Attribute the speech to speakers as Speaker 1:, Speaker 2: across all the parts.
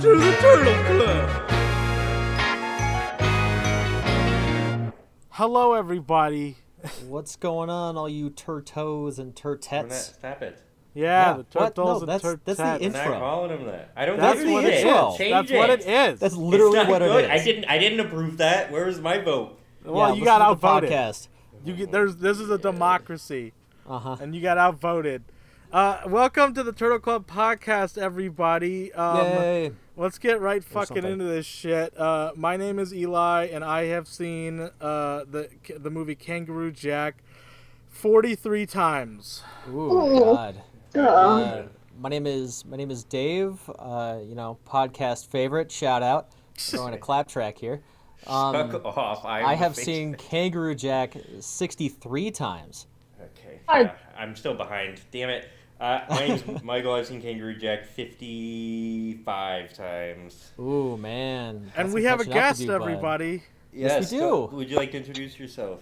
Speaker 1: 这是这儿都困。
Speaker 2: Hello, everybody.
Speaker 3: What's going on, all you turtos and
Speaker 4: We're not-
Speaker 3: turtets?
Speaker 4: Stop it.
Speaker 2: Yeah,
Speaker 3: Yeah,
Speaker 2: the
Speaker 3: what? No,
Speaker 2: turtles
Speaker 3: that's-
Speaker 2: and
Speaker 3: that's the
Speaker 2: turtets.
Speaker 4: I'm not
Speaker 3: Intro.
Speaker 4: calling him that. I don't
Speaker 2: That's
Speaker 4: believe
Speaker 2: what
Speaker 4: it.
Speaker 2: it
Speaker 3: Intro.
Speaker 2: is.
Speaker 4: Change
Speaker 2: That's
Speaker 4: it.
Speaker 2: what it is.
Speaker 3: That's
Speaker 4: It's
Speaker 3: literally
Speaker 4: not
Speaker 3: what
Speaker 4: good.
Speaker 3: it
Speaker 4: I
Speaker 3: is.
Speaker 4: didn't. I didn't approve that. Where was my vote?
Speaker 2: well, you
Speaker 3: listen
Speaker 2: got
Speaker 3: to the
Speaker 2: outvoted.
Speaker 3: Podcast.
Speaker 2: You get, there's this is a democracy,
Speaker 3: Uh huh.
Speaker 2: and you got outvoted. Uh, welcome to the Turtle Club podcast, everybody. Um,
Speaker 3: Yay.
Speaker 2: Let's get right fucking
Speaker 3: something.
Speaker 2: into this shit. Uh, my name is Eli, and I have seen uh, the the movie Kangaroo Jack 43 times.
Speaker 3: Ooh, God.
Speaker 1: Uh,
Speaker 3: Uh, my name is my name is Dave. Uh, you know, podcast favorite. Shout out. Throwing a clap track here. Um,
Speaker 4: Fuck off. I,
Speaker 3: I have seen Kangaroo Jack 63 times.
Speaker 4: Okay.
Speaker 1: Hi.
Speaker 4: yeah, I'm still behind. Damn it. Uh, my name's Michael. I've seen Kangaroo Jack 55 times.
Speaker 3: Ooh, man. Got
Speaker 2: And
Speaker 3: some
Speaker 2: we have a
Speaker 3: catching up
Speaker 2: guest,
Speaker 3: to do, bud.
Speaker 2: everybody.
Speaker 3: Yes, we
Speaker 4: go-
Speaker 3: do.
Speaker 4: Would you like to introduce yourself?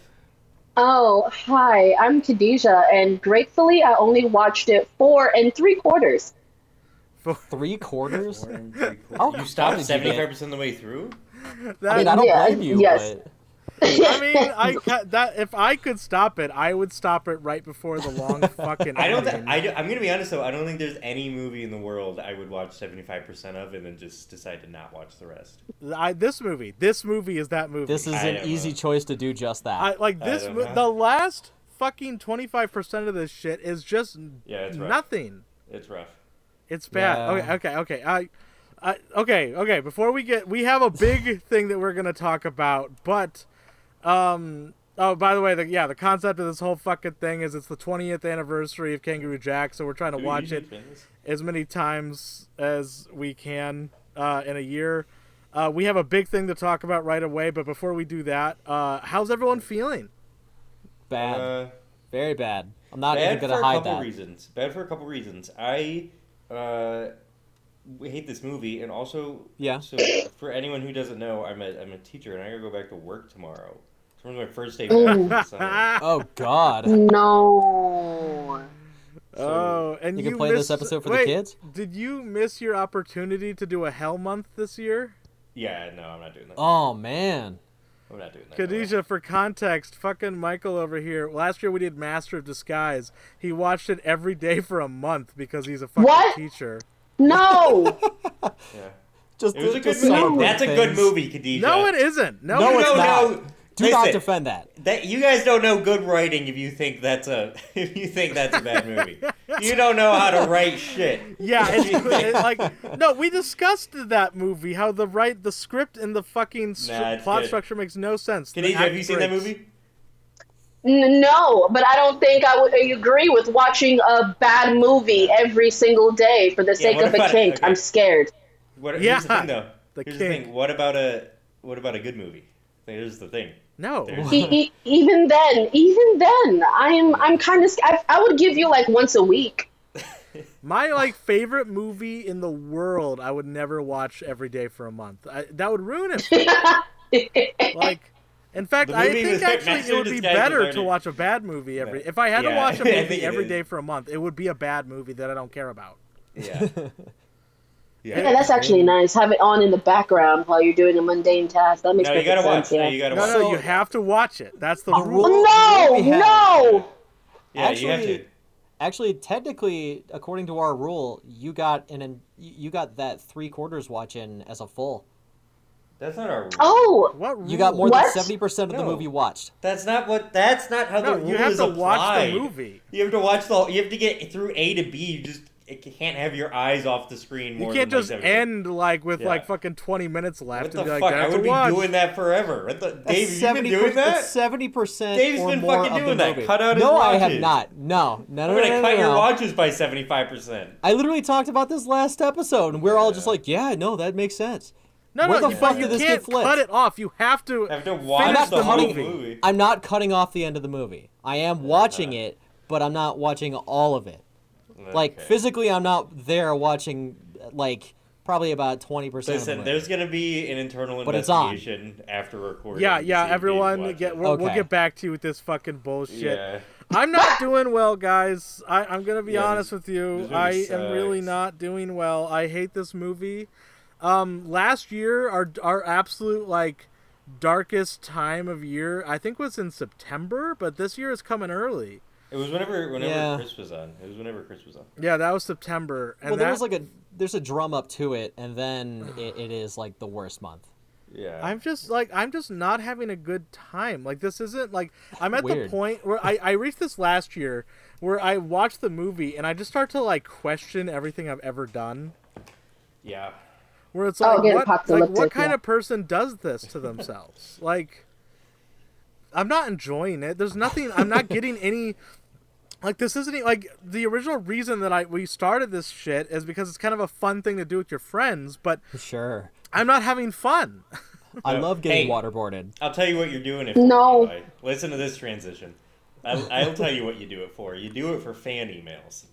Speaker 1: Oh, hi, I'm Khadijah, and gratefully I only watched it four and three quarters.
Speaker 3: Three quarters?
Speaker 4: Four and three quarters.
Speaker 3: How
Speaker 4: you
Speaker 3: did
Speaker 4: stopped
Speaker 3: you
Speaker 4: 75 percent of the way through.
Speaker 2: That,
Speaker 3: I mean, I don't
Speaker 1: Yeah,
Speaker 3: blame you,
Speaker 1: yes.
Speaker 3: but
Speaker 2: I mean, I ca- that if I could stop it, I would stop it right before the long fucking.
Speaker 4: I don't. Th-
Speaker 2: ending.
Speaker 4: I do, I'm gonna be honest though. I don't think there's any movie in the world I would watch 75 percent of and then just decide to not watch the rest.
Speaker 2: I- this movie. This movie is that movie.
Speaker 3: this is
Speaker 4: I uh,
Speaker 3: an
Speaker 4: don't
Speaker 3: easy
Speaker 4: know.
Speaker 3: choice to do just that.
Speaker 2: I like this.
Speaker 4: don't
Speaker 2: mo-
Speaker 4: know.
Speaker 2: the last fucking twenty five percent of this shit is just
Speaker 4: Yeah, that's right.
Speaker 2: nothing.
Speaker 4: It's rough.
Speaker 2: It's bad.
Speaker 3: Yeah.
Speaker 2: Okay, okay, okay. I, I, okay, okay. Before we get, we have a big thing that we're gonna talk about. But, um, oh, by the way, the yeah, the concept of this whole fucking thing is it's the twentieth anniversary of Kangaroo Jack, so we're trying to watch it as many times as we can uh, in a year. Uh, we have a big thing to talk about right away, but before we do that, uh, how's everyone feeling?
Speaker 3: bad.
Speaker 4: Uh,
Speaker 3: Very bad. I'm not
Speaker 4: bad
Speaker 3: even gonna
Speaker 4: for a
Speaker 3: hide
Speaker 4: couple
Speaker 3: that.
Speaker 4: reasons. Bad for a couple reasons. I uh, hate this movie, and also
Speaker 3: Yeah.
Speaker 4: So for anyone who doesn't know, I'm a I'm a teacher, and I gotta go back to work tomorrow. Tomorrow's my first day
Speaker 1: Mm.
Speaker 4: back. so-
Speaker 3: Oh God.
Speaker 1: No.
Speaker 2: Oh, and
Speaker 3: You
Speaker 2: you
Speaker 3: can play this
Speaker 2: missed-
Speaker 3: episode for the
Speaker 2: wait,
Speaker 3: kids?
Speaker 2: Did you miss your opportunity to do a Hell Month this year?
Speaker 4: Yeah, no, I'm not doing that.
Speaker 3: Oh man.
Speaker 4: I'm not doing that.
Speaker 2: Khadijah, for context, fucking Michael over here. Last year we did Master of Disguise. He watched it every day for a month because he's a fucking
Speaker 1: What?
Speaker 2: teacher.
Speaker 1: No.
Speaker 4: Yeah.
Speaker 3: Just
Speaker 4: It was a good
Speaker 3: just
Speaker 4: movie.
Speaker 3: celebrate
Speaker 4: That's a good
Speaker 3: things.
Speaker 4: movie, Khadijah.
Speaker 2: No, it isn't. No,
Speaker 3: No,
Speaker 2: it
Speaker 3: it's
Speaker 4: no,
Speaker 3: not.
Speaker 4: no.
Speaker 3: Do not
Speaker 4: Listen.
Speaker 3: defend that.
Speaker 4: That you guys don't know good writing if you think that's a if you think that's a bad movie. you don't know how to write shit.
Speaker 2: Yeah, it's, it, like no, we discussed that movie. How the right the script and the fucking stru-
Speaker 4: Nah, it's
Speaker 2: plot
Speaker 4: good.
Speaker 2: structure makes no sense. The
Speaker 4: Khadijah, have you
Speaker 2: act
Speaker 4: seen that
Speaker 2: breaks.
Speaker 4: movie?
Speaker 1: N- No, but I don't think I would agree with watching a bad movie every single day for the sake
Speaker 4: what
Speaker 1: of a
Speaker 4: about-
Speaker 1: kink.
Speaker 4: okay.
Speaker 1: I'm scared.
Speaker 4: What,
Speaker 2: Yeah.
Speaker 4: Here's the thing, though.
Speaker 2: The
Speaker 4: here's the
Speaker 2: king.
Speaker 4: thing. What about a what about a good movie? Here's the thing.
Speaker 2: No,
Speaker 4: There's-
Speaker 1: E- e- even then, even then, I'm I'm kind of. I, I would give you like once a week.
Speaker 2: my like favorite movie in the world. I would never watch every day for a month. I, that would ruin it. for me. like, in fact,
Speaker 4: The
Speaker 2: I
Speaker 4: movie
Speaker 2: think
Speaker 4: was-
Speaker 2: actually
Speaker 4: Master
Speaker 2: it would be
Speaker 4: Disguise was
Speaker 2: better to
Speaker 4: already-
Speaker 2: watch a bad movie every.
Speaker 4: Yeah.
Speaker 2: If I had to
Speaker 4: Yeah,
Speaker 2: watch a
Speaker 4: I
Speaker 2: movie
Speaker 4: think it
Speaker 2: every
Speaker 4: is.
Speaker 2: day for a month, it would be a bad movie that I don't care about.
Speaker 4: Yeah.
Speaker 1: Yeah, that's actually
Speaker 4: Mm.
Speaker 1: nice. Have it on in the background while you're doing a mundane task. That makes
Speaker 4: No, you
Speaker 1: perfect
Speaker 4: gotta
Speaker 1: sense.
Speaker 4: watch. No,
Speaker 1: Yeah.
Speaker 4: you gotta
Speaker 2: No,
Speaker 4: watch.
Speaker 2: no,
Speaker 3: So-
Speaker 2: you have to watch it. That's the
Speaker 3: The
Speaker 2: rule.
Speaker 3: rule-
Speaker 1: no,
Speaker 3: What we have.
Speaker 1: no.
Speaker 4: Yeah, you have
Speaker 3: Actually-
Speaker 4: to.
Speaker 3: Actually, technically, according to our rule, you got an, an you got that three quarters watch in as a full.
Speaker 4: That's not our rule.
Speaker 1: Oh,
Speaker 2: What rule?
Speaker 3: You got more
Speaker 1: What?
Speaker 3: than seventy percent of the
Speaker 4: No.
Speaker 3: movie watched.
Speaker 4: That's not what. That's not how the
Speaker 2: No,
Speaker 4: rule
Speaker 2: you have
Speaker 4: is
Speaker 2: to watch the
Speaker 4: applied.
Speaker 2: movie.
Speaker 4: You have to watch the. You have to get through A to B. You just it can't have your eyes off the screen.
Speaker 2: You
Speaker 4: More
Speaker 2: can't
Speaker 4: than
Speaker 2: just
Speaker 4: like 70.
Speaker 2: end like with
Speaker 4: Yeah.
Speaker 2: like fucking twenty minutes left
Speaker 4: What the
Speaker 2: and be like,
Speaker 4: fuck? I
Speaker 2: "That's
Speaker 4: would
Speaker 2: a
Speaker 4: be
Speaker 2: watch."
Speaker 4: doing that forever. What the, Dave,
Speaker 3: That's
Speaker 4: you've been doing that.
Speaker 3: Seventy percent.
Speaker 4: Dave's
Speaker 3: or
Speaker 4: been
Speaker 3: more
Speaker 4: fucking
Speaker 3: of the
Speaker 4: doing that.
Speaker 3: movie.
Speaker 4: Cut out his
Speaker 3: No, I have
Speaker 4: watches.
Speaker 3: not. No, no, no,
Speaker 4: I'm
Speaker 3: no,
Speaker 4: gonna
Speaker 3: no,
Speaker 4: cut
Speaker 3: no,
Speaker 4: your
Speaker 3: no.
Speaker 4: watches by seventy five percent.
Speaker 3: I literally talked about this last episode, and we're all just like, "Yeah, no, that makes sense."
Speaker 2: No,
Speaker 3: Where
Speaker 2: no,
Speaker 3: the
Speaker 2: you,
Speaker 3: fuck
Speaker 2: you
Speaker 3: did this
Speaker 2: can't
Speaker 3: get flipped?
Speaker 2: cut it off. You have to.
Speaker 4: I have to watch
Speaker 2: Finish
Speaker 4: the,
Speaker 2: the
Speaker 4: whole
Speaker 2: movie.
Speaker 4: movie.
Speaker 3: I'm not cutting off the end of the movie. I am watching it, but I'm not watching all of it. Like
Speaker 4: Okay.
Speaker 3: physically, I'm not there watching like probably about twenty percent.
Speaker 4: Listen,
Speaker 3: of the movie.
Speaker 4: there's gonna be an internal
Speaker 3: But it's on.
Speaker 4: investigation after recording.
Speaker 2: Yeah,
Speaker 4: to see
Speaker 2: yeah.
Speaker 4: if
Speaker 2: Everyone,
Speaker 4: Dave's
Speaker 2: get
Speaker 4: watching.
Speaker 2: we'll, we'll
Speaker 3: Okay.
Speaker 2: get back to you with this fucking bullshit.
Speaker 4: Yeah.
Speaker 2: I'm not doing well, guys. I, I'm gonna be
Speaker 4: Yeah,
Speaker 2: honest
Speaker 4: this-
Speaker 2: with you.
Speaker 4: this movie
Speaker 2: I am really
Speaker 4: sucks.
Speaker 2: not doing well. I hate this movie. Um, last year, our our absolute like darkest time of year, I think was in September, but this year is coming early.
Speaker 4: It was whenever whenever
Speaker 3: Yeah.
Speaker 4: Chris was on. It was whenever Chris was on.
Speaker 2: Yeah, that was September, and
Speaker 3: well, there
Speaker 2: that-
Speaker 3: was like a there's a drum up to it, and then it, it is like the worst month.
Speaker 4: Yeah.
Speaker 2: I'm just like I'm just not having a good time. Like this isn't like I'm at the
Speaker 3: Weird.
Speaker 2: point where I I reached this last year where I watched the movie and I just start to like question everything I've ever done.
Speaker 4: yeah.
Speaker 2: Where it's
Speaker 1: Oh,
Speaker 2: like
Speaker 1: get
Speaker 2: what like
Speaker 1: apocalyptic,
Speaker 2: what kind
Speaker 1: yeah.
Speaker 2: of person does this to themselves? like I'm not enjoying it. There's nothing I'm not getting any like this isn't e- like the original reason that I we started this shit is because it's kind of a fun thing to do with your friends, but
Speaker 3: Sure,
Speaker 2: I'm not having fun.
Speaker 3: I
Speaker 4: No.
Speaker 3: love getting
Speaker 4: Hey.
Speaker 3: waterboarded.
Speaker 4: I'll tell you what you're doing it for.
Speaker 1: No.
Speaker 4: Eli. Listen to this transition. I, I'll tell you what you do it for. You do it for fan emails.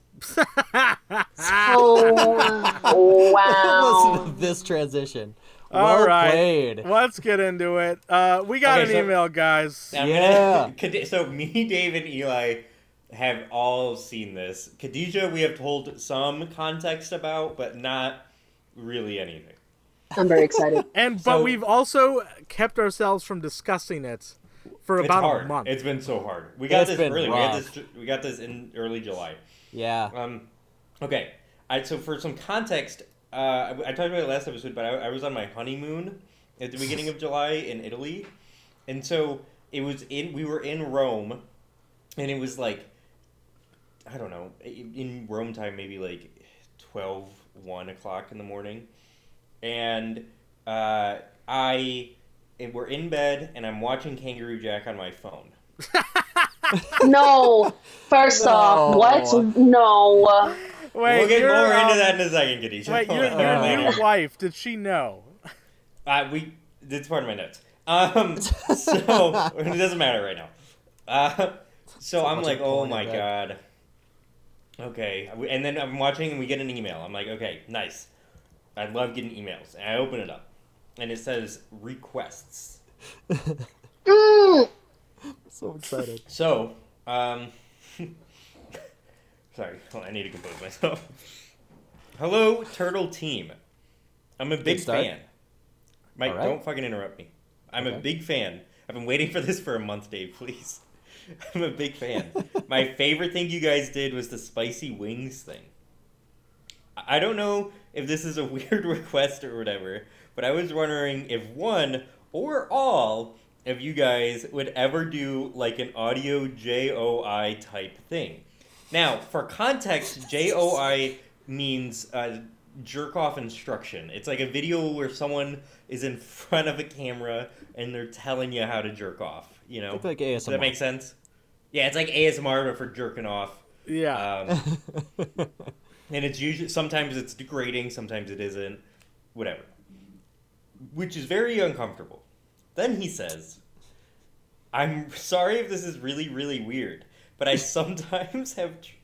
Speaker 1: Oh wow.
Speaker 3: Listen to this transition.
Speaker 2: All
Speaker 3: well
Speaker 2: right,
Speaker 3: played.
Speaker 2: let's get into it. Uh, we got
Speaker 4: Okay,
Speaker 2: an
Speaker 4: so-
Speaker 2: email, guys.
Speaker 4: I'm
Speaker 3: Yeah.
Speaker 4: Gonna, Khadi- so me, Dave, and Eli have all seen this. Khadija, we have told some context about, but not really anything.
Speaker 1: I'm very excited.
Speaker 2: And but
Speaker 4: so-
Speaker 2: we've also kept ourselves from discussing it for
Speaker 4: It's
Speaker 2: about
Speaker 4: hard.
Speaker 2: a month.
Speaker 4: It's been so hard. We got
Speaker 3: It's
Speaker 4: this
Speaker 3: been
Speaker 4: early. We got
Speaker 3: rough.
Speaker 4: this. We got this in early July.
Speaker 3: Yeah.
Speaker 4: Um, okay. I, so for some context, uh, I, I talked about it last episode, but I, I was on my honeymoon at the beginning of July in Italy, and so it was in. We were in Rome, and it was like, I don't know, i- in Rome time maybe like 12, 1 o'clock in the morning, and uh, I and we're in bed and I'm watching Kangaroo Jack on my phone.
Speaker 1: No. First
Speaker 3: No.
Speaker 1: off, what? No.
Speaker 2: Wait,
Speaker 4: we'll get
Speaker 2: your,
Speaker 4: more into
Speaker 2: um,
Speaker 4: that in a second, Gideon.
Speaker 2: Wait, your, your
Speaker 3: Uh,
Speaker 2: new wife? Did she know?
Speaker 4: Uh, we that's part of my notes. Um, so it doesn't matter right now. Uh, so
Speaker 3: So
Speaker 4: I'm
Speaker 3: much
Speaker 4: like,
Speaker 3: of
Speaker 4: oh
Speaker 3: porn
Speaker 4: my
Speaker 3: in
Speaker 4: god. Okay, We- and then I'm watching, and we get an email. I'm like, okay, nice. I love getting emails, and I open it up, and it says requests.
Speaker 1: Mm.
Speaker 3: so excited.
Speaker 4: So, um, sorry, hold on, I need to compose myself. Hello, Turtle Team. I'm a big
Speaker 3: start.
Speaker 4: fan. Mike,
Speaker 3: All right.
Speaker 4: don't fucking interrupt me. I'm a
Speaker 3: Okay.
Speaker 4: big fan. I've been waiting for this for a month, Dave, please. I'm a big fan. My favorite thing you guys did was the spicy wings thing. I I don't know if this is a weird request or whatever, but I was wondering if one or all of you guys would ever do like an audio JOI type thing. Now, for context, JOI means uh, jerk off instruction. It's like a video where someone is in front of a camera and they're telling you how to jerk off. You know,
Speaker 3: Like
Speaker 4: does that
Speaker 3: ASMR.
Speaker 4: make sense? Yeah, it's like ASMR but for jerking off.
Speaker 2: Yeah.
Speaker 4: Um, and it's usually sometimes it's degrading, sometimes it isn't, whatever. Which is very uncomfortable. Then he says, "I'm sorry if this is really really weird, but I sometimes have tr-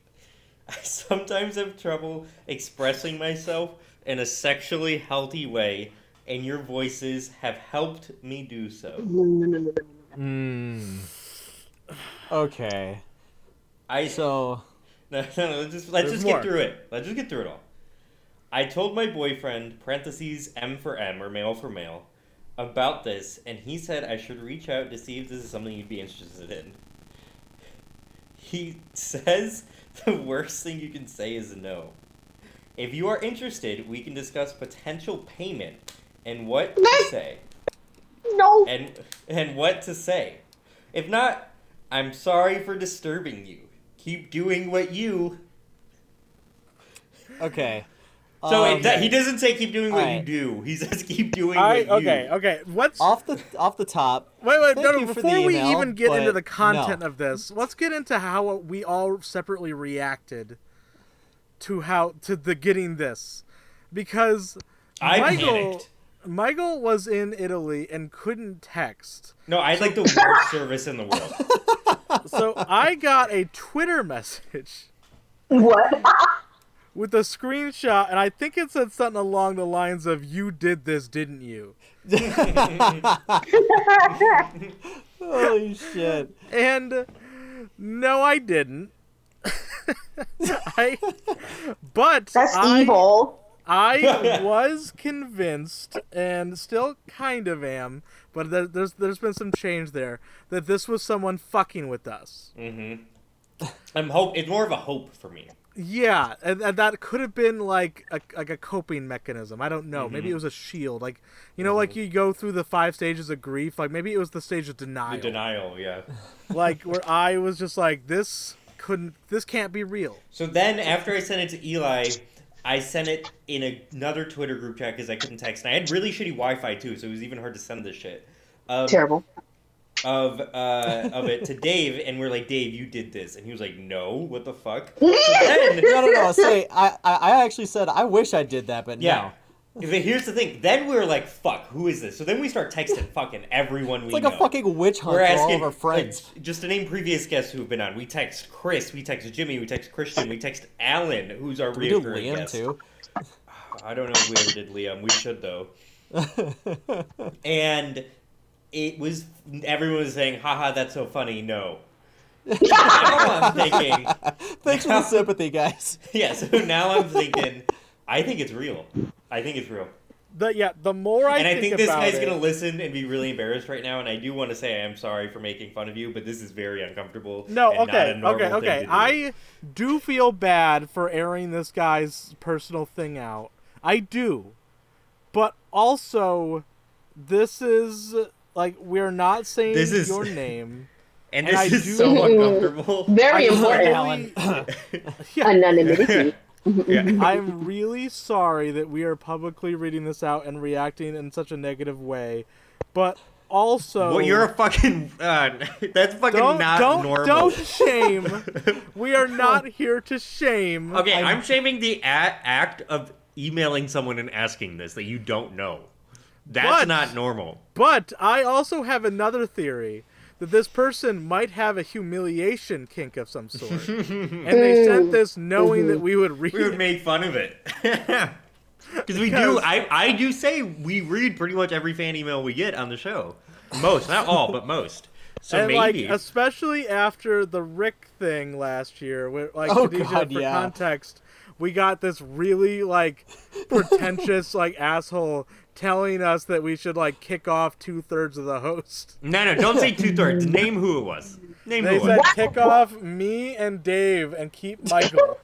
Speaker 4: I sometimes have trouble expressing myself in a sexually healthy way, and your voices have helped me do so."
Speaker 1: No, no, no, no, no.
Speaker 3: Mm. Okay.
Speaker 4: I
Speaker 3: So
Speaker 4: No, no, no. Let's just, let's
Speaker 2: There's
Speaker 4: just
Speaker 2: more.
Speaker 4: get through it. Let's just get through it all. I told my boyfriend, parentheses M for M or male for male, about this, and he said I should reach out to see if this is something you'd be interested in. He says the worst thing you can say is no. If you are interested, we can discuss potential payment and what to say
Speaker 1: No.
Speaker 4: and and what to say. If not, I'm sorry for disturbing you. Keep doing what you
Speaker 3: okay.
Speaker 4: So
Speaker 3: Um,
Speaker 4: it, that, he doesn't say keep doing what you
Speaker 3: alright.
Speaker 4: do. He says keep doing
Speaker 2: All
Speaker 4: what
Speaker 2: right.
Speaker 4: you.
Speaker 2: Okay. Okay. Let's
Speaker 3: off the off the top.
Speaker 2: wait. Wait.
Speaker 3: thank
Speaker 2: No. no
Speaker 3: you for the
Speaker 2: before we
Speaker 3: email,
Speaker 2: even get into
Speaker 3: but
Speaker 2: the content
Speaker 3: no.
Speaker 2: of this, let's get into how we all separately reacted to how to the getting this, because
Speaker 4: I
Speaker 2: Michael
Speaker 4: panicked.
Speaker 2: Michael was in Italy and couldn't text.
Speaker 4: No, I had like the worst service in the world.
Speaker 2: So I got a Twitter message
Speaker 1: What?
Speaker 2: with a screenshot, and I think it said something along the lines of "You did this, didn't you?"
Speaker 3: Holy shit!
Speaker 2: And no, I didn't. I, but
Speaker 1: That's
Speaker 2: I,
Speaker 1: evil.
Speaker 2: I was convinced, and still kind of am, but there, there's there's been some change there that this was someone fucking with us.
Speaker 4: Mm-hmm. I'm hope. It's more of a hope for me.
Speaker 2: Yeah, and, and that could have been like a like a coping mechanism. I don't know.
Speaker 4: Mm-hmm.
Speaker 2: Maybe it was a shield, like you know, like you go through the five stages of grief. Like maybe it was the stage of
Speaker 4: The
Speaker 2: denial,
Speaker 4: denial, yeah.
Speaker 2: like where I was just like, this couldn't, this can't be real.
Speaker 4: So then, after I sent it to Eli, I sent it in a- another Twitter group chat because I couldn't text, and I had really shitty Wi-Fi too, so it was even hard to send this shit. Of,
Speaker 1: Terrible.
Speaker 4: of uh, of it to Dave, and we're like, Dave, you did this, and he was like, No, what the fuck? Then-
Speaker 3: No, no, no. Say, I, I, I actually said I wish I did that, but
Speaker 4: Yeah. But here's the thing. Then we were like, "Fuck, who is this?" So then we start texting fucking everyone we
Speaker 3: no. It's like
Speaker 4: know.
Speaker 3: a fucking witch hunt
Speaker 4: we're
Speaker 3: for
Speaker 4: asking
Speaker 3: all of our friends.
Speaker 4: like, just to name previous guests who've been on. We text Chris, we text Jimmy, we text Christian, we text Alan, who's our
Speaker 3: we do
Speaker 4: reoccurring
Speaker 3: Liam
Speaker 4: guest.
Speaker 3: too.
Speaker 4: I don't know if we ever did Liam. We should though. and it was everyone was saying, "Haha, that's so funny." No. now I'm thinking,
Speaker 3: Thanks for the sympathy, guys.
Speaker 4: yeah. So now I'm thinking, I think it's real. I think it's real.
Speaker 2: The yeah, the more I
Speaker 4: and I think this
Speaker 2: about
Speaker 4: guy's
Speaker 2: it-
Speaker 4: gonna listen and be really embarrassed right now. And I do want to say I am sorry for making fun of you, but this is very uncomfortable.
Speaker 2: No,
Speaker 4: and not a
Speaker 2: okay,
Speaker 4: normal
Speaker 2: okay,
Speaker 4: thing
Speaker 2: okay.
Speaker 4: to do.
Speaker 2: I do feel bad for airing this guy's personal thing out. I do. But also, this is like we're not saying
Speaker 4: This is-
Speaker 2: your name. and
Speaker 4: and this
Speaker 2: I
Speaker 4: is
Speaker 2: do-
Speaker 4: so uncomfortable.
Speaker 1: Very
Speaker 2: I'm
Speaker 1: important.
Speaker 2: really-
Speaker 4: yeah.
Speaker 1: Anonymity.
Speaker 2: I'm really sorry that we are publicly reading this out and reacting in such a negative way, but also
Speaker 4: Well, you're a fucking. Uh, that's fucking
Speaker 2: don't
Speaker 4: not
Speaker 2: don't
Speaker 4: normal.
Speaker 2: don't shame. we are not here to shame.
Speaker 4: Okay, I'm,
Speaker 2: I
Speaker 4: shaming the a- act of emailing someone and asking this that you don't know. That's
Speaker 2: But-
Speaker 4: not normal.
Speaker 2: But I also have another theory that this person might have a humiliation kink of some sort, and they sent this knowing
Speaker 1: Mm-hmm.
Speaker 2: that we would read.
Speaker 4: We would
Speaker 2: it.
Speaker 4: make fun of it. Because we do,
Speaker 2: Because-
Speaker 4: I, I do say we read pretty much every fan email we get on the show. Most, not all, but most. So
Speaker 2: and like,
Speaker 4: maybe.
Speaker 2: especially after the Rick thing last year, where like
Speaker 3: Oh,
Speaker 2: Khadijah,
Speaker 3: God,
Speaker 2: for
Speaker 3: yeah.
Speaker 2: context, we got this really like pretentious like asshole telling us that we should like kick off two thirds of the host.
Speaker 4: no, no, don't say two thirds. Name who it was. Name who
Speaker 2: They
Speaker 4: it
Speaker 2: said
Speaker 4: was.
Speaker 2: kick off me and Dave and keep Michael.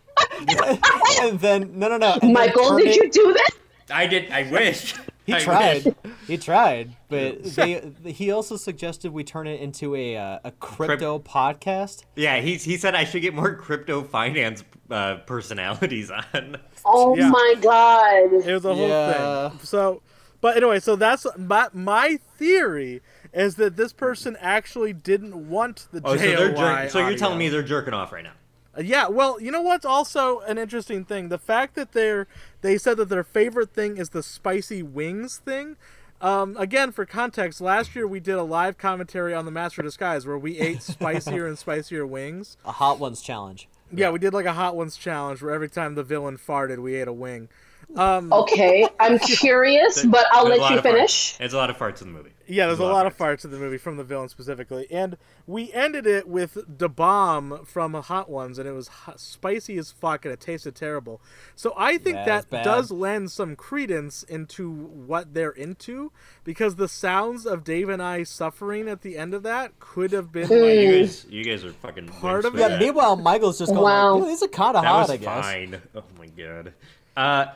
Speaker 3: and then no, no, no. and then
Speaker 1: Michael,
Speaker 3: turn
Speaker 1: did
Speaker 3: it-
Speaker 1: you do this?
Speaker 4: I did. I wish.
Speaker 3: He
Speaker 4: I wish.
Speaker 3: tried. He tried, but they, he also suggested we turn it into a uh, a crypto podcast.
Speaker 4: Yeah, he, he said I should get more crypto finance uh, personalities on.
Speaker 1: Oh
Speaker 2: Yeah.
Speaker 1: my
Speaker 2: It
Speaker 1: god.
Speaker 2: was a
Speaker 3: Yeah.
Speaker 2: whole thing. So, but anyway, so that's my my theory is that this person actually didn't want the
Speaker 4: Oh, so they're
Speaker 2: JOY.
Speaker 4: jerk- so you're telling
Speaker 2: audio.
Speaker 4: me they're jerking off right now?
Speaker 2: Uh, Yeah, well, you know what's also an interesting thing? The fact that they're they said that their favorite thing is the spicy wings thing. Um, again, for context, last year we did a live commentary on the Master of Disguise where we ate spicier and spicier wings.
Speaker 3: A hot ones challenge.
Speaker 2: Yeah, we did like a hot ones challenge where every time the villain farted, we ate a wing.
Speaker 1: Okay, I'm curious, but I'll
Speaker 4: There's a
Speaker 1: let you
Speaker 4: lot of farts.
Speaker 1: finish.
Speaker 4: There's a lot of farts in the movie.
Speaker 2: Yeah, there's a lot of farts in the movie from the villain specifically, and we ended it with the bomb from Hot Ones, and it was hot, spicy as fuck, and it tasted terrible. So I think
Speaker 3: Yeah, it was
Speaker 2: that
Speaker 3: bad.
Speaker 2: does lend some credence into what they're into, because the sounds of Dave and I suffering at the end of that could have been like,
Speaker 4: You guys, you guys are fucking
Speaker 2: Part
Speaker 4: wimps
Speaker 2: of
Speaker 4: for
Speaker 2: it-
Speaker 3: Yeah.
Speaker 4: that.
Speaker 3: Meanwhile, Michael's just going.
Speaker 1: Wow.
Speaker 3: Like, "Yeah, these are kind of
Speaker 4: That was
Speaker 3: hot, I guess.
Speaker 4: fine. Oh my god. Uh,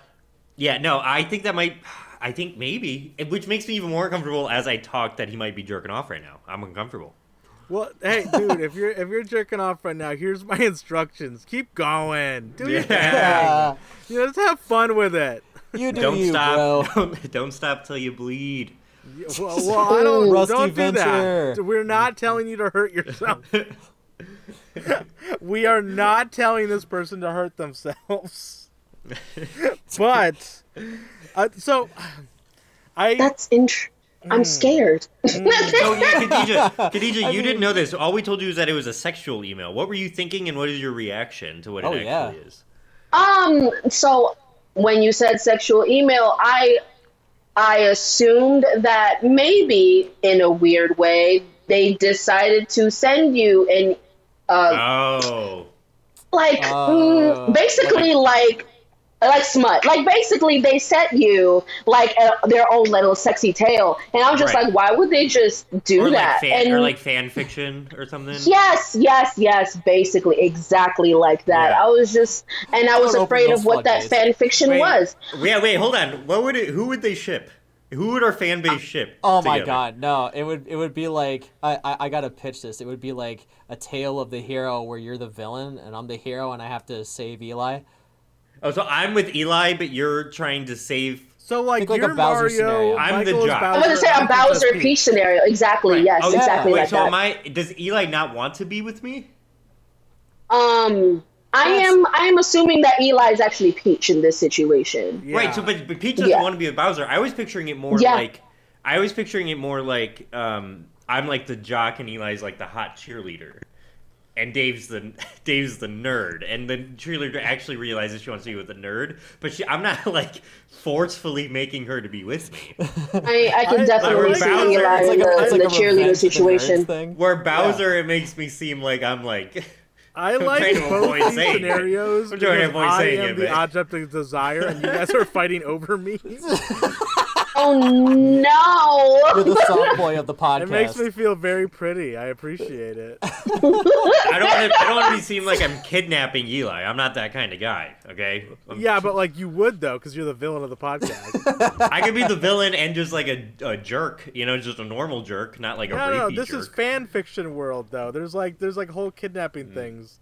Speaker 4: yeah, no, I think that might. I think maybe, which makes me even more uncomfortable as I talk that he might be jerking off right now. I'm uncomfortable.
Speaker 2: well, hey, dude, if you're if you're jerking off right now, here's my instructions. Keep going, do your
Speaker 4: Yeah.
Speaker 3: Uh,
Speaker 2: thing. You know, just have fun with it.
Speaker 3: you do
Speaker 4: Don't
Speaker 3: you, bro.
Speaker 4: stop. Don't, don't stop till you bleed.
Speaker 2: Well, well, I don't,
Speaker 3: Rusty
Speaker 2: don't do
Speaker 3: Venture.
Speaker 2: that. We're not telling you to hurt yourself. we are not telling this person to hurt themselves. but uh, so I
Speaker 1: That's int. I'm scared.
Speaker 4: Oh yeah, Khadija, Khadija, you didn't know this. All we told you is that it was a sexual email. What were you thinking, and what is your reaction to what
Speaker 3: Oh,
Speaker 4: it
Speaker 3: yeah.
Speaker 4: actually is?
Speaker 1: Um. So when you said sexual email, I I assumed that maybe in a weird way they decided to send you an uh,
Speaker 4: Oh,
Speaker 1: like
Speaker 3: Oh.
Speaker 1: mm, basically like like smut. Like basically, they set you like a, their own little sexy tale, and I'm just
Speaker 4: Right.
Speaker 1: like, why would they just do
Speaker 4: or
Speaker 1: that?
Speaker 4: like fan,
Speaker 1: and
Speaker 4: or like fan fiction or something.
Speaker 1: yes, yes, yes, basically, exactly like that.
Speaker 4: Yeah.
Speaker 1: I was just, and I was
Speaker 3: Don't open
Speaker 1: afraid
Speaker 3: those
Speaker 1: of what that
Speaker 3: floodgates.
Speaker 1: fan fiction
Speaker 4: Wait,
Speaker 1: was.
Speaker 4: Yeah, wait, hold on. What would it? Who would they ship? Who would our fan base ship?
Speaker 3: Oh my
Speaker 4: together?
Speaker 3: god, no! It would it would be like I, I I gotta pitch this. It would be like a tale of the hero where you're the villain and I'm the hero and I have to save Eli.
Speaker 4: Oh, so I'm with Eli, but you're trying to save.
Speaker 2: So like,
Speaker 3: Think like a
Speaker 2: you're
Speaker 3: Bowser
Speaker 2: Mario,
Speaker 3: scenario.
Speaker 4: I'm the
Speaker 2: Michael is
Speaker 4: jock.
Speaker 1: I
Speaker 4: I'm
Speaker 1: was gonna
Speaker 2: Bowser,
Speaker 1: say a
Speaker 2: Michael's
Speaker 1: Bowser Peach scenario. Exactly. Yes.
Speaker 4: Oh,
Speaker 1: Exactly
Speaker 4: Wait,
Speaker 1: like
Speaker 4: so
Speaker 1: that.
Speaker 4: am I? Does Eli not want to be with me?
Speaker 1: um, I
Speaker 3: Yes.
Speaker 1: am. I am assuming that Eli is actually Peach in this situation.
Speaker 2: Yeah.
Speaker 4: Right. So, but, but Peach doesn't
Speaker 1: Yeah.
Speaker 4: want to be with Bowser. I was picturing it more
Speaker 1: Yeah.
Speaker 4: like. I was picturing it more like um, I'm like the jock and Eli's like the hot cheerleader, and Dave's the Dave's the nerd, and the cheerleader actually realizes she wants to be with the nerd, but she, I'm not like forcefully making her to be with me.
Speaker 1: I, I can
Speaker 2: I-
Speaker 1: definitely
Speaker 4: like
Speaker 1: see
Speaker 4: Bowser,
Speaker 1: Eli
Speaker 4: it's like
Speaker 1: in the, in the
Speaker 3: revenge
Speaker 1: cheerleader
Speaker 3: of the nerds
Speaker 1: situation.
Speaker 3: thing.
Speaker 4: Where Bowser, it makes me seem like I'm like.
Speaker 2: I
Speaker 4: I'm
Speaker 2: like
Speaker 4: trying to
Speaker 2: both
Speaker 4: avoid
Speaker 2: these
Speaker 4: saying it.
Speaker 2: scenarios
Speaker 4: I'm trying to
Speaker 2: because
Speaker 4: avoid
Speaker 2: I
Speaker 4: saying
Speaker 2: am
Speaker 4: it,
Speaker 2: the
Speaker 4: but-
Speaker 2: object of desire, and you guys are fighting over me.
Speaker 1: Oh no!
Speaker 3: You're the soft boy of the podcast.
Speaker 2: It makes me feel very pretty. I appreciate it.
Speaker 4: I don't. Wanna, I don't want to be seem like I'm kidnapping Eli. I'm not that kind of guy. Okay. Um, I'm-
Speaker 2: Yeah, but like you would though, because you're the villain of the podcast.
Speaker 4: I could be the villain and just like a, a jerk. You know, just a normal jerk, not like a
Speaker 2: No, no,
Speaker 4: rapey
Speaker 2: this
Speaker 4: jerk. Mm.
Speaker 2: is fan fiction world though. There's like there's like whole kidnapping things.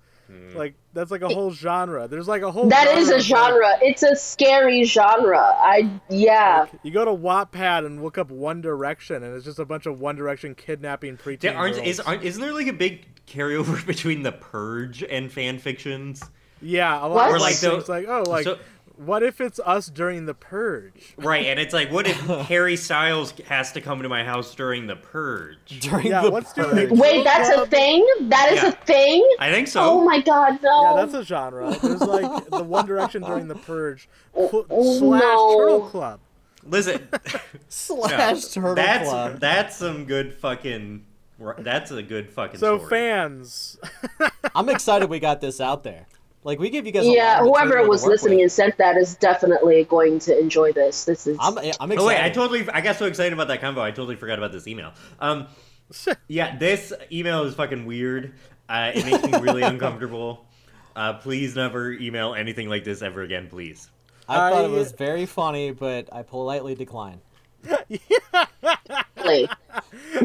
Speaker 2: Like that's like a whole genre. There's like a whole
Speaker 1: That is a
Speaker 2: of,
Speaker 1: genre. It's a scary genre. I yeah.
Speaker 2: like, you go to Wattpad and look up One Direction, and it's just a bunch of One Direction kidnapping preteen
Speaker 4: There aren't,
Speaker 2: girls.
Speaker 4: is, aren't isn't there like a big carryover between the Purge and fan fictions?
Speaker 2: yeah, a lot
Speaker 1: What?
Speaker 2: of
Speaker 1: Or
Speaker 2: like
Speaker 1: like
Speaker 4: the-
Speaker 2: things like oh like
Speaker 4: so-
Speaker 2: what if it's us during the purge?
Speaker 4: Right, and it's like, what if Harry Styles has to come to my house during the Purge?
Speaker 3: during
Speaker 2: Yeah,
Speaker 3: the
Speaker 2: let's do
Speaker 3: purge.
Speaker 2: it.
Speaker 1: Wait, that's a thing. That is
Speaker 4: Yeah.
Speaker 1: a thing.
Speaker 4: I think so.
Speaker 1: Oh my god, no!
Speaker 2: Yeah, that's a genre. There's like the One Direction during the purge pl-
Speaker 1: oh,
Speaker 2: slash
Speaker 1: no.
Speaker 2: Turtle Club.
Speaker 4: Listen, no,
Speaker 3: slash turtle
Speaker 4: that's
Speaker 3: club.
Speaker 4: that's some good fucking. That's a good fucking.
Speaker 2: So
Speaker 4: story.
Speaker 2: fans,
Speaker 3: I'm excited we got this out there. Like we give you guys. A lot
Speaker 1: yeah,
Speaker 3: of
Speaker 1: whoever
Speaker 3: material to
Speaker 1: was
Speaker 3: work
Speaker 1: listening
Speaker 3: with.
Speaker 1: and sent that is definitely going to enjoy this. This is
Speaker 3: I'm I'm excited.
Speaker 4: Oh wait, I totally I got so excited about that combo, I totally forgot about this email. Um, yeah, this email is fucking weird. Uh, it makes me really uncomfortable. Uh, please never email anything like this ever again, please.
Speaker 3: I thought it
Speaker 2: I-
Speaker 3: was very funny, but I politely decline.
Speaker 1: really-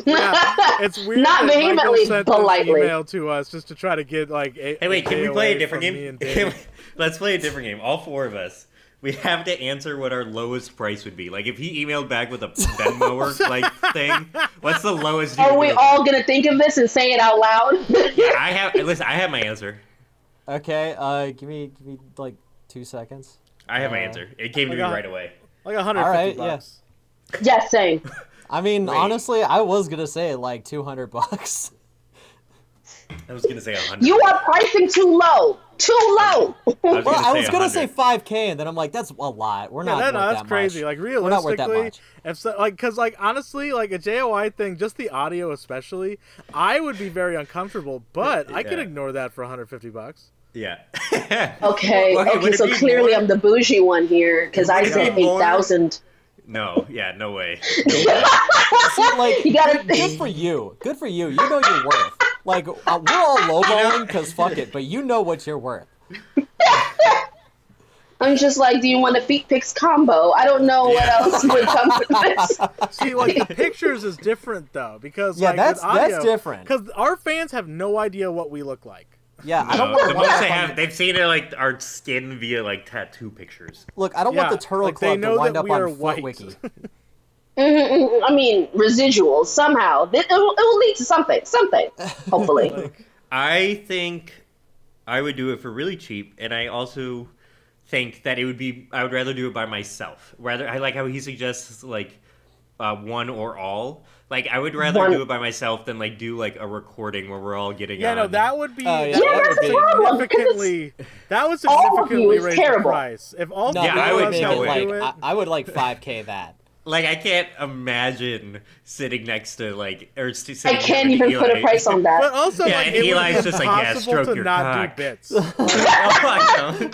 Speaker 2: yeah, it's weird.
Speaker 1: Not
Speaker 2: that Michael
Speaker 1: vehemently,
Speaker 2: sent this
Speaker 1: politely.
Speaker 2: Email to us just to try to get like. A,
Speaker 4: Hey, wait, can we
Speaker 2: day
Speaker 4: play a
Speaker 2: away
Speaker 4: different
Speaker 2: from me
Speaker 4: game?
Speaker 2: and Dave.
Speaker 4: Let's play a different game. All four of us. We have to answer what our lowest price would be. Like, if he emailed back with a Venmo or like thing, what's the lowest? you
Speaker 1: Are
Speaker 4: would
Speaker 1: we
Speaker 4: go?
Speaker 1: all gonna think of this and say it out loud?
Speaker 4: Yeah, I have. Listen, I have my answer.
Speaker 3: Okay, uh, give me give me like two seconds.
Speaker 4: I have my answer. It came
Speaker 2: Oh.
Speaker 4: to
Speaker 2: I
Speaker 4: me
Speaker 2: got-
Speaker 4: right away.
Speaker 2: like 150
Speaker 3: Alright, yeah.
Speaker 2: bucks.
Speaker 1: yes, same.
Speaker 3: I mean,
Speaker 4: Wait.
Speaker 3: honestly, I was gonna say like two hundred bucks.
Speaker 4: I was gonna say a hundred.
Speaker 1: You are pricing too low. Too low.
Speaker 4: was
Speaker 3: Well,
Speaker 4: gonna
Speaker 3: I
Speaker 4: say
Speaker 3: was gonna
Speaker 4: 100.
Speaker 3: say five k, and then I'm like, that's a lot. We're
Speaker 2: Yeah,
Speaker 3: not.
Speaker 2: that-
Speaker 3: worth
Speaker 2: no, that's
Speaker 3: that
Speaker 2: crazy.
Speaker 3: much.
Speaker 2: Like
Speaker 3: We're not worth that
Speaker 2: realistically,
Speaker 3: much.
Speaker 2: if so, like because like honestly, like a JOI thing, just the audio especially, I would be very uncomfortable. But I could
Speaker 4: Yeah.
Speaker 2: ignore that for 150 bucks.
Speaker 4: Yeah. Well,
Speaker 1: Okay,
Speaker 4: okay,
Speaker 1: okay.
Speaker 4: would it
Speaker 1: So
Speaker 4: be
Speaker 1: clearly,
Speaker 4: more-
Speaker 1: I'm the bougie one here because I
Speaker 4: Would it
Speaker 1: said
Speaker 4: be
Speaker 1: eight
Speaker 4: more?
Speaker 1: thousand.
Speaker 4: no. Yeah. No way. No way.
Speaker 3: See, like,
Speaker 1: You gotta-
Speaker 3: good, good for you. Good for you. You know your worth. Like, uh, we're all lowballing because fuck it, but you know what you're worth.
Speaker 1: I'm just like, do you want a feet pics combo? I don't know what
Speaker 4: Yeah.
Speaker 1: else would come from this.
Speaker 2: See, like the pictures is different though because
Speaker 3: Yeah,
Speaker 2: like,
Speaker 3: that's-
Speaker 2: with audio,
Speaker 3: that's different.
Speaker 2: because our fans have no idea what we look like.
Speaker 3: Yeah, I don't
Speaker 4: No,
Speaker 3: want
Speaker 4: the
Speaker 3: to wind
Speaker 4: most
Speaker 3: up
Speaker 4: they
Speaker 3: on-
Speaker 4: have, they've seen it like our skin via like tattoo pictures.
Speaker 3: Look, I don't want
Speaker 2: Yeah,
Speaker 3: the Turtle
Speaker 2: like, they
Speaker 3: Club
Speaker 2: know
Speaker 3: to wind
Speaker 2: that
Speaker 3: up
Speaker 2: we
Speaker 3: on
Speaker 2: are
Speaker 3: Foot
Speaker 2: white.
Speaker 3: Wiki.
Speaker 1: I mean, residuals somehow. It, it, will, it will lead to something, something, hopefully.
Speaker 4: I think I would do it for really cheap, and I also think that it would be. I would rather do it by myself. Rather, I like how he suggests like uh, one or all. Like I would rather
Speaker 1: One-
Speaker 4: do it by myself than like do like a recording where we're all getting.
Speaker 2: Yeah,
Speaker 4: on.
Speaker 2: no, that would be
Speaker 3: Oh, yeah,
Speaker 2: that
Speaker 3: Yeah,
Speaker 2: would
Speaker 3: that's the
Speaker 1: problem, 'cause it's-
Speaker 2: significantly that would
Speaker 1: all of you
Speaker 2: significantly
Speaker 1: is
Speaker 2: raise
Speaker 1: terrible.
Speaker 2: the price. If all
Speaker 3: No,
Speaker 2: three
Speaker 4: Yeah, I
Speaker 3: we
Speaker 4: would
Speaker 2: of us
Speaker 3: make
Speaker 4: no
Speaker 2: don't
Speaker 4: way.
Speaker 3: it
Speaker 2: do it,
Speaker 3: like I, I would like five k that.
Speaker 4: Like I can't imagine sitting next to like or s- sitting
Speaker 1: I can't
Speaker 4: next to
Speaker 1: even put a
Speaker 4: Eli.
Speaker 1: price on
Speaker 2: but
Speaker 1: that.
Speaker 2: also
Speaker 4: Yeah,
Speaker 2: like
Speaker 4: and
Speaker 2: it would
Speaker 4: Eli's
Speaker 2: be
Speaker 4: just like, yeah,
Speaker 2: impossible
Speaker 4: stroke
Speaker 2: to
Speaker 4: your
Speaker 2: not
Speaker 4: cock.
Speaker 2: do bits.
Speaker 4: Oh, I know.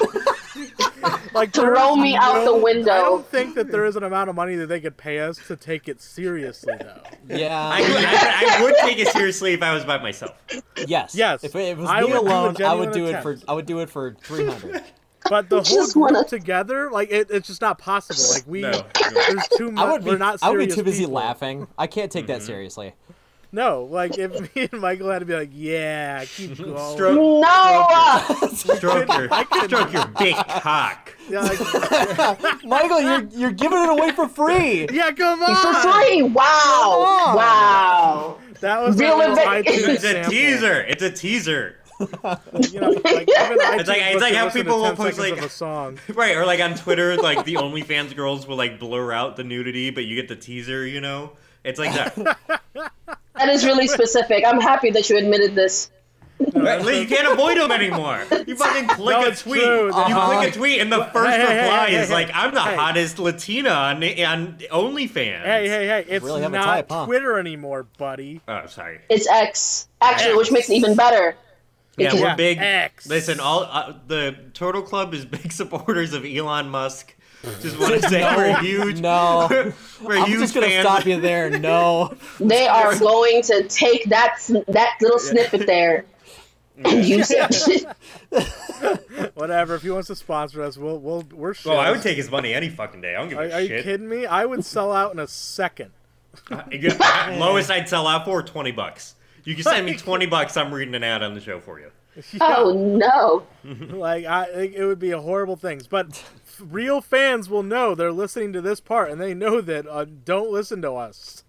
Speaker 2: Like there
Speaker 1: Throw
Speaker 2: is
Speaker 1: me out the window.
Speaker 2: I don't think that there is an amount of money that they could pay us to take it seriously though.
Speaker 4: I,
Speaker 3: Yeah.
Speaker 4: I, I would take it seriously if I was by myself.
Speaker 3: yes.
Speaker 2: Yes.
Speaker 3: If it, if it was
Speaker 2: I
Speaker 3: me
Speaker 2: would do a
Speaker 3: alone, I
Speaker 2: genuine
Speaker 3: would do it
Speaker 2: attempt.
Speaker 3: for I would do it for three hundred.
Speaker 2: But the whole
Speaker 1: just
Speaker 2: group
Speaker 1: wanna-
Speaker 2: together, like it, it's just not possible. Like we,
Speaker 4: No.
Speaker 2: there's too much.
Speaker 3: I would be
Speaker 2: we're not.
Speaker 3: I would be
Speaker 2: serious
Speaker 3: too busy
Speaker 2: people. Mm-hmm.
Speaker 3: laughing. I can't take that seriously.
Speaker 2: No, like if me and Michael had to be like, yeah, keep going.
Speaker 4: Stroke,
Speaker 1: No,
Speaker 4: stroke your,
Speaker 2: I couldn't-
Speaker 4: stroke your big cock.
Speaker 2: Yeah, like,
Speaker 3: Michael, you're you're giving it away for free.
Speaker 2: yeah, come on.
Speaker 1: for free! Wow,
Speaker 3: on.
Speaker 1: wow.
Speaker 2: That was
Speaker 1: Real
Speaker 2: a little
Speaker 1: event-
Speaker 2: iTunes
Speaker 4: It's a
Speaker 2: sample.
Speaker 4: teaser. It's a teaser.
Speaker 2: You know, like, it's
Speaker 4: like- it's like how people will post, like-
Speaker 2: of a song.
Speaker 4: Right, or like on Twitter, like the OnlyFans girls will like blur out the nudity, but you get the teaser, you know? It's like that.
Speaker 1: That is really specific. I'm happy that you admitted this.
Speaker 4: At least you can't avoid them anymore. You fucking click
Speaker 2: No,
Speaker 4: a
Speaker 2: it's
Speaker 4: tweet.
Speaker 2: true.
Speaker 4: You
Speaker 3: Uh-huh.
Speaker 4: click a tweet, and the first
Speaker 2: hey, hey,
Speaker 4: reply
Speaker 2: hey, hey,
Speaker 4: is
Speaker 2: hey.
Speaker 4: like, "I'm the
Speaker 2: Hey.
Speaker 4: hottest Latina on on OnlyFans."
Speaker 2: Hey, hey, hey! It's
Speaker 3: Really have a
Speaker 2: not
Speaker 3: type, huh?
Speaker 2: Twitter anymore, buddy.
Speaker 4: Oh, sorry.
Speaker 1: It's X, actually,
Speaker 4: X.
Speaker 1: which makes it even better.
Speaker 4: Yeah,
Speaker 1: Because-
Speaker 4: we're big.
Speaker 2: X.
Speaker 4: Listen, all uh, the Turtle Club is big supporters of Elon Musk. Just want to say
Speaker 3: No,
Speaker 4: we're huge.
Speaker 3: No.
Speaker 4: we're
Speaker 3: I'm
Speaker 4: huge
Speaker 3: just gonna
Speaker 4: fans.
Speaker 3: stop you there. No.
Speaker 1: They are going to take that sn- that little snippet there and use it.
Speaker 2: Whatever. If he wants to sponsor us, we'll we'll we're.
Speaker 4: Oh, I
Speaker 2: shit.
Speaker 4: would take his money any fucking day. I don't give a
Speaker 2: Are, are you
Speaker 4: shit.
Speaker 2: kidding me? I would sell out in a second.
Speaker 4: At Lowest I'd sell out for twenty bucks. You can send me twenty bucks. I'm reading an ad on the show for you.
Speaker 1: oh no!
Speaker 2: Like I, it it would be a horrible thing. But real fans will know they're listening to this part, and they know that uh, don't listen to us.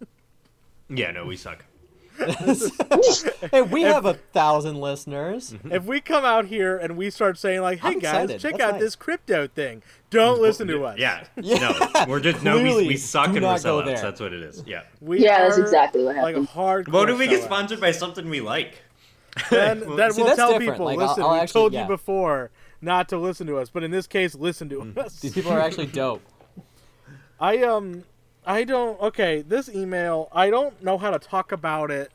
Speaker 4: Yeah, no, we suck.
Speaker 3: Hey, we have a thousand listeners.
Speaker 4: Mhm.
Speaker 2: if we come out here and we start saying like, "Hey
Speaker 3: I'm
Speaker 2: guys,
Speaker 3: excited.
Speaker 2: check
Speaker 3: That's
Speaker 2: out
Speaker 3: nice.
Speaker 2: this crypto thing," don't listen to us.
Speaker 4: Yeah, no, we're just no. We, we
Speaker 3: Clearly,
Speaker 4: suck
Speaker 3: do
Speaker 4: and we're
Speaker 3: not go
Speaker 4: sellouts.
Speaker 3: there.
Speaker 4: That's what it is. Yeah.
Speaker 2: We
Speaker 1: Yeah, that's
Speaker 2: are,
Speaker 1: exactly what
Speaker 2: Like a
Speaker 1: happened.
Speaker 2: hard.
Speaker 4: What if we get sponsored by something we like?
Speaker 2: then, then
Speaker 3: See,
Speaker 2: we'll
Speaker 3: that's
Speaker 2: tell
Speaker 3: different.
Speaker 2: people,
Speaker 3: Like, I'll-
Speaker 2: listen,
Speaker 3: I'll
Speaker 2: we
Speaker 3: actually-
Speaker 2: told you
Speaker 3: yeah.
Speaker 2: before not to listen to us, but in this case, listen to
Speaker 3: Mm.
Speaker 2: us.
Speaker 3: These people are actually dope.
Speaker 2: I um, I don't. Okay, this email, I don't know how to talk about it.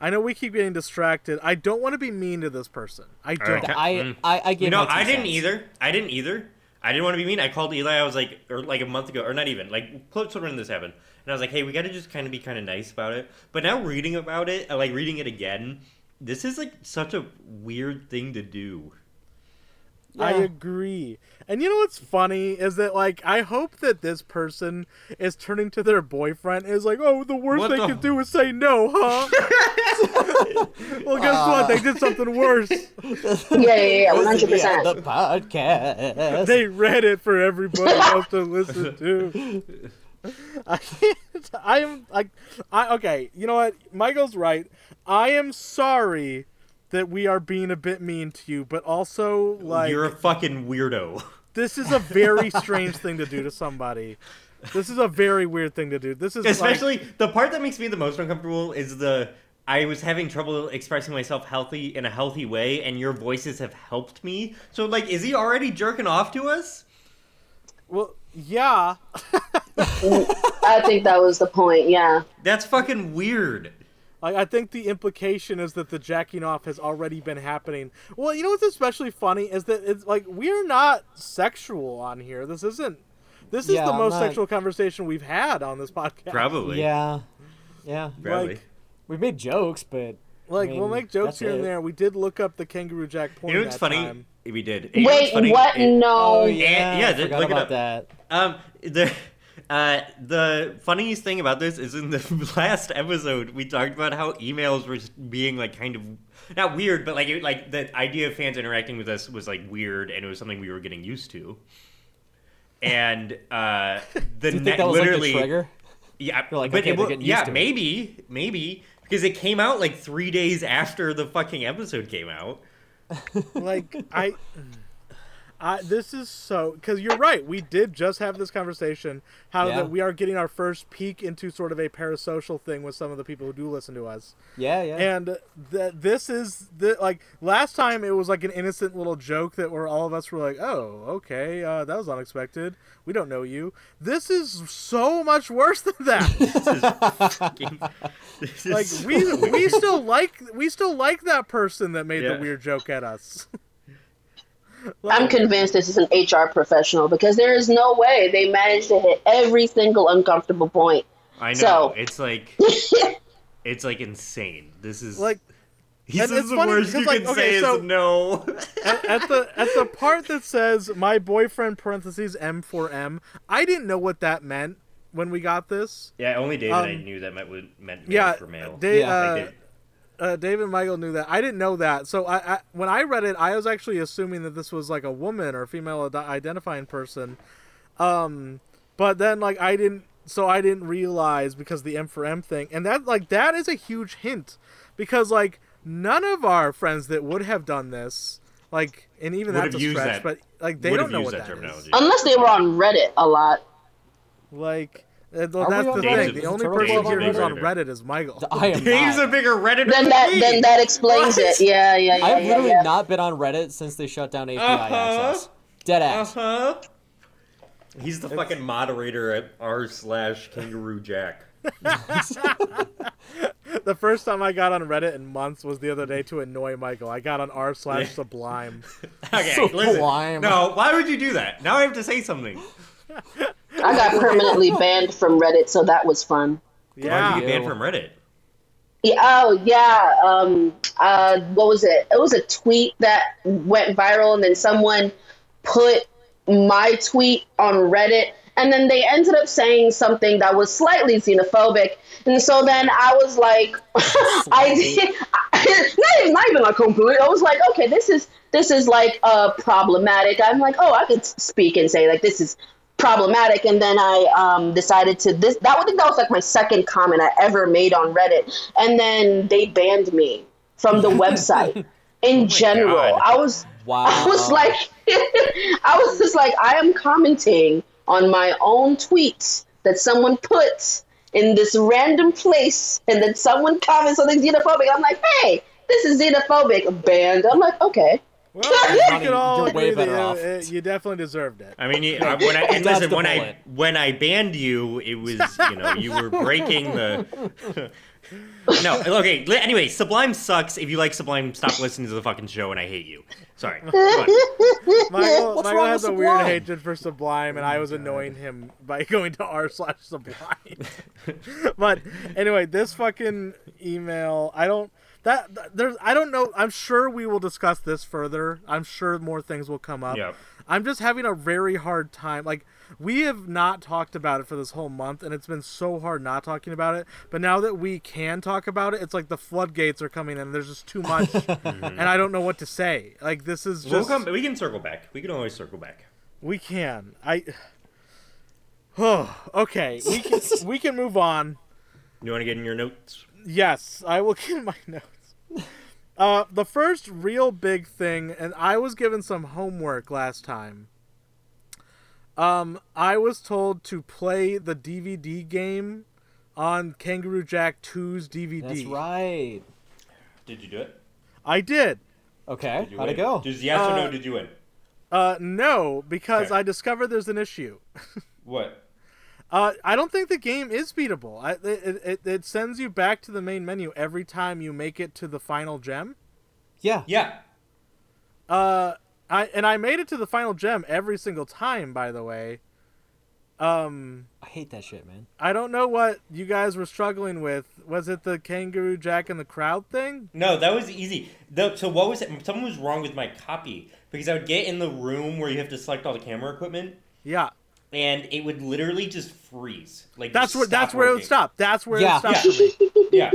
Speaker 2: I know we keep getting distracted. I don't want to be mean to this person. I don't.
Speaker 4: Okay.
Speaker 3: I I, I gave
Speaker 4: You
Speaker 3: my
Speaker 4: know,
Speaker 3: two
Speaker 4: Mm. I didn't
Speaker 3: cents.
Speaker 4: either. I didn't either. I didn't want to be mean. I called Eli. I was like, or like a month ago, or not even like close to when this happened. And I was like, hey, we got to just kind of be kind of nice about it. But now reading about it, uh, like reading it again, this is like such a weird thing to do.
Speaker 2: I
Speaker 3: Yeah.
Speaker 2: agree. And you know what's funny is that like I hope that this person is turning to their boyfriend and is like, "Oh, the worst
Speaker 4: What
Speaker 2: they
Speaker 4: the-
Speaker 2: could do is say no, huh?" well, guess what? They did something worse.
Speaker 1: Yeah, yeah, yeah, one
Speaker 3: Listen,
Speaker 1: hundred
Speaker 3: yeah,
Speaker 1: percent.
Speaker 3: The podcast.
Speaker 2: They read it for everybody else to listen to. I can't. I'm like, I okay. You know what? Michael's right. I am sorry that we are being a bit mean to you, but also like
Speaker 4: You're a fucking weirdo.
Speaker 2: this is a very strange thing to do to somebody. This is a very weird thing to do. This is like-
Speaker 4: Especially the part that makes me the most uncomfortable is the I was having trouble expressing myself healthy in a healthy way, and your voices have helped me. So like, is he already jerking off to us?
Speaker 2: well, yeah.
Speaker 1: I think that was the point. Yeah.
Speaker 4: That's fucking weird.
Speaker 2: Like I think the implication is that the jacking off has already been happening. Well, you know what's especially funny is that it's like we're not sexual on here. This isn't. This is
Speaker 3: Yeah,
Speaker 2: the
Speaker 3: I'm
Speaker 2: most
Speaker 3: not-
Speaker 2: sexual conversation we've had on this podcast.
Speaker 4: Probably.
Speaker 3: yeah, yeah.
Speaker 4: Probably.
Speaker 2: Like-
Speaker 3: We made jokes, but
Speaker 2: Like
Speaker 3: I mean,
Speaker 2: we'll make jokes
Speaker 3: that's
Speaker 2: here
Speaker 3: it.
Speaker 2: and there. We did look up the kangaroo jack porn.
Speaker 4: you know what's
Speaker 2: that
Speaker 4: funny?
Speaker 2: time.
Speaker 4: We did. You know what's
Speaker 1: Wait,
Speaker 4: funny?
Speaker 1: what?
Speaker 4: It-
Speaker 1: no.
Speaker 3: Oh
Speaker 4: yeah,
Speaker 3: yeah,
Speaker 4: yeah,
Speaker 3: I
Speaker 4: they-
Speaker 3: forgot
Speaker 4: look it
Speaker 3: about
Speaker 4: up.
Speaker 3: that.
Speaker 4: Um, the uh, the funniest thing about this is in the last episode we talked about how emails were being like kind of not weird, but like it, like the idea of fans interacting with us was like weird, and it was something we were getting used to. And uh, the
Speaker 3: Do you
Speaker 4: ne-
Speaker 3: think that was like
Speaker 4: literally,
Speaker 3: the trigger?
Speaker 4: yeah,
Speaker 3: You're like,
Speaker 4: but
Speaker 3: okay,
Speaker 4: it
Speaker 3: they're
Speaker 4: wa-
Speaker 3: getting used
Speaker 4: yeah,
Speaker 3: to it.
Speaker 4: maybe, maybe because it came out like three days after the fucking episode came out.
Speaker 2: like I, I this is so because you're right. We did just have this conversation how
Speaker 3: Yeah.
Speaker 2: that we are getting our first peek into sort of a parasocial thing with some of the people who do listen to us,
Speaker 3: Yeah, yeah.
Speaker 2: and that this is the like last time it was like an innocent little joke that where all of us were like, oh okay, uh, that was unexpected. We don't know you. This is so much worse than that.
Speaker 4: This is fucking- this is
Speaker 2: like
Speaker 4: so
Speaker 2: we
Speaker 4: weird.
Speaker 2: we still like we still like that person that made
Speaker 4: Yeah.
Speaker 2: the weird joke at us.
Speaker 1: I'm convinced this is an HR professional because there is no way they managed to hit every single uncomfortable point.
Speaker 4: I know.
Speaker 1: So-
Speaker 4: It's like it's like insane. This is
Speaker 2: like
Speaker 4: he
Speaker 2: and
Speaker 4: says
Speaker 2: it's
Speaker 4: the
Speaker 2: funny
Speaker 4: worst you
Speaker 2: because, like,
Speaker 4: can
Speaker 2: okay,
Speaker 4: say
Speaker 2: so-
Speaker 4: is no.
Speaker 2: at, at the at the part that says my boyfriend parentheses M for M, I didn't know what that meant when we got this.
Speaker 4: yeah, only David I
Speaker 2: Um,
Speaker 4: knew that meant meant male
Speaker 2: yeah,
Speaker 4: for male.
Speaker 2: Da-
Speaker 3: Yeah,
Speaker 4: I
Speaker 2: uh,
Speaker 4: did.
Speaker 2: uh, David Michael knew that. I didn't know that. So I, I when I read it, I was actually assuming that this was like a woman or a female ad- identifying person. Um, but then like I didn't, so I didn't realize because the M for M thing, and that like that is a huge hint, because like none of our friends that would have done this, like, and even
Speaker 4: Would
Speaker 2: that's a
Speaker 4: have used
Speaker 2: stretch,
Speaker 4: that-
Speaker 2: but like they
Speaker 4: Would
Speaker 2: don't
Speaker 4: have
Speaker 2: know
Speaker 4: used
Speaker 2: what
Speaker 4: that
Speaker 2: that is.
Speaker 4: terminology.
Speaker 1: Unless they were on Reddit a lot.
Speaker 2: Like. uh,
Speaker 3: we
Speaker 2: that's
Speaker 3: on
Speaker 2: the
Speaker 4: Reddit?
Speaker 2: thing. The
Speaker 4: It's
Speaker 2: only
Speaker 3: a
Speaker 2: person
Speaker 4: Reddit.
Speaker 2: here who's on
Speaker 4: Reddit.
Speaker 2: Reddit is Michael.
Speaker 3: I am
Speaker 4: Dave's
Speaker 3: not.
Speaker 4: a bigger Redditor
Speaker 1: Then
Speaker 4: than
Speaker 1: that
Speaker 4: me.
Speaker 1: then that explains
Speaker 4: What?
Speaker 1: it. Yeah, yeah, yeah.
Speaker 3: I've
Speaker 1: yeah,
Speaker 3: literally
Speaker 1: yeah.
Speaker 3: not been on Reddit since they shut down API
Speaker 4: Uh-huh.
Speaker 3: access. Dead ass.
Speaker 4: Uh-huh. He's the fucking moderator at r slash kangaroo jack.
Speaker 2: The first time I got on Reddit in months was the other day to annoy Michael. I got on r slash Sublime.
Speaker 4: Okay,
Speaker 3: So
Speaker 4: listen.
Speaker 3: lime.
Speaker 4: No, why would you do that? Now I have to say something.
Speaker 1: I got permanently banned from Reddit, so that was fun.
Speaker 4: Why did
Speaker 2: Yeah,
Speaker 4: you get banned from Reddit?
Speaker 1: Yeah, oh yeah. Um, uh, what was it? It was a tweet that went viral, and then someone put my tweet on Reddit, and then they ended up saying something that was slightly xenophobic, and so then I was like, I did not even, not even like completely. I was like, okay, this is this is like uh problematic. I'm like, oh, I could speak and say like this is problematic and then i um, decided to this that was, that was like my second comment i ever made on reddit and then they banned me from the website in general
Speaker 4: God.
Speaker 1: i was
Speaker 3: Wow.
Speaker 4: Uh-huh.
Speaker 1: i was like i was just like i am commenting on my own tweets that someone puts in this random place and then someone comments something xenophobic i'm like hey this is xenophobic banned i'm like okay
Speaker 2: Well, I think
Speaker 3: Johnny,
Speaker 2: it all
Speaker 3: you're way
Speaker 2: agree that
Speaker 3: better off.
Speaker 2: uh, uh, you definitely deserved it.
Speaker 4: I mean, you- I, when I and
Speaker 3: Dodged
Speaker 4: listen,
Speaker 3: a
Speaker 4: when I
Speaker 3: bullet.
Speaker 4: when I banned you, it was you know you were breaking the. no, okay. li- Anyway, Sublime sucks. If you like Sublime, stop listening to the fucking show, and I hate you. Sorry. Come on.
Speaker 2: Michael,
Speaker 3: What's
Speaker 2: Michael
Speaker 3: wrong
Speaker 2: has
Speaker 3: with
Speaker 2: a weird
Speaker 3: Sublime?
Speaker 2: hatred for Sublime, and I
Speaker 4: Oh,
Speaker 2: was annoying him by going to r slash Sublime. but anyway, this fucking email, I don't that th- there's I don't know. I'm sure we will discuss this further. I'm sure more things will come up.
Speaker 4: Yep.
Speaker 2: I'm just having a very hard time. Like we have not talked about it for this whole month, and it's been so hard not talking about it. But now that we can talk about it, it's like the floodgates are coming in. There's just too much, and I don't know what to say. Like this is just
Speaker 4: We'll come. We can circle back. We can always circle back.
Speaker 2: we can. I. Oh, okay. We can, we can move on.
Speaker 4: You want to get in your notes?
Speaker 2: Yes, I will get my notes. Uh, the first real big thing, and I was given some homework last time. Um, I was told to play the DVD game on Kangaroo Jack 2's DVD.
Speaker 3: That's right.
Speaker 4: Did you do it?
Speaker 2: I did.
Speaker 3: Okay.
Speaker 4: Did you
Speaker 3: How'd it
Speaker 4: win?
Speaker 3: go?
Speaker 4: Just yes or no? Did you win?
Speaker 2: Uh, no, because
Speaker 4: Okay.
Speaker 2: I discovered there's an issue.
Speaker 4: What?
Speaker 2: Uh, I don't think the game is beatable. I, it, it, it sends you back to the main menu every time you make it to the final gem.
Speaker 3: Yeah.
Speaker 4: Yeah.
Speaker 2: Uh, I and I made it to the final gem every single time. By the way, um,
Speaker 3: I hate that shit, man.
Speaker 2: I don't know what you guys were struggling with. Was it the kangaroo jack and the crowd thing?
Speaker 4: No, that was easy. The, so what was it? Something was wrong with my copy because I would get in the room where you have to select all the camera equipment,
Speaker 2: Yeah,
Speaker 4: and it would literally just freeze. Like
Speaker 2: that's
Speaker 4: just
Speaker 2: where that's
Speaker 4: stop
Speaker 2: where it
Speaker 4: working.
Speaker 2: would stop. That's where
Speaker 3: Yeah.
Speaker 2: it stopped. for me.
Speaker 4: Yeah.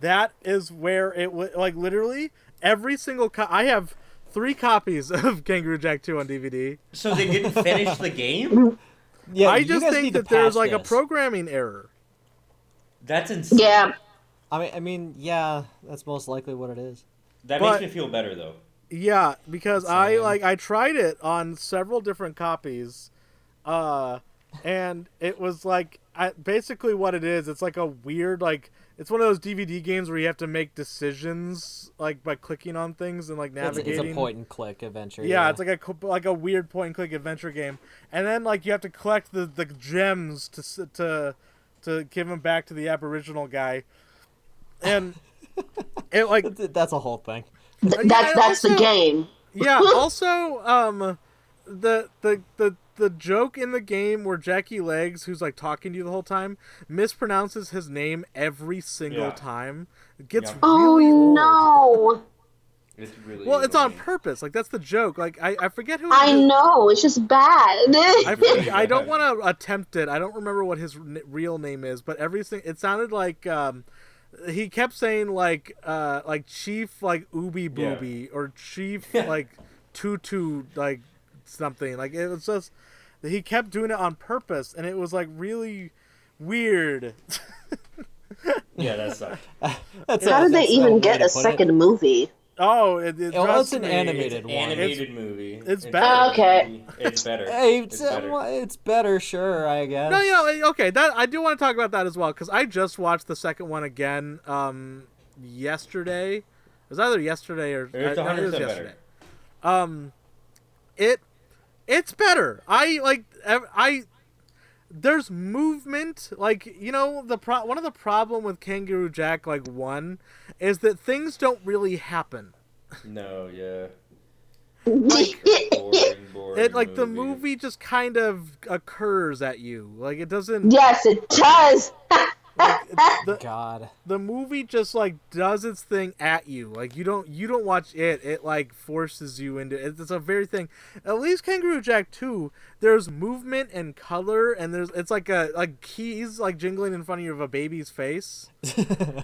Speaker 2: That is where it would like literally every single. Co- I have three copies of Kangaroo Jack Two on DVD.
Speaker 4: So they didn't finish the game.
Speaker 3: Yeah.
Speaker 2: I
Speaker 3: you
Speaker 2: just
Speaker 3: guys
Speaker 2: think
Speaker 3: need to
Speaker 2: that there's
Speaker 3: patch
Speaker 2: like a
Speaker 3: this.
Speaker 2: programming error.
Speaker 4: That's insane.
Speaker 1: yeah
Speaker 3: I mean, I mean, yeah. That's most likely what it is.
Speaker 4: That
Speaker 2: But-
Speaker 4: makes me feel better though.
Speaker 2: Yeah, because I
Speaker 3: Same.
Speaker 2: like I tried it on several different copies, uh, and it was like I, basically what it is. It's like a weird like it's one of those DVD games where you have to make decisions like by clicking on things and like
Speaker 3: It's,
Speaker 2: navigating.
Speaker 3: it's a point and click adventure.
Speaker 2: Yeah, it's like a co- like a weird point and click adventure game, and then like you have to collect the, the gems to s- to to give them back to the Aboriginal guy, and it like
Speaker 3: Th- that's a whole thing.
Speaker 1: Th-
Speaker 2: Yeah,
Speaker 1: that's
Speaker 2: and
Speaker 1: that's the
Speaker 2: also-
Speaker 1: game.
Speaker 2: yeah. Also, um, the the the the joke in the game where Jackie Legs, who's like talking to you the whole time, mispronounces his name every single
Speaker 4: Yeah.
Speaker 2: time. It gets
Speaker 4: Yeah.
Speaker 1: Oh
Speaker 2: really old.
Speaker 1: no!
Speaker 4: It's really
Speaker 2: Well, it's on
Speaker 4: annoying.
Speaker 2: purpose. Like that's the joke. Like I, I forget who. it
Speaker 1: I
Speaker 2: is.
Speaker 1: know it's just bad.
Speaker 2: I,
Speaker 4: really
Speaker 2: I don't
Speaker 4: bad.
Speaker 2: want to attempt it. I don't remember what his n- real name is, but everything it sounded like um, he kept saying like uh, like chief like ooby
Speaker 4: Yeah.
Speaker 2: booby or chief like tutu like something. Like it was just he kept doing it on purpose, and it was like really weird.
Speaker 4: Yeah, that sucked.
Speaker 3: That's
Speaker 1: How
Speaker 3: a-
Speaker 1: did they
Speaker 3: that's a
Speaker 1: even
Speaker 3: way
Speaker 1: get
Speaker 3: to
Speaker 1: a
Speaker 3: put it.
Speaker 1: second movie?
Speaker 2: oh, it, it,
Speaker 3: well,
Speaker 2: trust
Speaker 3: it's an
Speaker 2: me,
Speaker 4: It's
Speaker 3: animated
Speaker 4: an
Speaker 3: one.
Speaker 4: animated movie.
Speaker 2: it's
Speaker 1: better. Ah, Okay.
Speaker 4: It's better.
Speaker 3: Hey,
Speaker 4: It's
Speaker 3: it's, uh,
Speaker 4: better.
Speaker 3: well, it's better, sure, I guess.
Speaker 2: No, you know, eh, okay. That I do want to talk about that as well because I just watched the second one again um, yesterday. It was either yesterday or
Speaker 4: It's
Speaker 2: I- no, it
Speaker 4: 100%
Speaker 2: was
Speaker 4: better.
Speaker 2: yesterday. It it's better. I like ev- I. There's movement, like you know the pro- one of the problem with Kangaroo Jack like one is that things don't really happen.
Speaker 4: No, yeah.
Speaker 1: yes,
Speaker 4: Boring, boring
Speaker 2: It like the movie just kind of occurs at you, like it doesn't.
Speaker 1: it does.
Speaker 2: the-
Speaker 3: God.
Speaker 2: the movie just like does its thing at you like you don't you don't watch it it like forces you into it it's a very thing at least kangaroo jack 2 there's movement and color and there's it's like a like keys like jingling in front of, you of a baby's face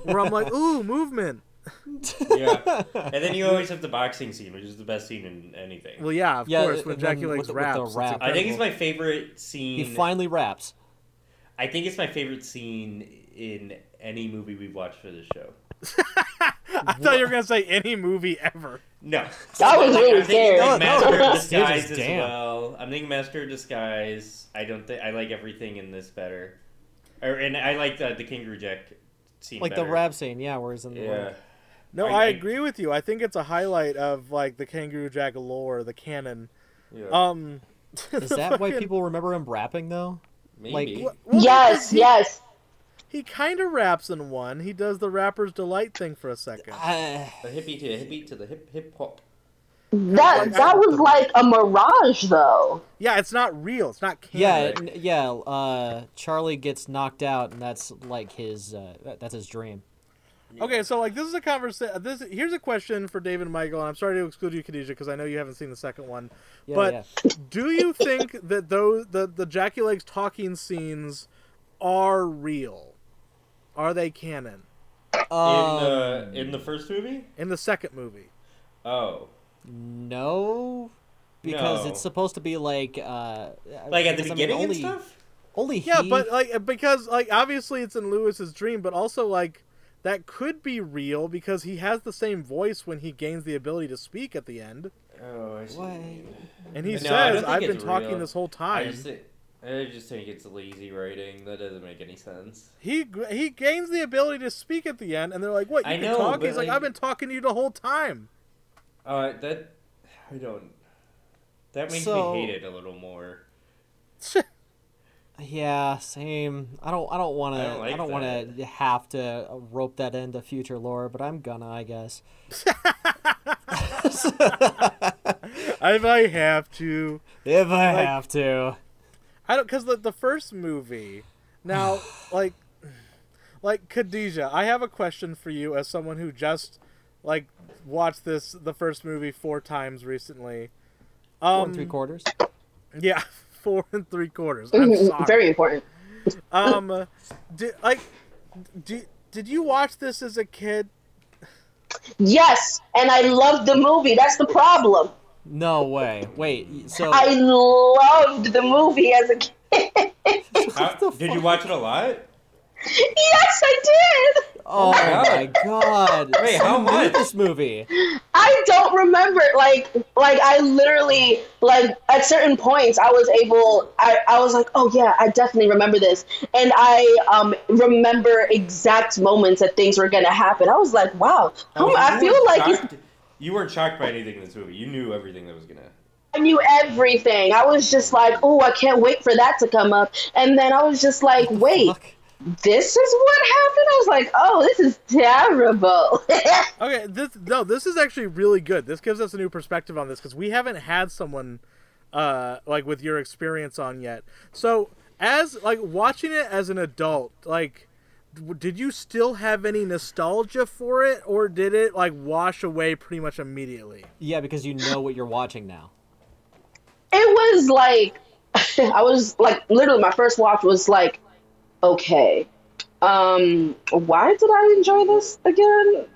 Speaker 2: where i'm like ooh movement
Speaker 4: yeah. And then you always have the boxing scene, which is the best scene in anything.
Speaker 2: well yeah of
Speaker 3: Yeah,
Speaker 2: course
Speaker 3: uh,
Speaker 2: when
Speaker 3: when-
Speaker 2: jackie
Speaker 3: with
Speaker 2: legs
Speaker 3: the- with the
Speaker 2: raps it's
Speaker 3: rap.
Speaker 4: I think it's
Speaker 2: incredible.
Speaker 4: my favorite
Speaker 3: He
Speaker 4: scene.
Speaker 3: finally raps.
Speaker 4: I think it's my favorite scene in any movie we've watched for this show.
Speaker 2: i thought you were gonna say any movie ever
Speaker 4: No.
Speaker 1: I was
Speaker 4: I'm
Speaker 1: really
Speaker 4: thinking
Speaker 1: scared.
Speaker 4: like
Speaker 3: No,
Speaker 4: Master
Speaker 3: no.
Speaker 4: of Disguise
Speaker 3: Jesus,
Speaker 4: as
Speaker 3: damn.
Speaker 4: well. I'm thinking Master of Disguise. I don't think I like everything in this better. Or, and I like the, the Kangaroo Jack scene
Speaker 3: Like
Speaker 4: better.
Speaker 3: the rap scene, yeah, where he's in the
Speaker 4: Yeah.
Speaker 2: no
Speaker 4: I-
Speaker 2: I,
Speaker 4: I-
Speaker 2: agree with you i think it's a highlight of like the kangaroo jack lore the canon
Speaker 4: yeah.
Speaker 2: um
Speaker 3: Is that why people remember him rapping, though?
Speaker 4: Maybe.
Speaker 3: like-
Speaker 1: Yes, yes.
Speaker 2: He kind of raps in one. He does the rapper's delight thing for a second.
Speaker 3: I,
Speaker 4: A hippie to a hippie to the hip hip hop.
Speaker 1: That that was like a mirage, though.
Speaker 2: Yeah, it's not real. It's not canon.
Speaker 3: yeah,
Speaker 4: Right.
Speaker 3: n- yeah. Uh, Charlie gets knocked out, and that's like his. Uh, that- that's his dream.
Speaker 2: Okay, so like this is a conversation. This here's a question for David and Michael, and I'm sorry to exclude you, Khadija, because I know you haven't seen the second one.
Speaker 3: Yeah,
Speaker 2: but
Speaker 3: yeah.
Speaker 2: do you think that those the the Jackie Legs talking scenes are real? Are they canon
Speaker 4: In
Speaker 3: Um,
Speaker 4: the in the first movie?
Speaker 2: in the second movie?
Speaker 4: Oh.
Speaker 3: no, because
Speaker 4: No.
Speaker 3: it's supposed to be like. Uh,
Speaker 4: Like at the
Speaker 3: because, I mean,
Speaker 4: beginning
Speaker 3: only,
Speaker 4: and stuff?
Speaker 3: Only
Speaker 2: Yeah,
Speaker 3: he-
Speaker 2: but uh, like because like obviously it's in Lewis's dream, but also like that could be real because he has the same voice when he gains the ability to speak at the end.
Speaker 4: Oh, I see. what you
Speaker 3: What?
Speaker 4: mean.
Speaker 2: And he
Speaker 4: No, I don't
Speaker 2: says,
Speaker 4: think
Speaker 2: "I've
Speaker 4: it's
Speaker 2: been talking
Speaker 4: real.
Speaker 2: this whole
Speaker 4: I
Speaker 2: time."
Speaker 4: just, thi- I just think it's lazy writing. That doesn't make any sense.
Speaker 2: He gr- he gains the ability to speak at the end, and they're like, "What? You
Speaker 4: I
Speaker 2: can
Speaker 4: know,
Speaker 2: talk?"
Speaker 4: but,
Speaker 2: He's like,
Speaker 4: like-
Speaker 2: "I've been talking to you the whole time."
Speaker 4: Uh, that I don't. That makes
Speaker 3: So-
Speaker 4: me hate it a little more.
Speaker 3: Yeah, same. I don't. I don't want
Speaker 4: I
Speaker 3: to.
Speaker 4: don't like
Speaker 3: I don't want to have to rope that into future lore, but I'm gonna, I guess.
Speaker 2: if I have to,
Speaker 3: If I have to.
Speaker 2: I don't because the the first movie. Now, like, like Khadija, I have a question for you as someone who just like watched this the first movie four times recently.
Speaker 3: Four and
Speaker 2: Um,
Speaker 3: three quarters.
Speaker 2: yeah, four and three quarters. I'm sorry.
Speaker 1: Very important.
Speaker 2: um, did, like, did did you watch this as a kid?
Speaker 1: Yes, and I loved the movie. That's the problem.
Speaker 3: No way. Wait. So
Speaker 1: I loved the movie as a kid.
Speaker 4: How- did you watch it a lot?
Speaker 1: Yes, I did.
Speaker 3: Oh my god!
Speaker 4: Wait, how
Speaker 3: You knew
Speaker 4: much?
Speaker 3: This movie.
Speaker 1: I don't remember like like I literally like at certain points I was able I, I was like oh yeah I definitely remember this and I um remember exact moments that things were gonna happen I was like wow
Speaker 4: mean,
Speaker 1: hmm, I
Speaker 4: you
Speaker 1: feel
Speaker 4: weren't
Speaker 1: like it's,
Speaker 4: shocked- you weren't shocked by anything in this movie. You knew everything that was gonna.
Speaker 1: I knew everything I was just like oh I can't wait for that to come up and then I was just like wait
Speaker 3: Fuck.
Speaker 1: this is what happened. I was like, oh, this is terrible.
Speaker 2: Okay, this no, this is actually really good. This gives us a new perspective on this because we haven't had someone uh like with your experience on yet. So as like watching it as an adult, like w- did you still have any nostalgia for it or did it like wash away pretty much immediately?
Speaker 3: Yeah, because you know what you're watching now.
Speaker 1: it was like I was like literally my first watch was like, okay, um, why did I enjoy this again?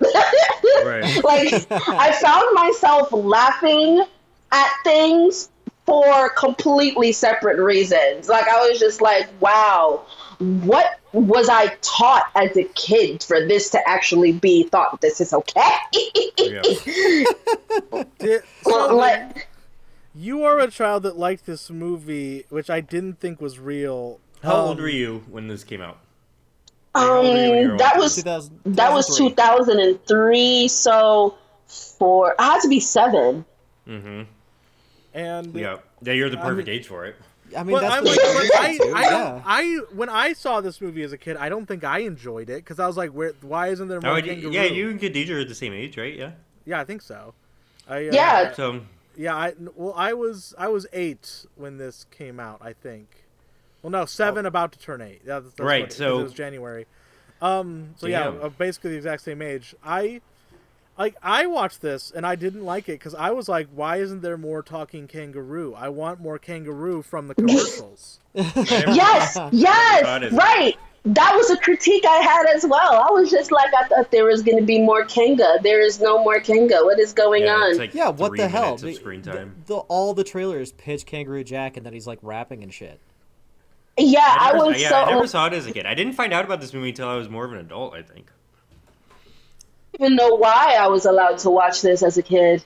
Speaker 4: Right.
Speaker 1: like I found myself laughing at things for completely separate reasons. Like I was just like, wow, what was I taught as a kid for this to actually be thought this is okay?
Speaker 2: Did, so, like,
Speaker 1: like,
Speaker 2: you are a child that liked this movie, which I didn't think was real.
Speaker 4: How
Speaker 2: Um,
Speaker 4: old were you when this came out? How old were you when you were
Speaker 1: um, that
Speaker 4: watching
Speaker 1: was
Speaker 3: 2000,
Speaker 1: That was
Speaker 3: 2003.
Speaker 1: 2003, so four. I had to be seven.
Speaker 4: Mm-hmm.
Speaker 2: And
Speaker 4: Yeah. Yeah, you're the perfect age for it.
Speaker 3: I mean,
Speaker 2: But
Speaker 3: that's
Speaker 2: I'm
Speaker 3: the
Speaker 2: like,
Speaker 3: thing
Speaker 2: but I,
Speaker 3: you do,
Speaker 2: I,
Speaker 3: yeah.
Speaker 2: don't, I, when I saw this movie as a kid, I don't think I enjoyed it because I was like, "Where? Why isn't there more?"
Speaker 4: Oh,
Speaker 2: kangaroo?
Speaker 4: yeah, you and Khadija are the same age, right? Yeah.
Speaker 2: Yeah, I think so. I, uh,
Speaker 1: Yeah.
Speaker 4: So
Speaker 2: yeah. I well, I was I was eight when this came out. I think. Well, no, seven, about to turn eight. Yeah, that's, that's
Speaker 4: Oh. Right,
Speaker 2: what it- 'cause
Speaker 4: so-
Speaker 2: it was January. Um. So yeah,
Speaker 4: Damn.
Speaker 2: uh, basically the exact same age. I. Like I watched this and I didn't like it because I was like, "Why isn't there more talking kangaroo? I want more kangaroo from the commercials."
Speaker 1: Yes,
Speaker 4: God
Speaker 1: yes,
Speaker 4: is-
Speaker 1: right. That was a critique I had as well. I was just like, I thought there was going to be more Kenga. There is no more Kenga. What is going
Speaker 4: Yeah,
Speaker 1: on?
Speaker 4: it's like
Speaker 3: yeah, what
Speaker 4: three
Speaker 3: the hell?
Speaker 4: minutes Of
Speaker 3: The-
Speaker 4: screen
Speaker 3: the-
Speaker 4: time.
Speaker 3: the- all the trailers pitch Kangaroo Jack, and then he's like rapping and shit.
Speaker 1: yeah, I,
Speaker 4: never,
Speaker 1: was
Speaker 4: yeah,
Speaker 1: so
Speaker 4: I never saw it as a kid. I didn't find out about this movie until I was more of an adult, I think.
Speaker 1: don't even know why I was allowed to watch this as a kid.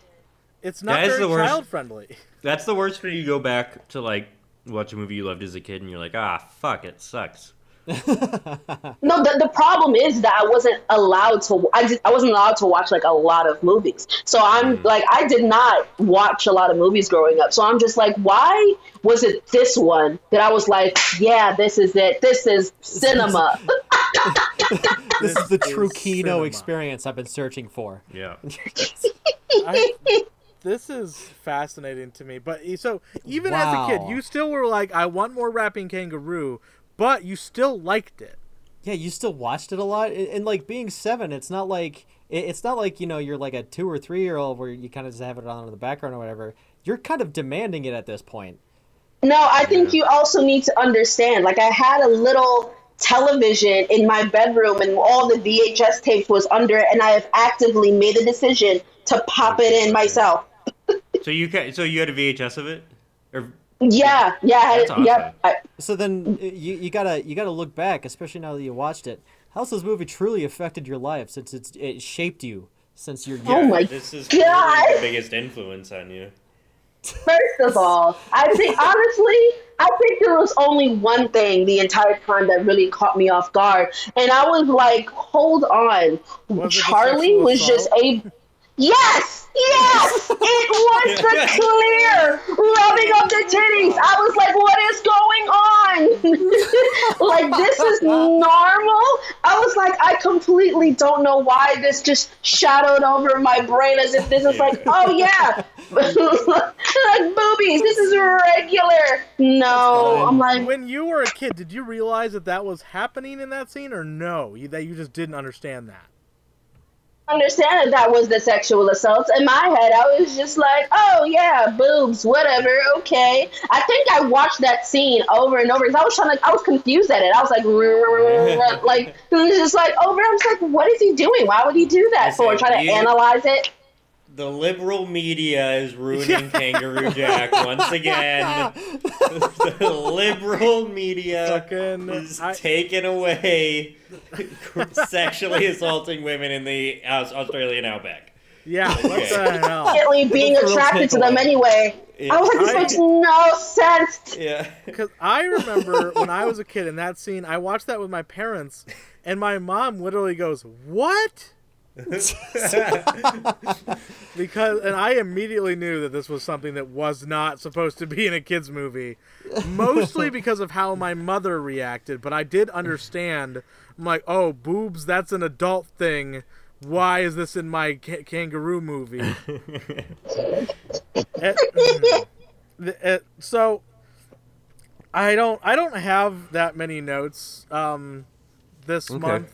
Speaker 2: It's not
Speaker 4: That is
Speaker 2: very
Speaker 4: the worst.
Speaker 2: child friendly.
Speaker 4: That's the worst when you go back to like watch a movie you loved as a kid and you're like, ah, fuck, it sucks.
Speaker 1: No, the, the problem is that I wasn't allowed to. I did, I wasn't allowed to watch like a lot of movies. So I'm like, I did not watch a lot of movies growing up. So I'm just like, why was it this one that I was like, yeah, this is it. This is cinema.
Speaker 3: This is the true Kino
Speaker 2: cinema.
Speaker 3: experience I've been searching for.
Speaker 4: Yeah.
Speaker 2: I, this is fascinating to me. But so even as a
Speaker 3: Wow.
Speaker 2: kid, you still were like, I want more rapping kangaroo, but you still liked it.
Speaker 3: Yeah, you still watched it a lot, and, and, like being seven, it's not like it- it's not like you know you're like a two or three year old where you kind of just have it on in the background or whatever. You're kind of demanding it at this point.
Speaker 1: No, I think you also need to understand. Like, I had a little television in my bedroom, and all the VHS tapes was under it, and I have actively made the decision to pop it in myself.
Speaker 4: So you ca- so you had a VHS of it? Or
Speaker 1: Yeah, yeah, I had
Speaker 4: That's
Speaker 1: it- yep. I,
Speaker 3: So then uh, you, you gotta you gotta look back, especially now that you watched it. How's this movie truly affected your life since it's it shaped you since you're young?
Speaker 1: Oh my
Speaker 4: this is
Speaker 1: God.
Speaker 4: clearly the biggest influence on you.
Speaker 1: First of all, I think honestly, I think there was only one thing the entire time that really caught me off guard, and I was like, "Hold on,
Speaker 2: Was it the
Speaker 1: Charlie
Speaker 2: sexual
Speaker 1: was just
Speaker 2: assault?
Speaker 1: a." Yes, yes, it was the clear rubbing of the titties. I was like, "What is going on? like this is normal?" I was like, "I completely don't know why this just shadowed over my brain as if this is like, oh yeah, like boobies. This is regular. No, I'm like,
Speaker 2: When you were a kid, did you realize that that was happening in that scene, or no? You, that you just didn't understand that.
Speaker 1: I understand that that was the sexual assault. In my head, I was just like, oh yeah, boobs, whatever, okay. I think I watched that scene over and over because I was trying to, I was confused at it. I was like, like, it was just like over. I was like, what is he doing? Why would he do that for? Trying to analyze it.
Speaker 4: The liberal media is ruining Kangaroo Jack once again. the liberal media
Speaker 2: Fucking-
Speaker 4: is
Speaker 2: I-
Speaker 4: taking away sexually assaulting women in the Aus- Australian outback.
Speaker 2: Yeah, what the hell?
Speaker 1: Definitely being
Speaker 3: That's a real
Speaker 1: attracted to them
Speaker 3: takeaway.
Speaker 1: anyway. I was like, this
Speaker 2: I-
Speaker 1: makes no sense.
Speaker 4: Yeah.
Speaker 2: Because I remember when I was a kid in that scene, I watched that with my parents, and my mom literally goes, "What? because and I immediately knew that this was something that was not supposed to be in a kids movie, mostly because of how my mother reacted. But I did understand. I'm like, oh, boobs, that's an adult thing. Why is this in my ca- kangaroo movie? Eh, It- mm. Th- it- so I don't I don't have that many notes um, this
Speaker 4: Okay.
Speaker 2: month.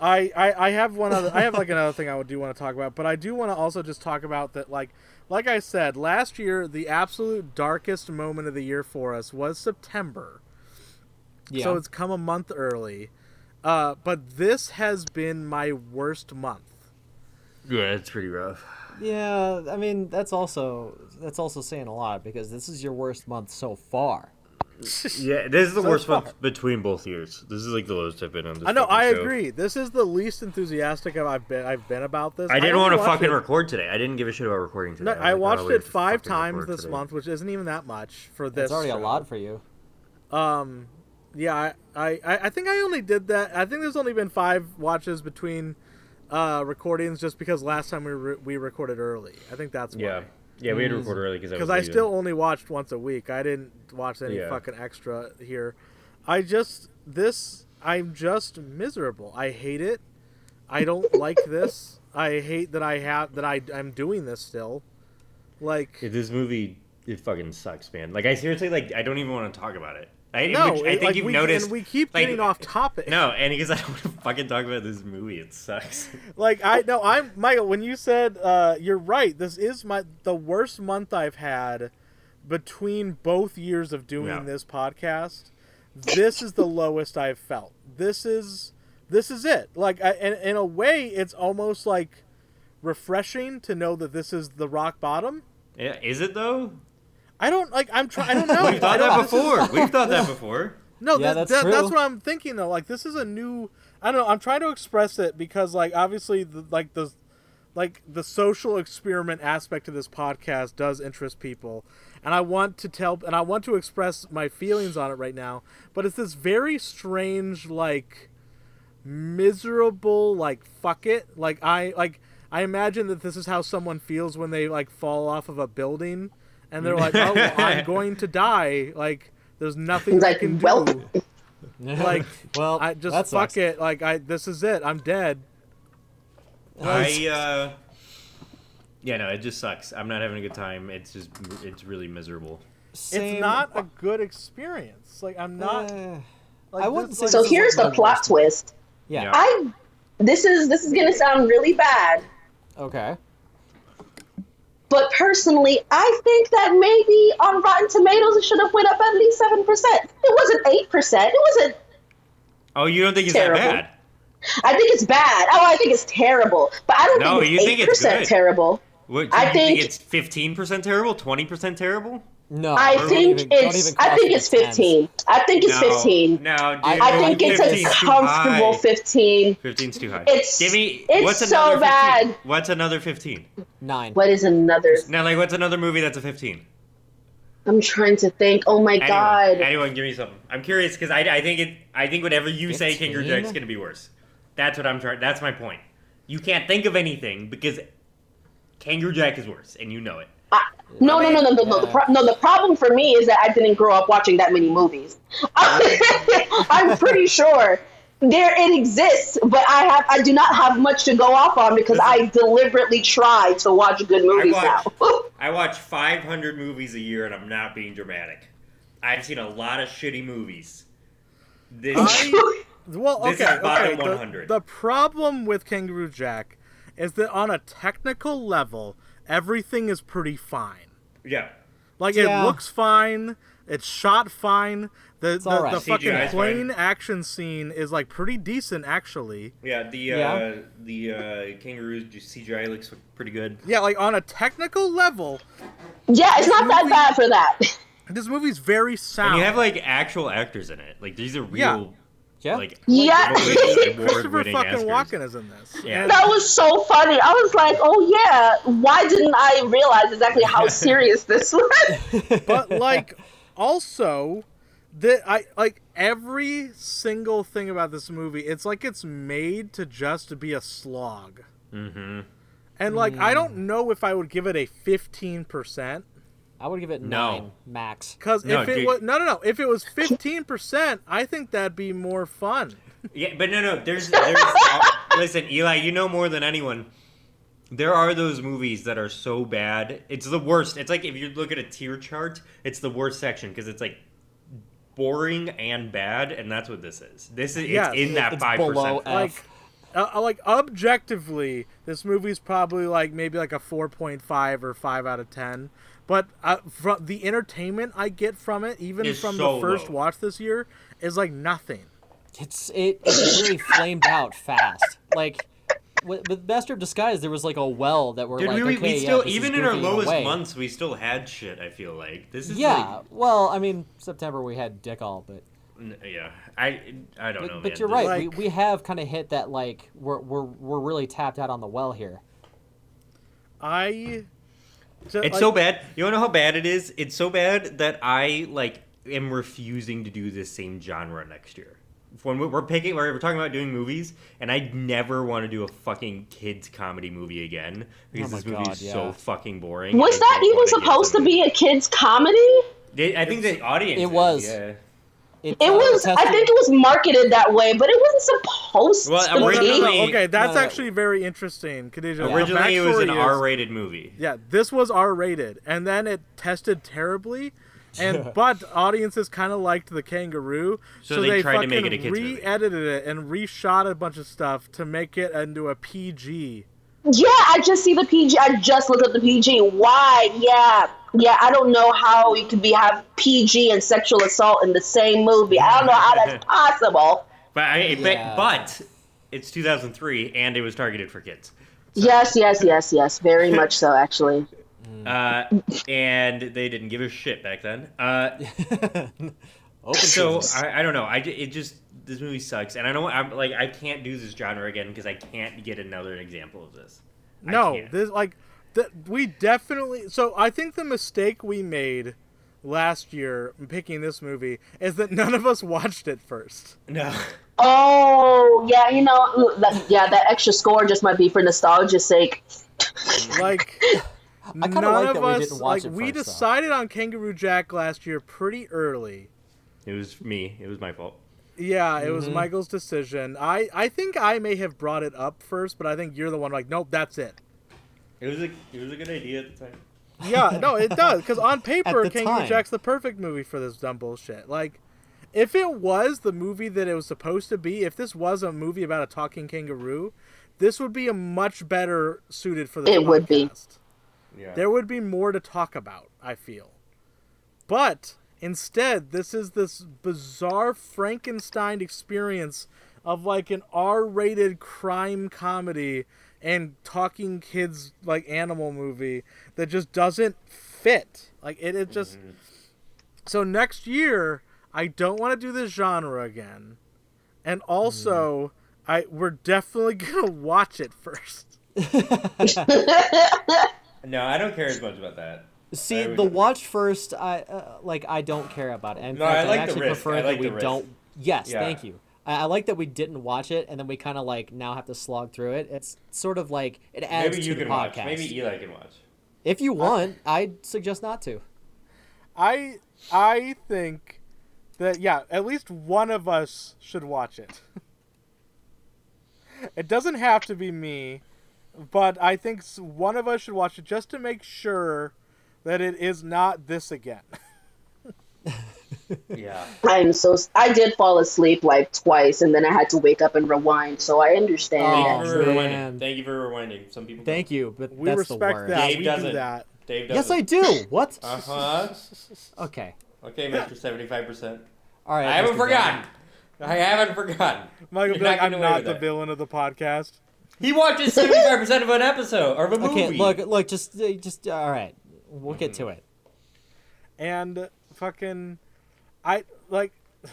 Speaker 2: I, I I have one other I have like another thing I would do want to talk about, but I do want to also just talk about that like like I said last year the absolute darkest moment of the year for us was September.
Speaker 3: Yeah.
Speaker 2: So it's come a month early. Uh, but this has been my worst month.
Speaker 4: Yeah, it's pretty rough.
Speaker 3: yeah, I mean that's also that's also saying a lot because this is your worst month so far.
Speaker 4: Yeah, this is the
Speaker 3: So
Speaker 4: worst one
Speaker 3: far.
Speaker 4: between both years. This is like the lowest I've been on this.
Speaker 2: I know.
Speaker 4: fucking
Speaker 2: I
Speaker 4: show.
Speaker 2: agree. This is the least enthusiastic I've been. I've been about this.
Speaker 4: I didn't
Speaker 2: only
Speaker 4: want to
Speaker 2: watched
Speaker 4: fucking
Speaker 2: it-
Speaker 4: record today. I didn't give a shit about recording today.
Speaker 2: No,
Speaker 4: was
Speaker 2: I
Speaker 4: like,
Speaker 2: watched
Speaker 4: "Oh, we have
Speaker 2: it
Speaker 4: to
Speaker 2: five
Speaker 4: fucking record
Speaker 2: times this
Speaker 4: today."
Speaker 2: month, which isn't even that much for this.
Speaker 3: That's already a
Speaker 2: show.
Speaker 3: lot for you.
Speaker 2: Um, yeah, I, I, I think I only did that. I think there's only been five watches between uh, recordings, just because last time we re- we recorded early. I think that's why.
Speaker 4: Yeah, yeah, we had to record early because
Speaker 2: because Mm. I still only watched once a week. I didn't watch any
Speaker 4: Yeah.
Speaker 2: fucking extra here. I just this. I'm just miserable. I hate it. I don't like this. I hate that I have that I I'm doing this still. Like
Speaker 4: Yeah, this movie it fucking sucks, man. Like I seriously like I don't even want to talk about it. I,
Speaker 2: no,
Speaker 4: which I think
Speaker 2: like,
Speaker 4: you've
Speaker 2: we,
Speaker 4: noticed.
Speaker 2: And we keep
Speaker 4: like,
Speaker 2: getting off topic.
Speaker 4: No, and because I don't want to fucking talk about this movie, it sucks.
Speaker 2: like I no, I'm Michael. When you said uh, you're right, this is my the worst month I've had between both years of doing
Speaker 4: Yeah.
Speaker 2: this podcast. This is the lowest I've felt. This is this is it. Like I, in, in a way, it's almost like refreshing to know that this is the rock bottom.
Speaker 4: Yeah, is it though?
Speaker 2: I don't like. I'm trying. I don't know.
Speaker 4: We've thought
Speaker 2: I don't-
Speaker 4: that
Speaker 2: this is-
Speaker 4: before. We've thought that before.
Speaker 2: no,
Speaker 3: Yeah,
Speaker 2: that,
Speaker 3: that's
Speaker 2: that, that's
Speaker 3: true.
Speaker 2: what I'm thinking though. Like this is a new. I don't know. I'm trying to express it because like obviously the, like the like the social experiment aspect of this podcast does interest people and i want to tell and i want to express my feelings on it right now but it's this very strange like miserable like fuck it like i like i imagine that this is how someone feels when they like fall off of a building and they're like oh well, i'm going to die like there's nothing
Speaker 1: He's
Speaker 2: i
Speaker 1: like,
Speaker 2: can do
Speaker 1: well,
Speaker 2: like
Speaker 3: well,
Speaker 2: i just
Speaker 3: that
Speaker 2: fuck
Speaker 3: sucks.
Speaker 2: it like i this is it i'm dead
Speaker 4: I uh Yeah, no, it just sucks. I'm not having a good time. It's just it's really miserable.
Speaker 3: Same-
Speaker 2: it's not a good experience. Like I'm not.
Speaker 3: Eh,
Speaker 2: like,
Speaker 3: I
Speaker 2: this-
Speaker 3: wouldn't say
Speaker 2: like,
Speaker 1: so
Speaker 3: this is
Speaker 1: here's
Speaker 3: like
Speaker 1: the
Speaker 3: my
Speaker 1: plot
Speaker 3: worst
Speaker 1: twist.
Speaker 3: yeah.
Speaker 4: Yeah.
Speaker 1: I this is this is gonna sound really bad,
Speaker 3: Okay.
Speaker 1: but personally, I think that maybe on Rotten Tomatoes it should have went up at least seven percent. It wasn't eight percent. It wasn't.
Speaker 4: Oh, you don't think it's
Speaker 1: Terrible.
Speaker 4: that bad?
Speaker 1: I think it's bad. Oh, I think it's terrible. But I don't
Speaker 4: No, you think
Speaker 1: think it's eight
Speaker 4: it's
Speaker 1: percent
Speaker 4: good.
Speaker 1: terrible.
Speaker 4: What,
Speaker 1: I
Speaker 4: you think,
Speaker 1: think-
Speaker 4: it's fifteen percent terrible, twenty percent terrible?
Speaker 3: No.
Speaker 1: I
Speaker 3: don't
Speaker 1: think
Speaker 3: even- don't
Speaker 1: it's.
Speaker 3: even
Speaker 1: I
Speaker 3: cross
Speaker 1: think
Speaker 3: the
Speaker 1: it's
Speaker 3: tens.
Speaker 1: fifteen. I think it's
Speaker 4: no,
Speaker 1: fifteen.
Speaker 4: No, dude,
Speaker 1: I think it's a
Speaker 4: 15's too
Speaker 1: comfortable
Speaker 4: high.
Speaker 1: fifteen.
Speaker 4: 15's too high.
Speaker 1: It's-
Speaker 4: Give me
Speaker 1: it's
Speaker 4: what's
Speaker 1: so
Speaker 4: another 15?
Speaker 1: bad.
Speaker 4: What's another fifteen?
Speaker 3: Nine.
Speaker 1: What is another?
Speaker 4: Now, like, what's another movie that's a fifteen?
Speaker 1: I'm trying to think. Oh my
Speaker 4: Anyone,
Speaker 1: god.
Speaker 4: anyone, give me something. I'm curious because I, I think it. I think whatever you say, King or
Speaker 3: 15?
Speaker 4: Jack's gonna be worse. That's what I'm trying. That's my point. You can't think of anything because Kangaroo Jack is worse, and you know it.
Speaker 1: No, no, no, no, no, no. The pro- no, the problem for me is that I didn't grow up watching that many movies. I'm pretty sure there it exists, but I have I do not have much to go off on because I deliberately try to watch good movies
Speaker 4: watch-
Speaker 1: now.
Speaker 4: I watch 500 movies a year, and I'm not being dramatic. I've seen a lot of shitty movies. This,
Speaker 2: I- well, okay.
Speaker 4: This is bottom
Speaker 2: okay, the-
Speaker 4: 100.
Speaker 2: The, problem with Kangaroo Jack is that on a technical level, everything is pretty fine.
Speaker 4: yeah,
Speaker 2: Like
Speaker 3: Yeah.
Speaker 2: it looks fine. It's shot fine. The the,
Speaker 3: all right.
Speaker 2: the
Speaker 4: CGI
Speaker 2: fucking
Speaker 4: is fine.
Speaker 2: plane action scene is like pretty decent actually.
Speaker 4: yeah. The uh,
Speaker 3: Yeah.
Speaker 4: the uh, kangaroo CGI looks pretty good.
Speaker 2: Yeah, like on a technical level,
Speaker 1: yeah, it's not that bad for that.
Speaker 2: this movie's very sound.
Speaker 4: You have like actual actors in it. Like these are
Speaker 2: Yeah.
Speaker 4: real.
Speaker 3: Yeah.
Speaker 4: Like
Speaker 1: Yeah,
Speaker 2: Christopher fucking Walken is in this.
Speaker 4: Yeah.
Speaker 2: And-
Speaker 1: that was so funny. I was like, oh yeah, why didn't I realize exactly how serious this was?
Speaker 2: but like also that I like every single thing about this movie. It's like it's made to just be a slog.
Speaker 4: Mm-hmm.
Speaker 2: And like I don't know if I would give it a 15%
Speaker 3: I would give it
Speaker 4: No.
Speaker 3: nine max.
Speaker 2: cuz
Speaker 4: No,
Speaker 2: if it
Speaker 4: dude.
Speaker 2: was no no no, if it was 15%, I think that'd be more fun.
Speaker 4: Yeah, but no, no. There's, there's. listen, Eli, you know more than anyone. There are those movies that are so bad. It's the worst. It's like if you look at a tier chart, it's the worst section because it's like boring and bad, and that's what this is. This is
Speaker 2: Yes.
Speaker 4: it's in that
Speaker 3: It's
Speaker 4: five
Speaker 3: below
Speaker 4: percent.
Speaker 3: F.
Speaker 2: Like uh, uh, like objectively, this movie's probably like maybe like a 4.5 or 5 out of 10. But uh, from the entertainment I get from it, even
Speaker 4: Is
Speaker 2: from
Speaker 4: so
Speaker 2: the first
Speaker 4: low.
Speaker 2: watch this year, is like nothing.
Speaker 3: It's it really flamed out fast. Like with, with Master of Disguise, there was like a well that were
Speaker 4: Dude,
Speaker 3: like
Speaker 4: we, we,
Speaker 3: okay,
Speaker 4: we
Speaker 3: yeah,
Speaker 4: still
Speaker 3: this is
Speaker 4: even in our
Speaker 3: goofy
Speaker 4: lowest
Speaker 3: way.
Speaker 4: months, we still had shit. I feel like this is
Speaker 3: Yeah,
Speaker 4: like,
Speaker 3: well, I mean September we had dick all, but
Speaker 4: n- yeah. I I don't
Speaker 3: but,
Speaker 4: know,
Speaker 3: but
Speaker 4: man.
Speaker 3: you're
Speaker 4: This-
Speaker 3: right. we,
Speaker 2: Like-
Speaker 3: we have kind of hit that like we're we're we're really tapped out on the well here.
Speaker 2: I ju- like-
Speaker 4: It's so bad. You wanna know how bad it is? It's so bad that I like am refusing to do this same genre next year. When we- we're picking, we're we're talking about doing movies, and I never want to do a fucking kids comedy movie again because
Speaker 3: Oh my
Speaker 4: this movie
Speaker 3: God,
Speaker 4: is
Speaker 3: yeah.
Speaker 4: so fucking boring.
Speaker 1: Was
Speaker 4: I
Speaker 1: that
Speaker 4: don't
Speaker 1: even
Speaker 4: wanna get
Speaker 1: supposed to
Speaker 4: something-
Speaker 1: be a kids' comedy?
Speaker 4: They- I think the audience.
Speaker 3: It
Speaker 4: is,
Speaker 3: was.
Speaker 4: Yeah.
Speaker 1: It
Speaker 3: uh,
Speaker 1: was. I
Speaker 3: tested-
Speaker 1: think it was marketed that way, but it wasn't supposed
Speaker 4: Well,
Speaker 1: to
Speaker 2: No, no, no,
Speaker 1: be.
Speaker 4: originally-
Speaker 2: okay, that's
Speaker 3: no, no.
Speaker 2: actually very interesting, Khadijah. The
Speaker 4: Originally, it was an
Speaker 2: backstory is-
Speaker 4: R-rated movie.
Speaker 2: Yeah, this was R-rated, and then it tested terribly, and but audiences kind of liked the kangaroo,
Speaker 4: So
Speaker 2: so,
Speaker 4: they
Speaker 2: they,
Speaker 4: tried to
Speaker 2: fucking
Speaker 4: make it a kids' movie.
Speaker 2: re-edited it and reshot a bunch of stuff to make it into a PG.
Speaker 1: Yeah, I just see the PG. I just looked up the PG. Why? Yeah, yeah. I don't know how you could be have PG and sexual assault in the same movie. I don't know how that's possible.
Speaker 4: But I,
Speaker 3: Yeah.
Speaker 4: but, but it's 2003, and it was targeted for kids.
Speaker 1: Yes, yes, yes, yes. Very much so, actually.
Speaker 4: Uh, and they didn't give a shit back then. Uh,
Speaker 3: Open
Speaker 4: so
Speaker 3: seasons.
Speaker 4: I, I don't know. I ju- it just this movie sucks, and I don't. I'm like I can't do this genre again because I can't get another example of this. I
Speaker 2: No,
Speaker 4: can't.
Speaker 2: this like th- we definitely. So I think the mistake we made last year in picking this movie is that none of us watched it first.
Speaker 4: no.
Speaker 1: Oh, yeah. You know, ooh, that, yeah. That extra score just might be for nostalgia's sake.
Speaker 2: Like
Speaker 3: kinda
Speaker 2: none
Speaker 3: like
Speaker 2: of
Speaker 3: that we
Speaker 2: us
Speaker 3: didn't watch
Speaker 2: like
Speaker 3: it
Speaker 2: we
Speaker 3: first, though.
Speaker 2: decided on Kangaroo Jack last year pretty early.
Speaker 4: It was me. It was my fault.
Speaker 2: Yeah, it
Speaker 3: Mm-hmm.
Speaker 2: was Michael's decision. I I think I may have brought it up first, but I think you're the one like, nope, that's it.
Speaker 4: It was a it was a good idea at the time.
Speaker 2: Yeah, no, it does because on paper,
Speaker 3: the
Speaker 2: Kangaroo
Speaker 3: time.
Speaker 2: Jack's the perfect movie for this dumb bullshit. Like, if it was the movie that it was supposed to be, if this was a movie about a talking kangaroo, this would be a much better suited for the.
Speaker 1: It would be.
Speaker 4: Yeah.
Speaker 2: There would be more to talk about. I feel, but instead, this is this bizarre Frankenstein experience of like an R-rated crime comedy and talking kids like animal movie that just doesn't fit. Like it, it just. So next year, I don't want to do this genre again, and also, I we're definitely gonna watch it first.
Speaker 4: No, I don't care as much about that.
Speaker 3: See,
Speaker 4: I would-
Speaker 3: the watch first, I uh, like. I don't care about it. In
Speaker 4: No,
Speaker 3: fact,
Speaker 4: I like the
Speaker 3: actually
Speaker 4: risk.
Speaker 3: prefer
Speaker 4: I like
Speaker 3: that we
Speaker 4: the risk.
Speaker 3: don't. Yes,
Speaker 4: Yeah.
Speaker 3: thank you. I, I like that we didn't watch it, and then we kind of like now have to slog through it. It's sort of like it adds
Speaker 4: Maybe
Speaker 3: to
Speaker 4: you
Speaker 3: the
Speaker 4: can
Speaker 3: podcast.
Speaker 4: watch. Maybe Eli can watch.
Speaker 3: If you want, I'd suggest not to.
Speaker 2: I I think that yeah, at least one of us should watch it. it doesn't have to be me, but I think s- one of us should watch it just to make sure that it is not this again.
Speaker 4: Yeah.
Speaker 1: I'm so. I did fall asleep like twice, and then I had to wake up and rewind. So I
Speaker 3: Oh,
Speaker 4: Thank
Speaker 1: understand.
Speaker 4: you for
Speaker 3: man.
Speaker 4: rewinding. Thank you for rewinding. Some people.
Speaker 3: Thank you, but
Speaker 2: We
Speaker 3: that's the
Speaker 2: respect
Speaker 3: worst.
Speaker 2: that.
Speaker 4: Dave
Speaker 2: we do
Speaker 4: doesn't.
Speaker 2: that.
Speaker 4: Dave
Speaker 3: Yes, I do. What?
Speaker 4: Uh huh.
Speaker 3: Okay.
Speaker 4: Okay, Mister Seventy Five Percent.
Speaker 3: All right.
Speaker 4: I haven't
Speaker 3: Mr.
Speaker 4: forgotten. I haven't forgotten.
Speaker 2: Michael,
Speaker 4: You're
Speaker 2: be like,
Speaker 4: not
Speaker 2: I'm
Speaker 4: getting away
Speaker 2: not
Speaker 4: with
Speaker 2: the
Speaker 4: that."
Speaker 2: villain of the podcast.
Speaker 4: He watches seventy-five percent of an episode or of a
Speaker 3: Brown.
Speaker 4: movie.
Speaker 3: Okay, look, look, just, uh, just, all right. We'll get to it.
Speaker 2: And fucking, I like.
Speaker 4: Do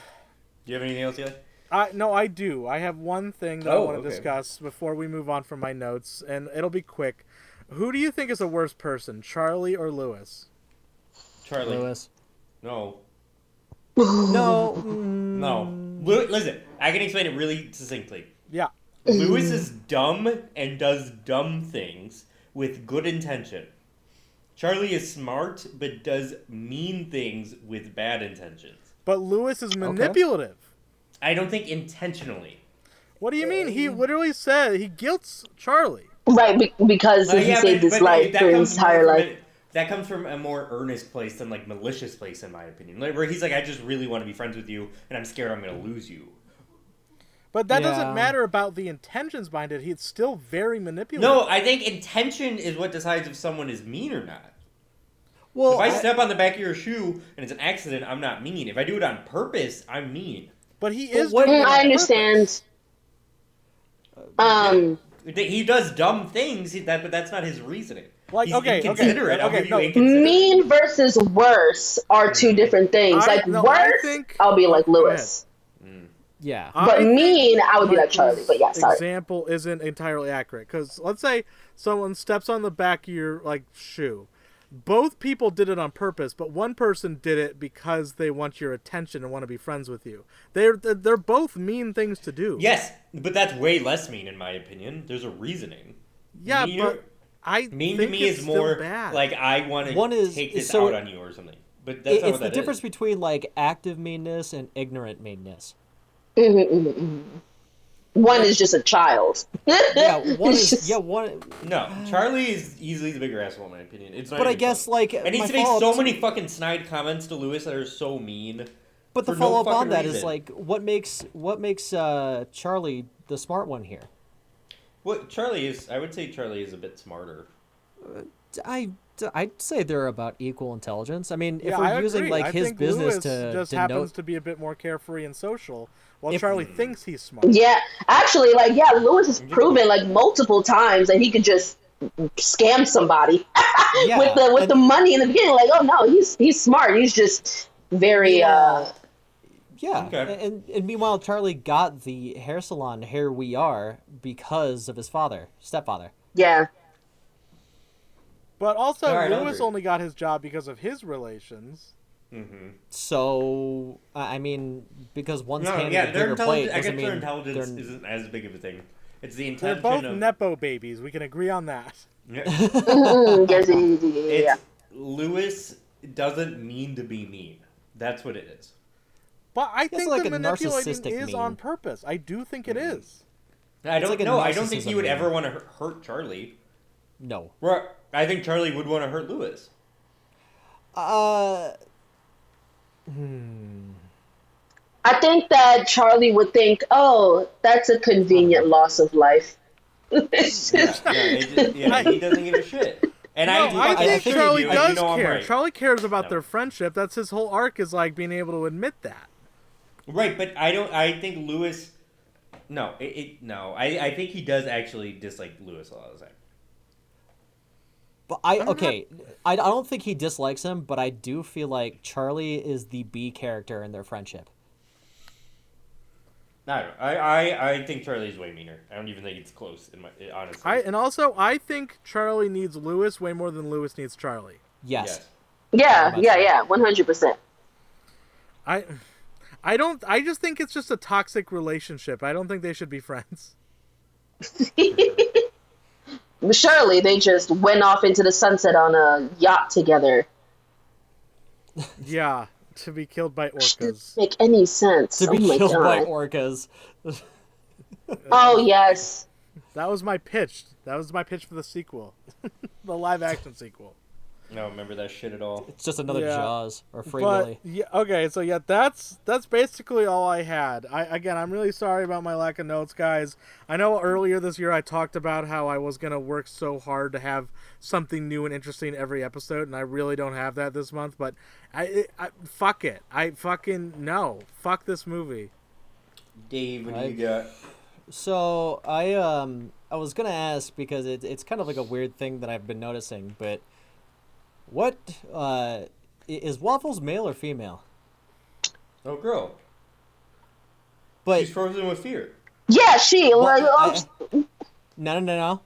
Speaker 4: you have anything else, Eli?
Speaker 2: I no, I do. I have one thing that I
Speaker 4: Oh,
Speaker 2: want to
Speaker 4: okay.
Speaker 2: discuss before we move on from my notes, and it'll be quick. Who do you think is the worst person, Charlie or Lewis?
Speaker 4: Charlie.
Speaker 3: Lewis.
Speaker 4: No.
Speaker 3: No. mm,
Speaker 4: No. Lew- Listen, I can explain it really succinctly.
Speaker 2: Yeah.
Speaker 4: Lewis is dumb and does dumb things with good intention. Charlie is smart but does mean things with bad intentions.
Speaker 2: But Lewis is manipulative.
Speaker 4: I don't think intentionally.
Speaker 2: What do you mean? He literally said he guilts Charlie.
Speaker 1: Right, be- because
Speaker 4: Uh,
Speaker 1: he
Speaker 4: yeah,
Speaker 1: saved
Speaker 4: but-
Speaker 1: his
Speaker 4: but
Speaker 1: life,
Speaker 4: that
Speaker 1: for his
Speaker 4: comes more
Speaker 1: entire
Speaker 4: from
Speaker 1: life.
Speaker 4: a- that comes from a more earnest place than like malicious place, in my opinion. Like where he's like, I just really want to be friends with you, and I'm scared I'm going to lose you.
Speaker 2: But that
Speaker 3: Yeah.
Speaker 2: doesn't matter about the intentions behind it. He's still very manipulative.
Speaker 4: No, I think intention is what decides if someone is mean or not.
Speaker 3: Well,
Speaker 4: If I
Speaker 3: I-
Speaker 4: step on the back of your shoe and it's an accident, I'm not mean. If I do it on purpose, I'm mean.
Speaker 2: But he is.
Speaker 3: what-
Speaker 2: doing it
Speaker 1: Mm,
Speaker 2: on
Speaker 1: I
Speaker 2: purpose.
Speaker 1: understand. Um,
Speaker 4: Th- He does dumb things, he- that, but that's not his reasoning.
Speaker 2: Like,
Speaker 4: He's
Speaker 2: okay, okay,
Speaker 4: inconsiderate. I'll
Speaker 2: okay,
Speaker 4: give you
Speaker 2: no.
Speaker 4: inconsiderate.
Speaker 1: mean versus worse are two different things.
Speaker 2: I-
Speaker 1: like
Speaker 2: no, I
Speaker 1: worse,
Speaker 2: think-
Speaker 1: I'll be like Lewis,
Speaker 3: yeah.
Speaker 2: I
Speaker 1: but
Speaker 2: think
Speaker 1: mean, I would be
Speaker 2: Michael's
Speaker 1: like Charlie. But yeah, sorry.
Speaker 2: Example isn't entirely accurate because let's say someone steps on the back of your like shoe. Both people did it on purpose, but one person did it because they want your attention and want to be friends with you. They're they're- they're both mean things to do.
Speaker 4: Yes, but that's way less mean, in my opinion. There's a reasoning.
Speaker 2: yeah,
Speaker 4: mean-
Speaker 2: but I
Speaker 4: Mean to
Speaker 2: think
Speaker 4: me
Speaker 2: it's
Speaker 4: is
Speaker 2: still
Speaker 4: more
Speaker 2: bad.
Speaker 4: like I want
Speaker 3: One
Speaker 4: to
Speaker 3: is-
Speaker 4: take
Speaker 3: is-
Speaker 4: this
Speaker 3: so
Speaker 4: out
Speaker 3: it-
Speaker 4: on you or something. But that's
Speaker 3: It-
Speaker 4: not
Speaker 3: it's
Speaker 4: what
Speaker 3: the
Speaker 4: that
Speaker 3: difference
Speaker 4: is.
Speaker 3: between like active meanness and ignorant meanness.
Speaker 1: Mhm, mhm, mhm. One is just a child.
Speaker 3: Yeah, one
Speaker 1: It's
Speaker 3: is
Speaker 1: just-
Speaker 3: yeah one.
Speaker 4: No, Charlie is easily the bigger asshole, in my opinion. It's not
Speaker 3: But I
Speaker 4: even
Speaker 3: guess
Speaker 4: close.
Speaker 3: like
Speaker 4: and
Speaker 3: my
Speaker 4: he's made so
Speaker 3: follow-up-
Speaker 4: many fucking snide comments to Lewis that are so mean.
Speaker 3: But the
Speaker 4: for no
Speaker 3: follow up
Speaker 4: fucking
Speaker 3: on that is
Speaker 4: reason.
Speaker 3: like what makes what makes uh, Charlie the smart one here.
Speaker 4: What Charlie is? I would say Charlie is a bit smarter.
Speaker 3: I I'd say they're about equal intelligence. I mean, if
Speaker 2: Yeah,
Speaker 3: we're
Speaker 2: I
Speaker 3: using
Speaker 2: agree.
Speaker 3: like
Speaker 2: I
Speaker 3: his
Speaker 2: think
Speaker 3: business
Speaker 2: Lewis
Speaker 3: to
Speaker 2: just
Speaker 3: denote,
Speaker 2: happens to be a bit more carefree and social, while
Speaker 3: If-
Speaker 2: Charlie thinks he's smart.
Speaker 1: Yeah, actually, like yeah, Lewis has proven like multiple times that he could just scam somebody
Speaker 3: yeah,
Speaker 1: with the with the
Speaker 3: and-
Speaker 1: money in the beginning. Like, oh no, he's he's smart. He's just very uh
Speaker 3: yeah,
Speaker 4: Okay.
Speaker 3: and and meanwhile Charlie got the hair salon "Here We Are" because of his father, stepfather.
Speaker 1: yeah.
Speaker 2: But also,
Speaker 4: All right, I
Speaker 2: Lewis
Speaker 4: agree.
Speaker 2: only got his job because of his relations.
Speaker 4: Mm-hmm.
Speaker 3: So I I mean, because one's
Speaker 4: No,
Speaker 3: handed
Speaker 4: yeah,
Speaker 3: a
Speaker 4: their
Speaker 3: bigger plate
Speaker 4: intelligence. I guess
Speaker 3: doesn't
Speaker 4: their
Speaker 3: mean
Speaker 4: intelligence
Speaker 3: they're-
Speaker 4: isn't as big of a thing. It's the
Speaker 2: They're
Speaker 4: intention
Speaker 2: both
Speaker 4: of
Speaker 2: nepo babies. We can agree on that.
Speaker 4: Yeah.
Speaker 1: Mm, yes, yeah, yeah, yeah, yeah,
Speaker 4: It's,
Speaker 1: yeah.
Speaker 4: Lewis doesn't mean to be mean. That's what it is.
Speaker 2: But I think
Speaker 3: like
Speaker 2: the
Speaker 3: a
Speaker 2: manipulating
Speaker 3: narcissistic
Speaker 2: is
Speaker 3: meme.
Speaker 2: on purpose. I do think it is.
Speaker 4: I don't
Speaker 3: like a
Speaker 4: know. I don't think
Speaker 3: narcissism
Speaker 4: he would
Speaker 3: thing.
Speaker 4: ever want to hurt Charlie.
Speaker 3: no.
Speaker 4: Well, I think Charlie would want to hurt Lewis.
Speaker 3: Uh,
Speaker 1: I think that Charlie would think, oh, that's a convenient loss of life. It's just-
Speaker 4: Yeah, it just- yeah, he doesn't give a shit. And
Speaker 2: No, I,
Speaker 4: I,
Speaker 2: think
Speaker 3: think
Speaker 2: Charlie
Speaker 4: you, and
Speaker 2: does
Speaker 4: you know I'm
Speaker 2: care.
Speaker 4: right.
Speaker 2: Charlie cares about
Speaker 4: No.
Speaker 2: their friendship. That's his whole arc is like being able to admit that.
Speaker 4: Right, but I don't. I think Lewis. No, it, it no. I, I think he does actually dislike Lewis a lot of the time.
Speaker 3: but I okay. I, I don't think he dislikes him, but I do feel like Charlie is the B character in their friendship.
Speaker 4: No, I, don't- I I I think Charlie's way meaner. I don't even think it's close. In my honestly,
Speaker 2: I and also I think Charlie needs Lewis way more than Lewis needs Charlie.
Speaker 3: Yes.
Speaker 1: yeah, yeah, yeah, one hundred percent.
Speaker 2: I I don't I just think it's just a toxic relationship. I don't think they should be friends.
Speaker 1: Surely they just went off into the sunset on a yacht together.
Speaker 2: Yeah, to be killed by orcas.
Speaker 1: Doesn't make any sense.
Speaker 3: To be
Speaker 1: oh my
Speaker 3: killed
Speaker 1: god.
Speaker 3: by orcas.
Speaker 1: oh yes.
Speaker 2: That was my pitch. That was my pitch for the sequel. the live action sequel.
Speaker 4: I don't remember that shit at all.
Speaker 3: It's just another
Speaker 2: Yeah.
Speaker 3: Jaws or Free
Speaker 2: But
Speaker 3: Willy.
Speaker 2: yeah, okay, so yeah, that's that's basically all I had. I again, I'm really sorry about my lack of notes, guys. I know earlier this year I talked about how I was gonna work so hard to have something new and interesting every episode, and I really don't have that this month. But I, I fuck it, I fucking no, fuck this movie.
Speaker 4: Dave, what do
Speaker 3: I-
Speaker 4: you got?
Speaker 3: So I um I was gonna ask because it, it's kind of like a weird thing that I've been noticing, but what uh i- is waffles male or female?
Speaker 4: Oh, girl,
Speaker 3: But
Speaker 4: she's frozen with fear.
Speaker 1: Yeah, she like oh,
Speaker 3: no no no no,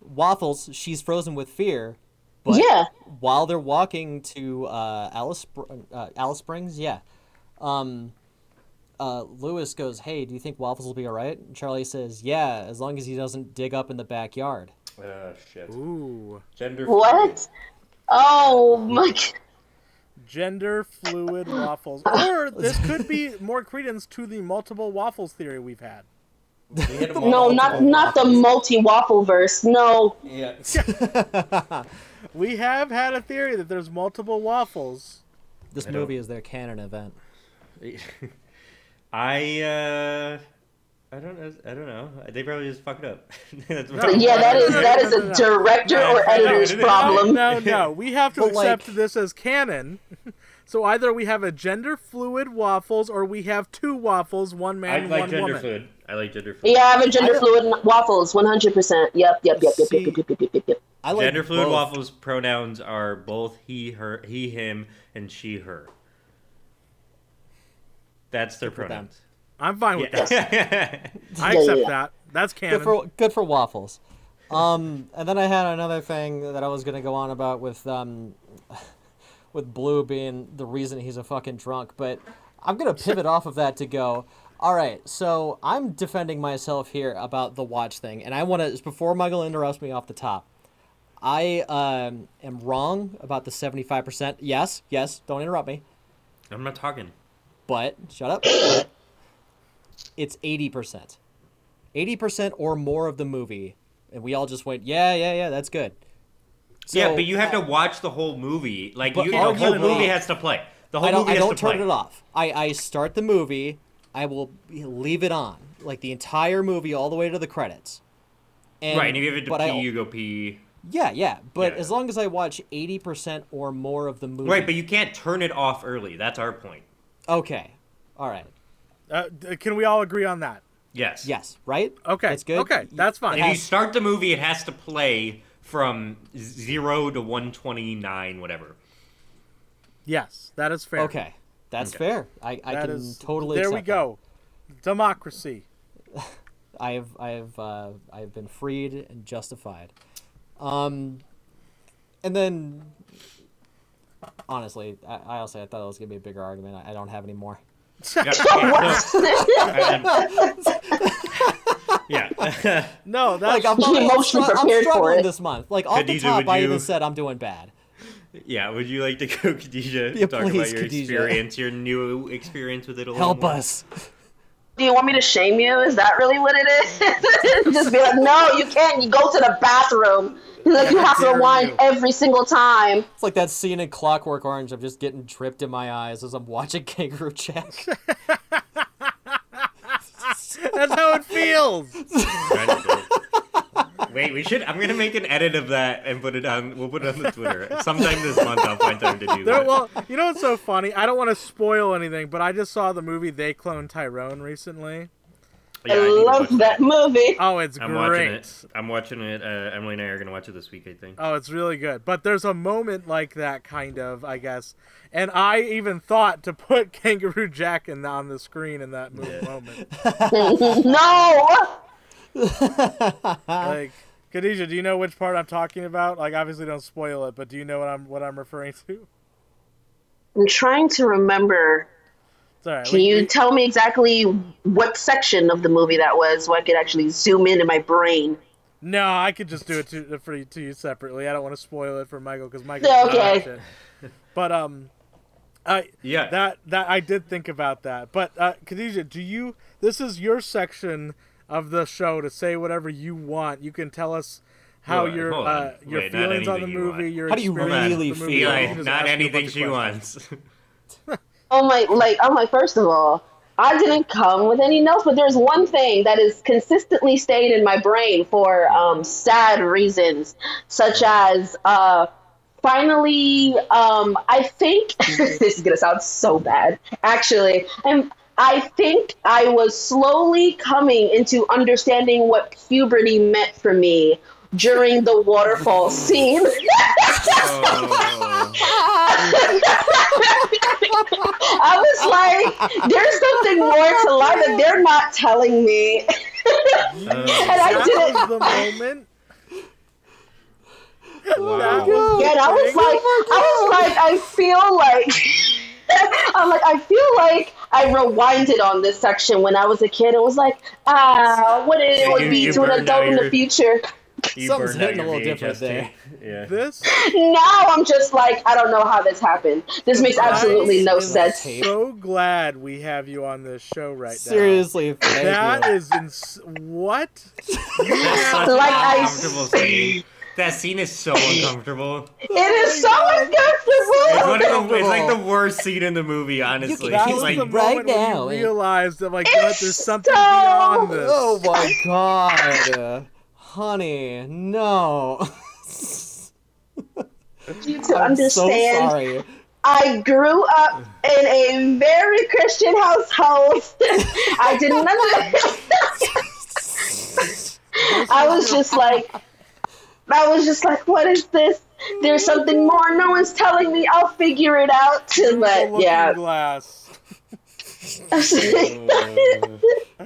Speaker 3: waffles. She's frozen with fear. But
Speaker 1: Yeah.
Speaker 3: While they're walking to uh, Alice Spr- uh, Alice Springs, yeah, um, uh, Lewis goes, "Hey, do you think waffles will be all right?" And Charlie says, "Yeah, as long as he doesn't dig up in the backyard."
Speaker 4: Uh,
Speaker 5: Oh shit.
Speaker 2: Ooh,
Speaker 5: Gender. fluid.
Speaker 1: What? Oh my! g-
Speaker 2: gender fluid waffles. Or this could be more credence to the multiple waffles theory we've had.
Speaker 5: We had a
Speaker 4: Oh,
Speaker 1: No,
Speaker 5: multiple
Speaker 1: not not the
Speaker 5: waffles.
Speaker 1: multi waffle verse. No,
Speaker 5: Yeah.
Speaker 2: We have had a theory that there's multiple waffles.
Speaker 3: This
Speaker 4: I don't-
Speaker 3: movie is their canon event.
Speaker 4: I uh, I don't know. I don't know. They probably just fucked up. That's
Speaker 2: No,
Speaker 4: probably-
Speaker 1: yeah, that is
Speaker 2: no,
Speaker 1: that
Speaker 2: no,
Speaker 1: is
Speaker 2: no,
Speaker 1: a
Speaker 2: no.
Speaker 1: director
Speaker 4: No,
Speaker 1: or
Speaker 4: no,
Speaker 1: editor's
Speaker 4: no, no.
Speaker 1: problem.
Speaker 2: No, no, we have to
Speaker 3: But, like-
Speaker 2: accept this as canon. So either we have a gender fluid waffles, or we have two waffles, one man
Speaker 4: I
Speaker 2: and
Speaker 4: like
Speaker 2: one
Speaker 4: gender
Speaker 2: woman.
Speaker 4: fluid. I like gender fluid.
Speaker 1: Yeah, I have a gender
Speaker 3: I-
Speaker 1: fluid n- waffles, one hundred percent. Yep, yep, yep, yep, yep,
Speaker 3: See-
Speaker 1: yep, yep, yep, yep, yep.
Speaker 3: I like
Speaker 4: Gender fluid
Speaker 3: both.
Speaker 4: waffles pronouns are both he, her, he, him, and she, her. That's their
Speaker 3: for them.
Speaker 4: pronouns.
Speaker 2: I'm fine with that.
Speaker 4: Yeah.
Speaker 2: I
Speaker 1: Yeah,
Speaker 2: accept
Speaker 1: yeah.
Speaker 2: that. That's
Speaker 3: Good
Speaker 2: canon.
Speaker 3: for good for waffles. Um, and then I had another thing that I was gonna go on about with um, with Blue being the reason he's a fucking drunk, but I'm gonna pivot off of that to go. All right, so I'm defending myself here about the watch thing, and I want to before Muggle interrupts me off the top. I um, am wrong about the 75%. Yes, yes, don't interrupt me.
Speaker 4: I'm not talking.
Speaker 3: But shut up. But it's eighty percent, eighty percent or more of the movie, and we all just went, yeah, yeah, yeah, that's good. So,
Speaker 4: yeah, but you have to watch the whole movie. Like
Speaker 3: But
Speaker 4: you, the
Speaker 3: I'll
Speaker 4: whole
Speaker 3: turn it
Speaker 4: movie
Speaker 3: off.
Speaker 4: has to play. The whole
Speaker 3: I don't,
Speaker 4: movie
Speaker 3: I
Speaker 4: has
Speaker 3: don't
Speaker 4: to
Speaker 3: turn
Speaker 4: play.
Speaker 3: it off. I, I start the movie. I will leave it on, like the entire movie, all the way to the credits. And,
Speaker 4: Right, and if you have to
Speaker 3: but
Speaker 4: pee,
Speaker 3: I-
Speaker 4: you go pee.
Speaker 3: yeah, yeah. But
Speaker 4: Yeah.
Speaker 3: as long as I watch eighty percent or more of the movie,
Speaker 4: Right, but you can't turn it off early. That's our point.
Speaker 3: okay, all right,
Speaker 2: Uh, d- can we all agree on that?
Speaker 4: Yes.
Speaker 3: yes, right?
Speaker 2: Okay.
Speaker 3: that's good.
Speaker 2: Okay, that's fine.
Speaker 4: If you
Speaker 3: Yes.
Speaker 4: start the movie, it has to play from zero to one twenty nine, whatever.
Speaker 2: Yes, that is fair.
Speaker 3: Okay, that's fair. I, I
Speaker 2: That
Speaker 3: can
Speaker 2: is
Speaker 3: totally.
Speaker 2: There we
Speaker 3: accept that.
Speaker 2: go. Democracy.
Speaker 3: I have I have uh, I have been freed and justified. Um, and then, honestly, I, I also I thought it was gonna be a bigger argument. I, I don't have any more.
Speaker 4: Yeah. yeah. yeah.
Speaker 3: Oh
Speaker 2: No, that's
Speaker 3: Like I'm,
Speaker 1: Be
Speaker 3: I'm
Speaker 1: emotionally
Speaker 3: str- I'm
Speaker 1: prepared for
Speaker 3: struggling
Speaker 1: it.
Speaker 3: this month. Like off the
Speaker 4: Khadija,
Speaker 3: top,
Speaker 4: would
Speaker 3: I
Speaker 4: you-
Speaker 3: even said I'm doing bad.
Speaker 4: Yeah, would you like to go, Khadija?
Speaker 3: Yeah,
Speaker 4: talk about
Speaker 3: please,
Speaker 4: your
Speaker 3: Khadija.
Speaker 4: experience, your new experience with it a little
Speaker 3: Help
Speaker 4: more?
Speaker 3: us.
Speaker 1: Do you want me to shame you? Is that really what it is? Just be like, no, you can't. You go to the bathroom. Like you have to rewind every single time.
Speaker 3: It's like that scene in Clockwork Orange. I'm just getting dripped in my eyes as I'm watching Kangaroo Jack.
Speaker 2: that's how it feels.
Speaker 4: Wait, we should. I'm gonna make an edit of that and put it on. We'll put it on the Twitter sometime this month. I'll find time to do
Speaker 2: There,
Speaker 4: that.
Speaker 2: well, you know what's so funny? I don't want to spoil anything, but I just saw the movie They Clone Tyrone recently.
Speaker 4: Yeah,
Speaker 1: I
Speaker 4: need to
Speaker 1: love
Speaker 4: watch
Speaker 1: that movie.
Speaker 2: Oh, it's
Speaker 4: I'm
Speaker 2: great.
Speaker 4: watching it. I'm watching it. Uh, Emily and I are gonna watch it this week. I think.
Speaker 2: Oh, it's really good. But there's a moment like that, kind of, I guess. And I even thought to put Kangaroo Jack in on the screen in that mo- moment.
Speaker 1: no.
Speaker 2: Like, Khadija, do you know which part I'm talking about? Like, obviously, don't spoil it, but do you know what I'm what I'm referring to?
Speaker 1: I'm trying to remember.
Speaker 2: It's all right.
Speaker 1: Can
Speaker 2: we-
Speaker 1: you
Speaker 2: we-
Speaker 1: tell me exactly what section of the movie that was so I could actually zoom in in my brain?
Speaker 2: no, I could just do it to for you, to you separately. I don't want to spoil it for Michael because Michael.
Speaker 1: Yeah,
Speaker 2: doesn't watch
Speaker 1: okay.
Speaker 2: it. But um, I
Speaker 4: Yeah.
Speaker 2: that that I did think about that. But uh, Khadija, do you? This is your section of the show to say whatever you want. You can tell us how
Speaker 4: Hold on,
Speaker 2: your
Speaker 4: hold on.
Speaker 2: uh, your
Speaker 4: Wait, not
Speaker 2: feelings on the
Speaker 4: anything you
Speaker 2: movie.
Speaker 4: want.
Speaker 2: Your
Speaker 3: How do you
Speaker 2: experience
Speaker 3: really
Speaker 2: with the movie,
Speaker 3: feel?
Speaker 2: I
Speaker 4: Eli,
Speaker 2: can just ask you
Speaker 4: not
Speaker 2: a bunch
Speaker 4: anything
Speaker 2: of
Speaker 4: she
Speaker 2: questions.
Speaker 4: wants.
Speaker 1: Oh my! Like I'm like, first of all, I didn't come with any notes, but there's one thing that is consistently stayed in my brain for um, sad reasons, such as uh, finally, um, I think this is gonna sound so bad, actually, and I think I was slowly coming into understanding what puberty meant for me during the waterfall scene.
Speaker 4: Oh.
Speaker 1: I was like, there's something more to life that they're not telling me.
Speaker 4: Uh,
Speaker 1: And I
Speaker 2: That
Speaker 1: didn't.
Speaker 2: was the moment.
Speaker 4: wow.
Speaker 3: Oh
Speaker 1: Yeah, and I was like, I was like, I feel like I'm like, I feel like I rewinded on this section when I was a kid and was like, ah, what it
Speaker 4: You-
Speaker 1: would be
Speaker 4: you
Speaker 1: to an
Speaker 4: burned
Speaker 1: adult
Speaker 4: out
Speaker 1: in the
Speaker 4: your-
Speaker 1: future.
Speaker 4: You
Speaker 3: Something's
Speaker 4: burned out
Speaker 3: hitting a
Speaker 4: your
Speaker 3: little different
Speaker 4: VHS tape. Yeah.
Speaker 2: This
Speaker 1: Now I'm just like, I don't know how this happened. This makes absolutely no
Speaker 3: Nice.
Speaker 1: sense.
Speaker 2: so glad we have you on this show right
Speaker 3: Seriously,
Speaker 2: now.
Speaker 3: thank
Speaker 2: That
Speaker 3: you.
Speaker 2: is ins- what you
Speaker 4: That's
Speaker 2: have
Speaker 4: such
Speaker 1: Like I
Speaker 4: an uncomfortable scene. That scene is so uncomfortable.
Speaker 1: It is so
Speaker 4: It's,
Speaker 1: uncomfortable.
Speaker 4: one of the, it's like the worst scene in the movie, honestly.
Speaker 3: that
Speaker 2: that
Speaker 4: He's
Speaker 2: was
Speaker 4: like,
Speaker 2: the
Speaker 3: right
Speaker 2: moment when
Speaker 3: now,
Speaker 2: you
Speaker 3: and-
Speaker 2: realized that like God, there's something
Speaker 1: so-
Speaker 2: beyond this.
Speaker 3: Oh my god, honey, no.
Speaker 1: You to
Speaker 3: I'm so
Speaker 1: understand.
Speaker 3: sorry.
Speaker 1: I grew up in a very Christian household. I didn't understand. I was just like, I was just like, what is this? There's something more. No one's telling me. I'll figure it out.
Speaker 2: The
Speaker 1: But
Speaker 2: looking
Speaker 1: yeah,
Speaker 2: glass.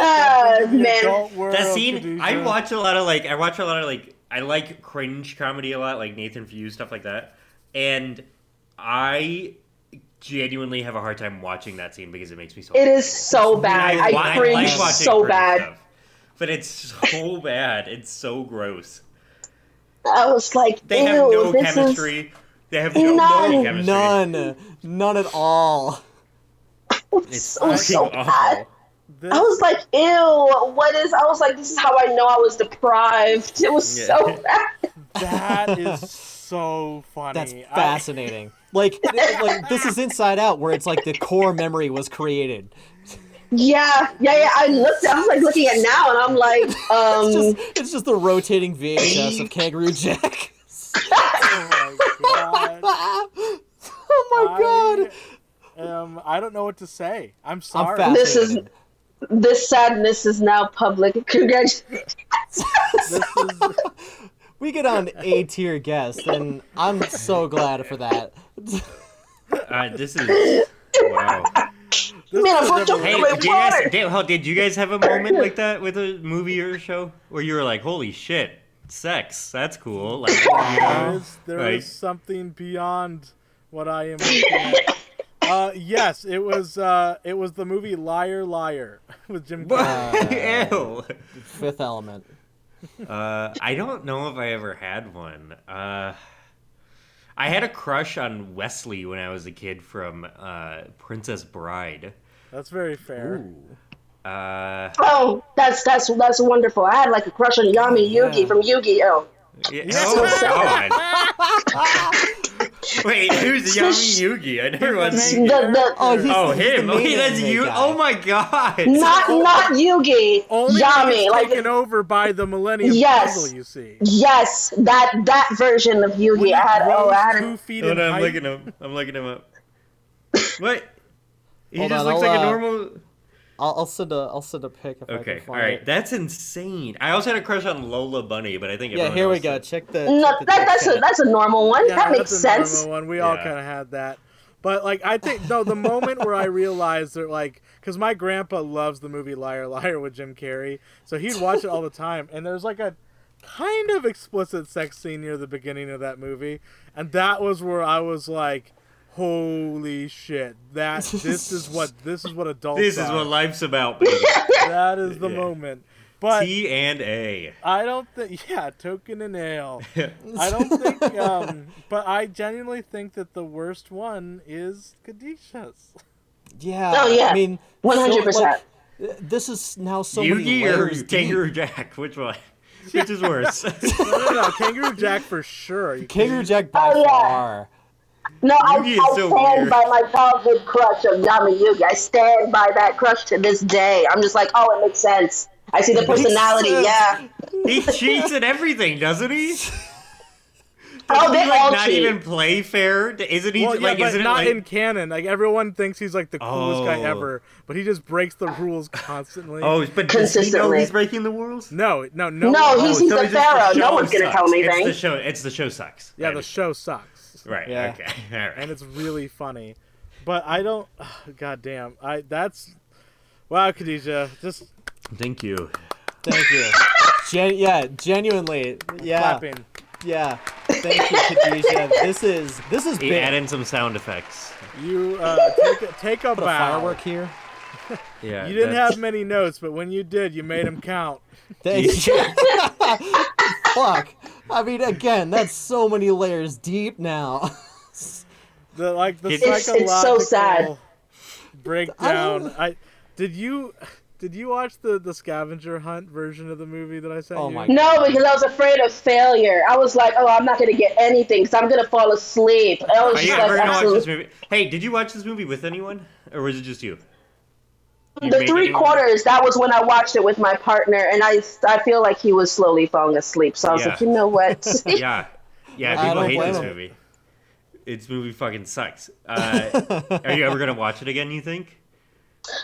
Speaker 1: Ah, man,
Speaker 2: Adult world,
Speaker 4: that scene.
Speaker 2: Khadijah.
Speaker 4: I watch a lot of like. I watch a lot of like. I like cringe comedy a lot, like Nathan Few stuff like that. And I genuinely have a hard time watching that scene because it makes me so.
Speaker 1: it is so bad.
Speaker 4: I,
Speaker 1: I
Speaker 4: I
Speaker 1: cringe
Speaker 4: like watching
Speaker 1: so
Speaker 4: cringe
Speaker 1: bad.
Speaker 4: stuff, but it's so bad. It's so gross.
Speaker 1: I was like,
Speaker 4: They have
Speaker 1: ew,
Speaker 4: no
Speaker 1: this is
Speaker 4: chemistry. They have no, no
Speaker 1: None.
Speaker 4: chemistry.
Speaker 3: None, none at all.
Speaker 4: It's
Speaker 1: so
Speaker 4: fucking
Speaker 1: so bad.
Speaker 4: awful.
Speaker 2: This-
Speaker 1: I was like, ew, what is. I was like, this is how I know I was deprived. It was
Speaker 4: Yeah.
Speaker 1: so bad.
Speaker 2: that is so funny.
Speaker 3: That's
Speaker 2: I-
Speaker 3: fascinating. Like, th- like this is Inside Out, where it's like the core memory was created.
Speaker 1: Yeah, yeah, yeah. I looked, I was like looking at now and I'm like, um.
Speaker 3: It's just, it's just the rotating VHS of Kangaroo Jack.
Speaker 2: oh my god.
Speaker 3: oh my god!
Speaker 2: I, um, I don't know what to say. I'm
Speaker 3: I'm
Speaker 2: sorry.
Speaker 3: fascinated.
Speaker 1: This is- This sadness is now public. Congratulations.
Speaker 2: This is-
Speaker 3: We get on A tier guest, and I'm so glad for that.
Speaker 4: Uh, this is wow.
Speaker 2: this
Speaker 1: Man, I
Speaker 2: is
Speaker 1: fucked up.
Speaker 4: Hey,
Speaker 2: everything.
Speaker 1: Wait,
Speaker 4: did you, guys,
Speaker 1: water.
Speaker 4: did, well, did you guys have a moment like that with a movie or a show where you were like, "Holy shit, sex? That's cool." Like, you
Speaker 2: There
Speaker 4: know?
Speaker 2: is, there
Speaker 4: Right.
Speaker 2: is something beyond what I am looking at. Uh, yes, it was uh, it was the movie Liar Liar with Jim Carrey.
Speaker 3: Uh,
Speaker 4: Ew.
Speaker 3: Fifth Element.
Speaker 4: Uh, I don't know if I ever had one. Uh, I had a crush on Wesley when I was a kid from uh, Princess Bride.
Speaker 2: That's very fair.
Speaker 4: Uh,
Speaker 1: Oh, that's that's that's wonderful. I had like a crush on Yami Yugi from Yugi. Oh,
Speaker 4: yeah, oh God! Wait, who's Yami Yugi? I never watched.
Speaker 1: the, the
Speaker 3: Oh, he's,
Speaker 4: Oh,
Speaker 3: he's
Speaker 4: him!
Speaker 3: The
Speaker 4: Oh,
Speaker 3: main
Speaker 4: that's
Speaker 3: anime
Speaker 4: you!
Speaker 3: guy.
Speaker 4: Oh my God!
Speaker 1: not not Yugi,
Speaker 2: Only when
Speaker 1: Yami.
Speaker 2: it's
Speaker 1: Like
Speaker 2: taken over by the Millennium
Speaker 1: Yes.
Speaker 2: Puzzle, you see.
Speaker 1: yes, that that version of Yugi. I had oh, I had
Speaker 2: two
Speaker 1: a,
Speaker 2: feet
Speaker 4: Hold
Speaker 2: in
Speaker 4: on, I'm
Speaker 2: height.
Speaker 4: looking him. I'm looking him up. What? He
Speaker 3: Hold
Speaker 4: just
Speaker 3: on,
Speaker 4: looks
Speaker 3: I'll,
Speaker 4: like a
Speaker 3: uh,
Speaker 4: normal.
Speaker 3: I'll, I'll send a I'll send a pic if I
Speaker 4: Okay,
Speaker 3: can
Speaker 4: all
Speaker 3: find
Speaker 4: right,
Speaker 3: it.
Speaker 4: that's insane. I also had a crush on Lola Bunny, but I think
Speaker 3: yeah,
Speaker 4: everyone
Speaker 3: here we
Speaker 4: else
Speaker 3: go.
Speaker 4: did.
Speaker 3: Check the.
Speaker 1: no,
Speaker 3: check the
Speaker 1: that that's a
Speaker 3: chat.
Speaker 1: that's a normal one.
Speaker 2: Yeah,
Speaker 1: that makes
Speaker 2: that's a normal
Speaker 1: sense.
Speaker 2: One. We all
Speaker 4: Yeah.
Speaker 2: kind of had that. But like I think no, the moment where I realized that like because my grandpa loves the movie Liar Liar with Jim Carrey, so he'd watch it all the time. And there's like a kind of explicit sex scene near the beginning of that movie, and that was where I was like, "Holy shit! That this is what this is what adults
Speaker 4: This is
Speaker 2: are.
Speaker 4: what life's about. baby.
Speaker 2: that is the
Speaker 4: Yeah.
Speaker 2: moment." But
Speaker 4: T and A.
Speaker 2: I don't think, yeah, token and ale. I don't think, um, but I genuinely think that the worst one is Kadisha's.
Speaker 3: Yeah.
Speaker 1: Oh, yeah.
Speaker 3: I mean, so,
Speaker 1: 100%.
Speaker 3: like, This is now so many
Speaker 4: Yugi or
Speaker 3: layers. deep.
Speaker 4: Kangaroo Jack? Which one? Which is worse?
Speaker 2: No, no, no, Kangaroo Jack for sure. You
Speaker 3: Kangaroo Jack by
Speaker 1: Oh, yeah.
Speaker 3: far.
Speaker 1: No, I,
Speaker 4: Yugi is
Speaker 1: I
Speaker 4: so
Speaker 1: stand
Speaker 4: weird.
Speaker 1: by my childhood crush of Yami Yugi. I stand by that crush to this day. I'm just like, oh, it makes sense. I see the personality.
Speaker 3: sense.
Speaker 1: Yeah.
Speaker 4: he cheats at everything, doesn't he?
Speaker 1: Oh, they
Speaker 4: Doesn't he, like
Speaker 1: all
Speaker 4: not
Speaker 1: cheat.
Speaker 4: even play fair? Isn't he
Speaker 2: Well, yeah,
Speaker 4: like?
Speaker 2: but
Speaker 4: isn't
Speaker 2: not
Speaker 4: it like?
Speaker 2: in canon. Like everyone thinks he's like the coolest guy
Speaker 4: Oh.
Speaker 2: ever, but he just breaks the rules constantly.
Speaker 4: Oh, but does he know
Speaker 1: Consistently.
Speaker 4: he's breaking the rules?
Speaker 2: no, no, no.
Speaker 1: No,
Speaker 4: Oh,
Speaker 2: one-
Speaker 1: he's- he's the
Speaker 4: it's just
Speaker 1: pharaoh. No
Speaker 4: show
Speaker 1: one's gonna
Speaker 4: sucks.
Speaker 1: tell me anything.
Speaker 4: It's the show. It's the show sucks.
Speaker 2: yeah. The
Speaker 4: Right.
Speaker 2: show sucks,
Speaker 4: Right.
Speaker 3: Yeah.
Speaker 4: Okay. All right.
Speaker 2: and it's really funny, but I don't. God damn, I that's wow, Khadijah. Just
Speaker 4: Thank you.
Speaker 3: Thank you. Gen- yeah, genuinely. Yeah.
Speaker 2: clapping.
Speaker 3: Yeah. Thank you, Khadijah. This is this is
Speaker 4: He
Speaker 3: big.
Speaker 4: add in some sound effects.
Speaker 2: You uh, take a, take a
Speaker 3: Put a
Speaker 2: bow.
Speaker 3: firework here.
Speaker 4: Yeah.
Speaker 2: You didn't have many notes, but when you did, you made them count.
Speaker 3: Thank you. Fuck. I mean, again, that's so many layers deep now.
Speaker 2: The like the
Speaker 4: It's-
Speaker 1: it's so
Speaker 2: psychological
Speaker 1: sad.
Speaker 2: breakdown. I did you did you watch the the scavenger hunt version of the movie that I sent
Speaker 3: Oh
Speaker 2: you?
Speaker 3: my God.
Speaker 1: No, because I was afraid of failure. I was like, oh, I'm not going to get anything because I'm going to fall asleep. I was
Speaker 4: Are Oh, you
Speaker 1: just
Speaker 4: ever
Speaker 1: like,
Speaker 4: gonna watch this
Speaker 1: absolutely.
Speaker 4: movie? Hey, did you watch this movie with anyone, or was it just you? You
Speaker 1: The
Speaker 4: made
Speaker 1: three
Speaker 4: anyone-
Speaker 1: quarters, that was when I watched it with my partner, and I, I feel like he was slowly falling asleep. So I was
Speaker 4: Yeah.
Speaker 1: like, you know what?
Speaker 4: Yeah, yeah.
Speaker 3: I
Speaker 4: People
Speaker 3: don't
Speaker 4: hate
Speaker 3: blame
Speaker 4: this
Speaker 3: him.
Speaker 4: movie. It's movie fucking sucks. Uh, are you ever gonna watch it again? You think?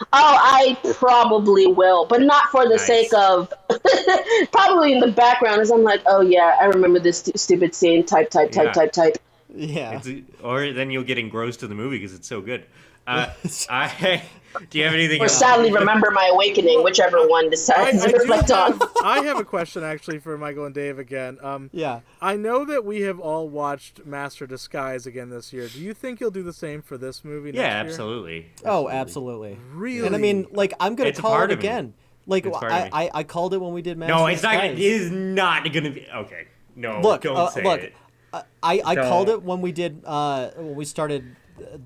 Speaker 1: Oh, I probably will, but not for the
Speaker 4: Nice.
Speaker 1: sake of. probably in the background, as I'm like, oh yeah, I remember this stu- stupid scene. Type, type, type,
Speaker 4: Yeah.
Speaker 1: type, type.
Speaker 3: Yeah.
Speaker 4: It's, or then you'll get engrossed to the movie because it's so good. Uh, I, do you have anything?
Speaker 1: Or
Speaker 4: else?
Speaker 1: sadly, remember my awakening, whichever one
Speaker 2: I, I,
Speaker 1: decides to
Speaker 2: do
Speaker 1: reflect on.
Speaker 2: have, I have a question actually for Michael and Dave again. Um,
Speaker 3: Yeah.
Speaker 2: I know that we have all watched Master Disguise again this year. Do you think you'll do the same for this movie?
Speaker 4: Yeah,
Speaker 2: next year?
Speaker 4: absolutely.
Speaker 3: Oh, absolutely.
Speaker 2: Really?
Speaker 3: And I mean, like, I'm gonna
Speaker 4: It's a
Speaker 3: call
Speaker 4: part
Speaker 3: it
Speaker 4: of me.
Speaker 3: again. Like,
Speaker 4: It's part
Speaker 3: I,
Speaker 4: of me.
Speaker 3: I I called it when we did.
Speaker 4: No,
Speaker 3: Master
Speaker 4: it's not. It
Speaker 3: Skies.
Speaker 4: is not gonna be okay. No,
Speaker 3: look,
Speaker 4: don't
Speaker 3: uh,
Speaker 4: say
Speaker 3: look.
Speaker 4: it.
Speaker 3: I, I I
Speaker 4: Don't.
Speaker 3: called it when we did uh, when we started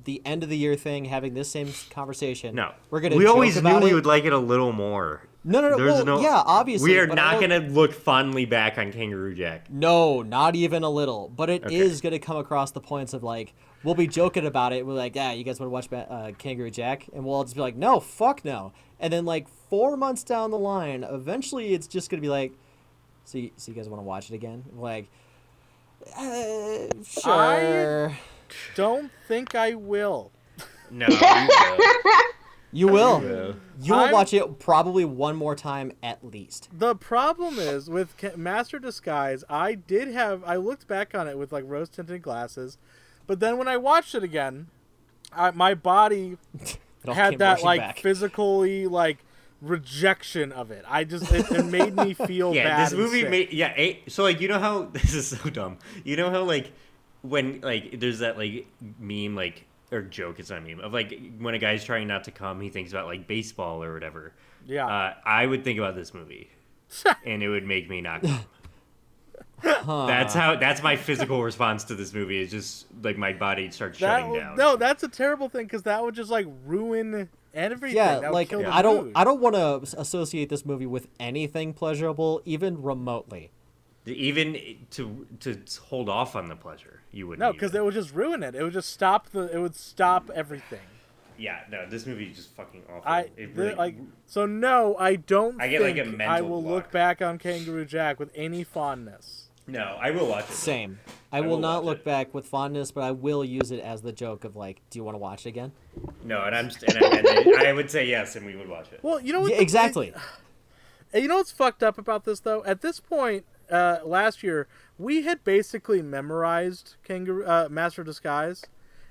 Speaker 3: the end of the year thing, having this same conversation.
Speaker 4: No,
Speaker 3: we're gonna.
Speaker 4: We
Speaker 3: joke
Speaker 4: always knew
Speaker 3: about
Speaker 4: we
Speaker 3: it.
Speaker 4: would like it a little more.
Speaker 3: No, no, no, well, yeah, obviously,
Speaker 4: We are
Speaker 3: but I
Speaker 4: not
Speaker 3: don't-
Speaker 4: gonna look fondly back on Kangaroo Jack.
Speaker 3: No, not even a little. But it is
Speaker 4: Okay.
Speaker 3: going to come across the points of like we'll be joking about it. We're like, yeah, you guys want to watch Ba- uh, Kangaroo Jack, and we'll all just be like, no, fuck no. And then like four months down the line, eventually it's just going to be like, so you, so you guys want to watch it again? We're like, uh, sure,
Speaker 2: don't think I will.
Speaker 4: No, you
Speaker 3: you will.
Speaker 4: will.
Speaker 3: You will
Speaker 2: I'm-
Speaker 3: watch it probably one more time at least.
Speaker 2: The problem is with Ca- Master Disguise, I did have I looked back on it with like rose tinted glasses, but then when I watched it again, I, my body
Speaker 3: It all came
Speaker 2: had that
Speaker 3: rushing
Speaker 2: like
Speaker 3: back.
Speaker 2: physically like rejection of it. I just it, it made me feel
Speaker 4: yeah,
Speaker 2: bad.
Speaker 4: this
Speaker 2: and
Speaker 4: movie
Speaker 2: sick.
Speaker 4: made yeah. eh, so like you know how this is so dumb. You know how like when like there's that like meme like or joke it's not a meme of like when a guy's trying not to come he thinks about like baseball or whatever.
Speaker 2: yeah.
Speaker 4: Uh, I would think about this movie, and it would make me not come. That's how. That's my physical response to this movie. Is just like my body starts
Speaker 2: that
Speaker 4: shutting
Speaker 2: would-
Speaker 4: down.
Speaker 2: no, that's a terrible thing because that would just like ruin everything. That
Speaker 3: Yeah,
Speaker 2: would
Speaker 3: like
Speaker 2: kill the
Speaker 3: I don't
Speaker 2: mood.
Speaker 3: I don't want to associate this movie with anything pleasurable, even remotely.
Speaker 4: even to to hold off on the pleasure, you wouldn't.
Speaker 2: no because
Speaker 4: either.
Speaker 2: it would just ruin it. It would just stop the. It would stop everything.
Speaker 4: yeah, no, this movie is just fucking awful.
Speaker 2: I
Speaker 4: it
Speaker 2: the-
Speaker 4: really,
Speaker 2: like so no, I don't.
Speaker 4: I get, like, a
Speaker 2: think I
Speaker 4: mental
Speaker 2: will
Speaker 4: block.
Speaker 2: look back on Kangaroo Jack with any fondness.
Speaker 4: no, I will watch it.
Speaker 3: Same. I, will,
Speaker 4: will
Speaker 3: not
Speaker 4: watch
Speaker 3: look
Speaker 4: it.
Speaker 3: back with fondness, but I will use it as the joke of like, do you want to watch it again?
Speaker 4: No, and I'm and I, and I, I would say yes, and we would watch it.
Speaker 2: Well, you know what?
Speaker 3: Yeah,
Speaker 2: the-
Speaker 3: exactly.
Speaker 2: And you know what's fucked up about this though? At this point, uh, last year we had basically memorized Kangaroo uh, Master of Disguise,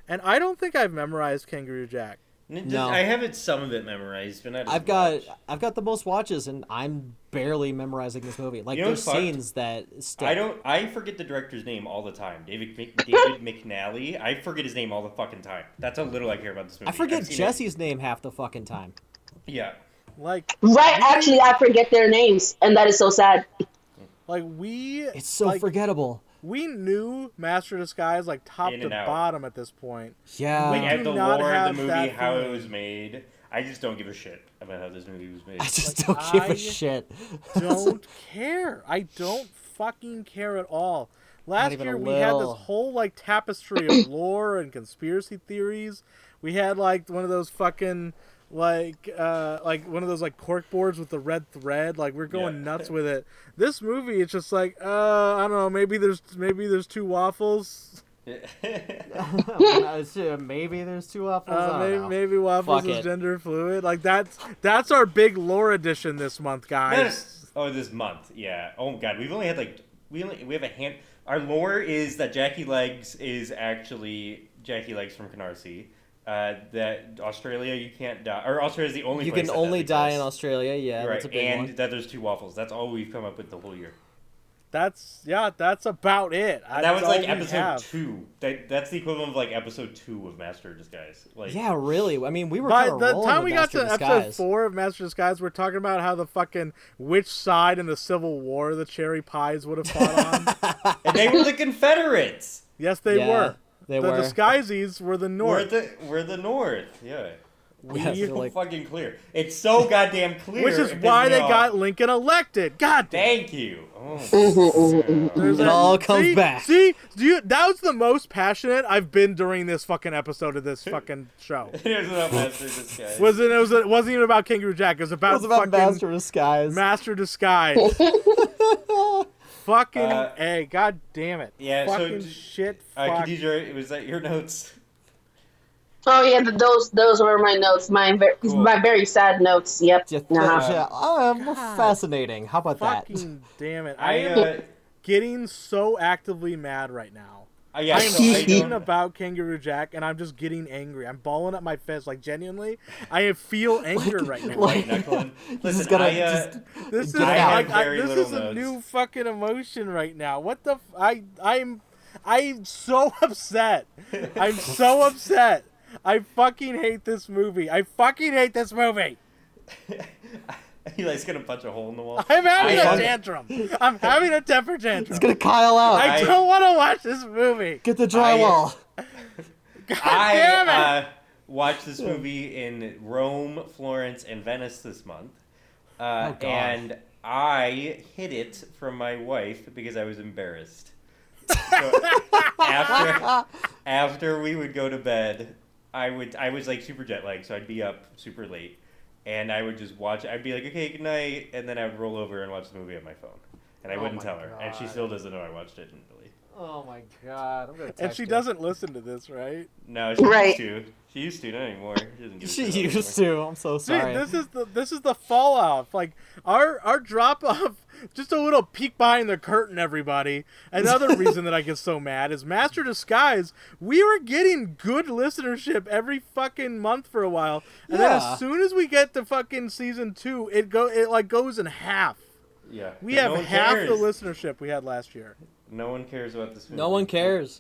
Speaker 2: and I don't think I've memorized Kangaroo Jack.
Speaker 4: N- just-
Speaker 3: No.
Speaker 4: I have it some of it memorized, but not. as
Speaker 3: I've got
Speaker 4: much.
Speaker 3: I've got the most watches, and I'm barely memorizing this movie. Like
Speaker 4: You know
Speaker 3: there's
Speaker 4: what's fucked?
Speaker 3: scenes that stick.
Speaker 4: I don't. I forget the director's name all the time. David Mc, David McNally. I forget his name all the fucking time. That's how little I care about this movie.
Speaker 3: I
Speaker 4: I've
Speaker 3: forget
Speaker 4: seen it-
Speaker 3: Jesse's name half the fucking time.
Speaker 4: Yeah.
Speaker 2: Like,
Speaker 1: Right, actually, I forget their names, and that is so sad.
Speaker 2: like we.
Speaker 3: It's so
Speaker 2: like,
Speaker 3: forgettable.
Speaker 2: We knew Master of Disguise like top
Speaker 4: In
Speaker 2: to
Speaker 4: and out.
Speaker 2: bottom at this point.
Speaker 3: Yeah.
Speaker 4: Like
Speaker 2: do
Speaker 4: I have the
Speaker 2: not
Speaker 4: lore of
Speaker 2: have
Speaker 4: the movie,
Speaker 2: that
Speaker 4: how it
Speaker 2: feeling.
Speaker 4: was made. I just don't give a shit about how this movie was made.
Speaker 3: I just
Speaker 2: like,
Speaker 3: don't give a
Speaker 2: I
Speaker 3: shit.
Speaker 2: don't care. I don't fucking care at all. Last
Speaker 3: even
Speaker 2: year
Speaker 3: a
Speaker 2: we had
Speaker 3: little.
Speaker 2: this whole like tapestry of lore and conspiracy theories. We had like one of those fucking like uh like one of those like cork boards with the red thread. Like we're going
Speaker 4: Yeah.
Speaker 2: nuts with it. This movie it's just like uh I don't know, maybe there's maybe there's two waffles.
Speaker 3: maybe there's two apples.
Speaker 2: Uh, maybe, maybe waffles
Speaker 3: Fuck
Speaker 2: is
Speaker 3: it.
Speaker 2: gender fluid. Like that's that's our big lore edition this month, guys.
Speaker 4: oh, this month. Yeah. Oh god, we've only had like we only we have a hand. Our lore is that Jackie Legs is actually Jackie Legs from Canarsie. Uh, that Australia you can't die, or Australia is the only
Speaker 3: You
Speaker 4: place
Speaker 3: can
Speaker 4: that
Speaker 3: only
Speaker 4: that
Speaker 3: die in
Speaker 4: exists.
Speaker 3: Australia. Yeah,
Speaker 4: You're
Speaker 3: that's a
Speaker 4: right,
Speaker 3: big
Speaker 4: and
Speaker 3: one.
Speaker 4: that there's two waffles. That's all we've come up with the whole year.
Speaker 2: that's yeah, that's about it. I-
Speaker 4: that was
Speaker 2: that's all
Speaker 4: like
Speaker 2: we
Speaker 4: episode
Speaker 2: have.
Speaker 4: two. That, that's the equivalent of like episode two of Master of Disguise. Like,
Speaker 3: Yeah, really. I mean, we were
Speaker 2: By
Speaker 3: kinda
Speaker 2: the
Speaker 3: rolling
Speaker 2: time
Speaker 3: with
Speaker 2: we got
Speaker 3: Master
Speaker 2: to
Speaker 3: of
Speaker 2: episode
Speaker 3: Disguise.
Speaker 2: four of Master of Disguise, we're talking about how the fucking which side in the Civil War the cherry pies would have fought on.
Speaker 4: and they were the Confederates.
Speaker 2: yes, they
Speaker 3: Yeah,
Speaker 2: were.
Speaker 3: they
Speaker 2: the
Speaker 3: were.
Speaker 2: disguisees were the
Speaker 4: We're
Speaker 2: North,
Speaker 4: the we're the North. Yeah, we
Speaker 3: Yes,
Speaker 4: are
Speaker 3: they're like-
Speaker 4: fucking clear. It's so goddamn clear.
Speaker 2: which is
Speaker 4: it pisses
Speaker 2: why
Speaker 4: me
Speaker 2: they
Speaker 4: off.
Speaker 2: got Lincoln elected. God damn.
Speaker 4: Thank you. Oh,
Speaker 1: Mhm.
Speaker 2: There's
Speaker 3: It
Speaker 2: that-
Speaker 3: all comes
Speaker 2: see,
Speaker 3: back.
Speaker 2: See, do you, that was the most passionate I've been during this fucking episode of this fucking show.
Speaker 4: here's about Master of Disguise.
Speaker 2: Was it? It, was, it wasn't even about Kangaroo Jack. It was about,
Speaker 3: It was about
Speaker 2: fucking
Speaker 3: Master of Disguise.
Speaker 2: Master Disguise. fucking
Speaker 4: Uh,
Speaker 2: a, god damn it.
Speaker 4: yeah, so
Speaker 2: fucking
Speaker 4: d-
Speaker 2: shit.
Speaker 4: uh,
Speaker 2: fuck.
Speaker 4: Khadijah, was that your notes?
Speaker 1: Oh yeah, th- those those were my notes. My ver-
Speaker 4: Cool.
Speaker 1: my very sad notes. Yep. Uh-huh.
Speaker 3: Yeah, th-
Speaker 1: Nah.
Speaker 3: yeah, uh, well, fascinating. How about that?
Speaker 2: fucking damn it. I
Speaker 4: I
Speaker 2: am
Speaker 4: uh,
Speaker 2: getting so actively mad right now.
Speaker 4: uh, yeah,
Speaker 2: I
Speaker 4: I
Speaker 2: am
Speaker 4: know, I
Speaker 2: thinking
Speaker 4: don't-
Speaker 2: about Kangaroo Jack and I'm just getting angry. I'm balling up my fist. Like, genuinely, I feel anger right now.
Speaker 3: like-
Speaker 4: Knuckling. Listen,
Speaker 3: gotta
Speaker 4: I, uh,
Speaker 3: just-
Speaker 2: this is
Speaker 3: Get it out.
Speaker 2: like, I,
Speaker 4: Very
Speaker 2: this
Speaker 4: little
Speaker 2: is a
Speaker 4: notes.
Speaker 2: new fucking emotion right now. What the f- I I'm I'm so upset. I'm so upset. I fucking hate this movie. I fucking hate this movie.
Speaker 4: Eli's gonna punch a hole in the wall.
Speaker 2: I'm having a
Speaker 4: I-
Speaker 2: tantrum. I'm having a temper tantrum.
Speaker 3: It's gonna Kyle out.
Speaker 2: I
Speaker 4: I-
Speaker 2: don't want to watch this movie.
Speaker 3: Get the drywall.
Speaker 2: God damn it.
Speaker 4: I uh, watched this movie in Rome, Florence, and Venice this month, uh,
Speaker 3: Oh, God.
Speaker 4: and I hid it from my wife because I was embarrassed. So after, after we would go to bed, I would I was like super jet lagged, so I'd be up super late, and I would just watch. I'd be like, okay, good night, and then I would roll over and watch the movie on my phone, and I
Speaker 3: Oh
Speaker 4: wouldn't
Speaker 3: my
Speaker 4: tell her, and she
Speaker 3: God.
Speaker 4: still doesn't know I watched it. in Italy.
Speaker 3: oh my god. I'm gonna
Speaker 2: and she doesn't listen to this, right?
Speaker 4: No, she
Speaker 1: Right.
Speaker 4: used to. She used to, not anymore. She doesn't give a
Speaker 3: She
Speaker 4: shit about it
Speaker 3: used
Speaker 4: anymore.
Speaker 3: to. I'm so
Speaker 2: Dude,
Speaker 3: sorry.
Speaker 2: this is the this is the fall off. Like our our drop off, just a little peek behind the curtain, everybody. Another reason that I get so mad is Master Disguise. We were getting good listenership every fucking month for a while, and then
Speaker 3: Yeah.
Speaker 2: as soon as we get to fucking season two, it go it like goes in half.
Speaker 4: Yeah.
Speaker 2: We
Speaker 4: No
Speaker 2: have
Speaker 4: one
Speaker 2: half
Speaker 4: cares.
Speaker 2: the listenership we had last year.
Speaker 4: No one cares about this movie.
Speaker 3: no one cares.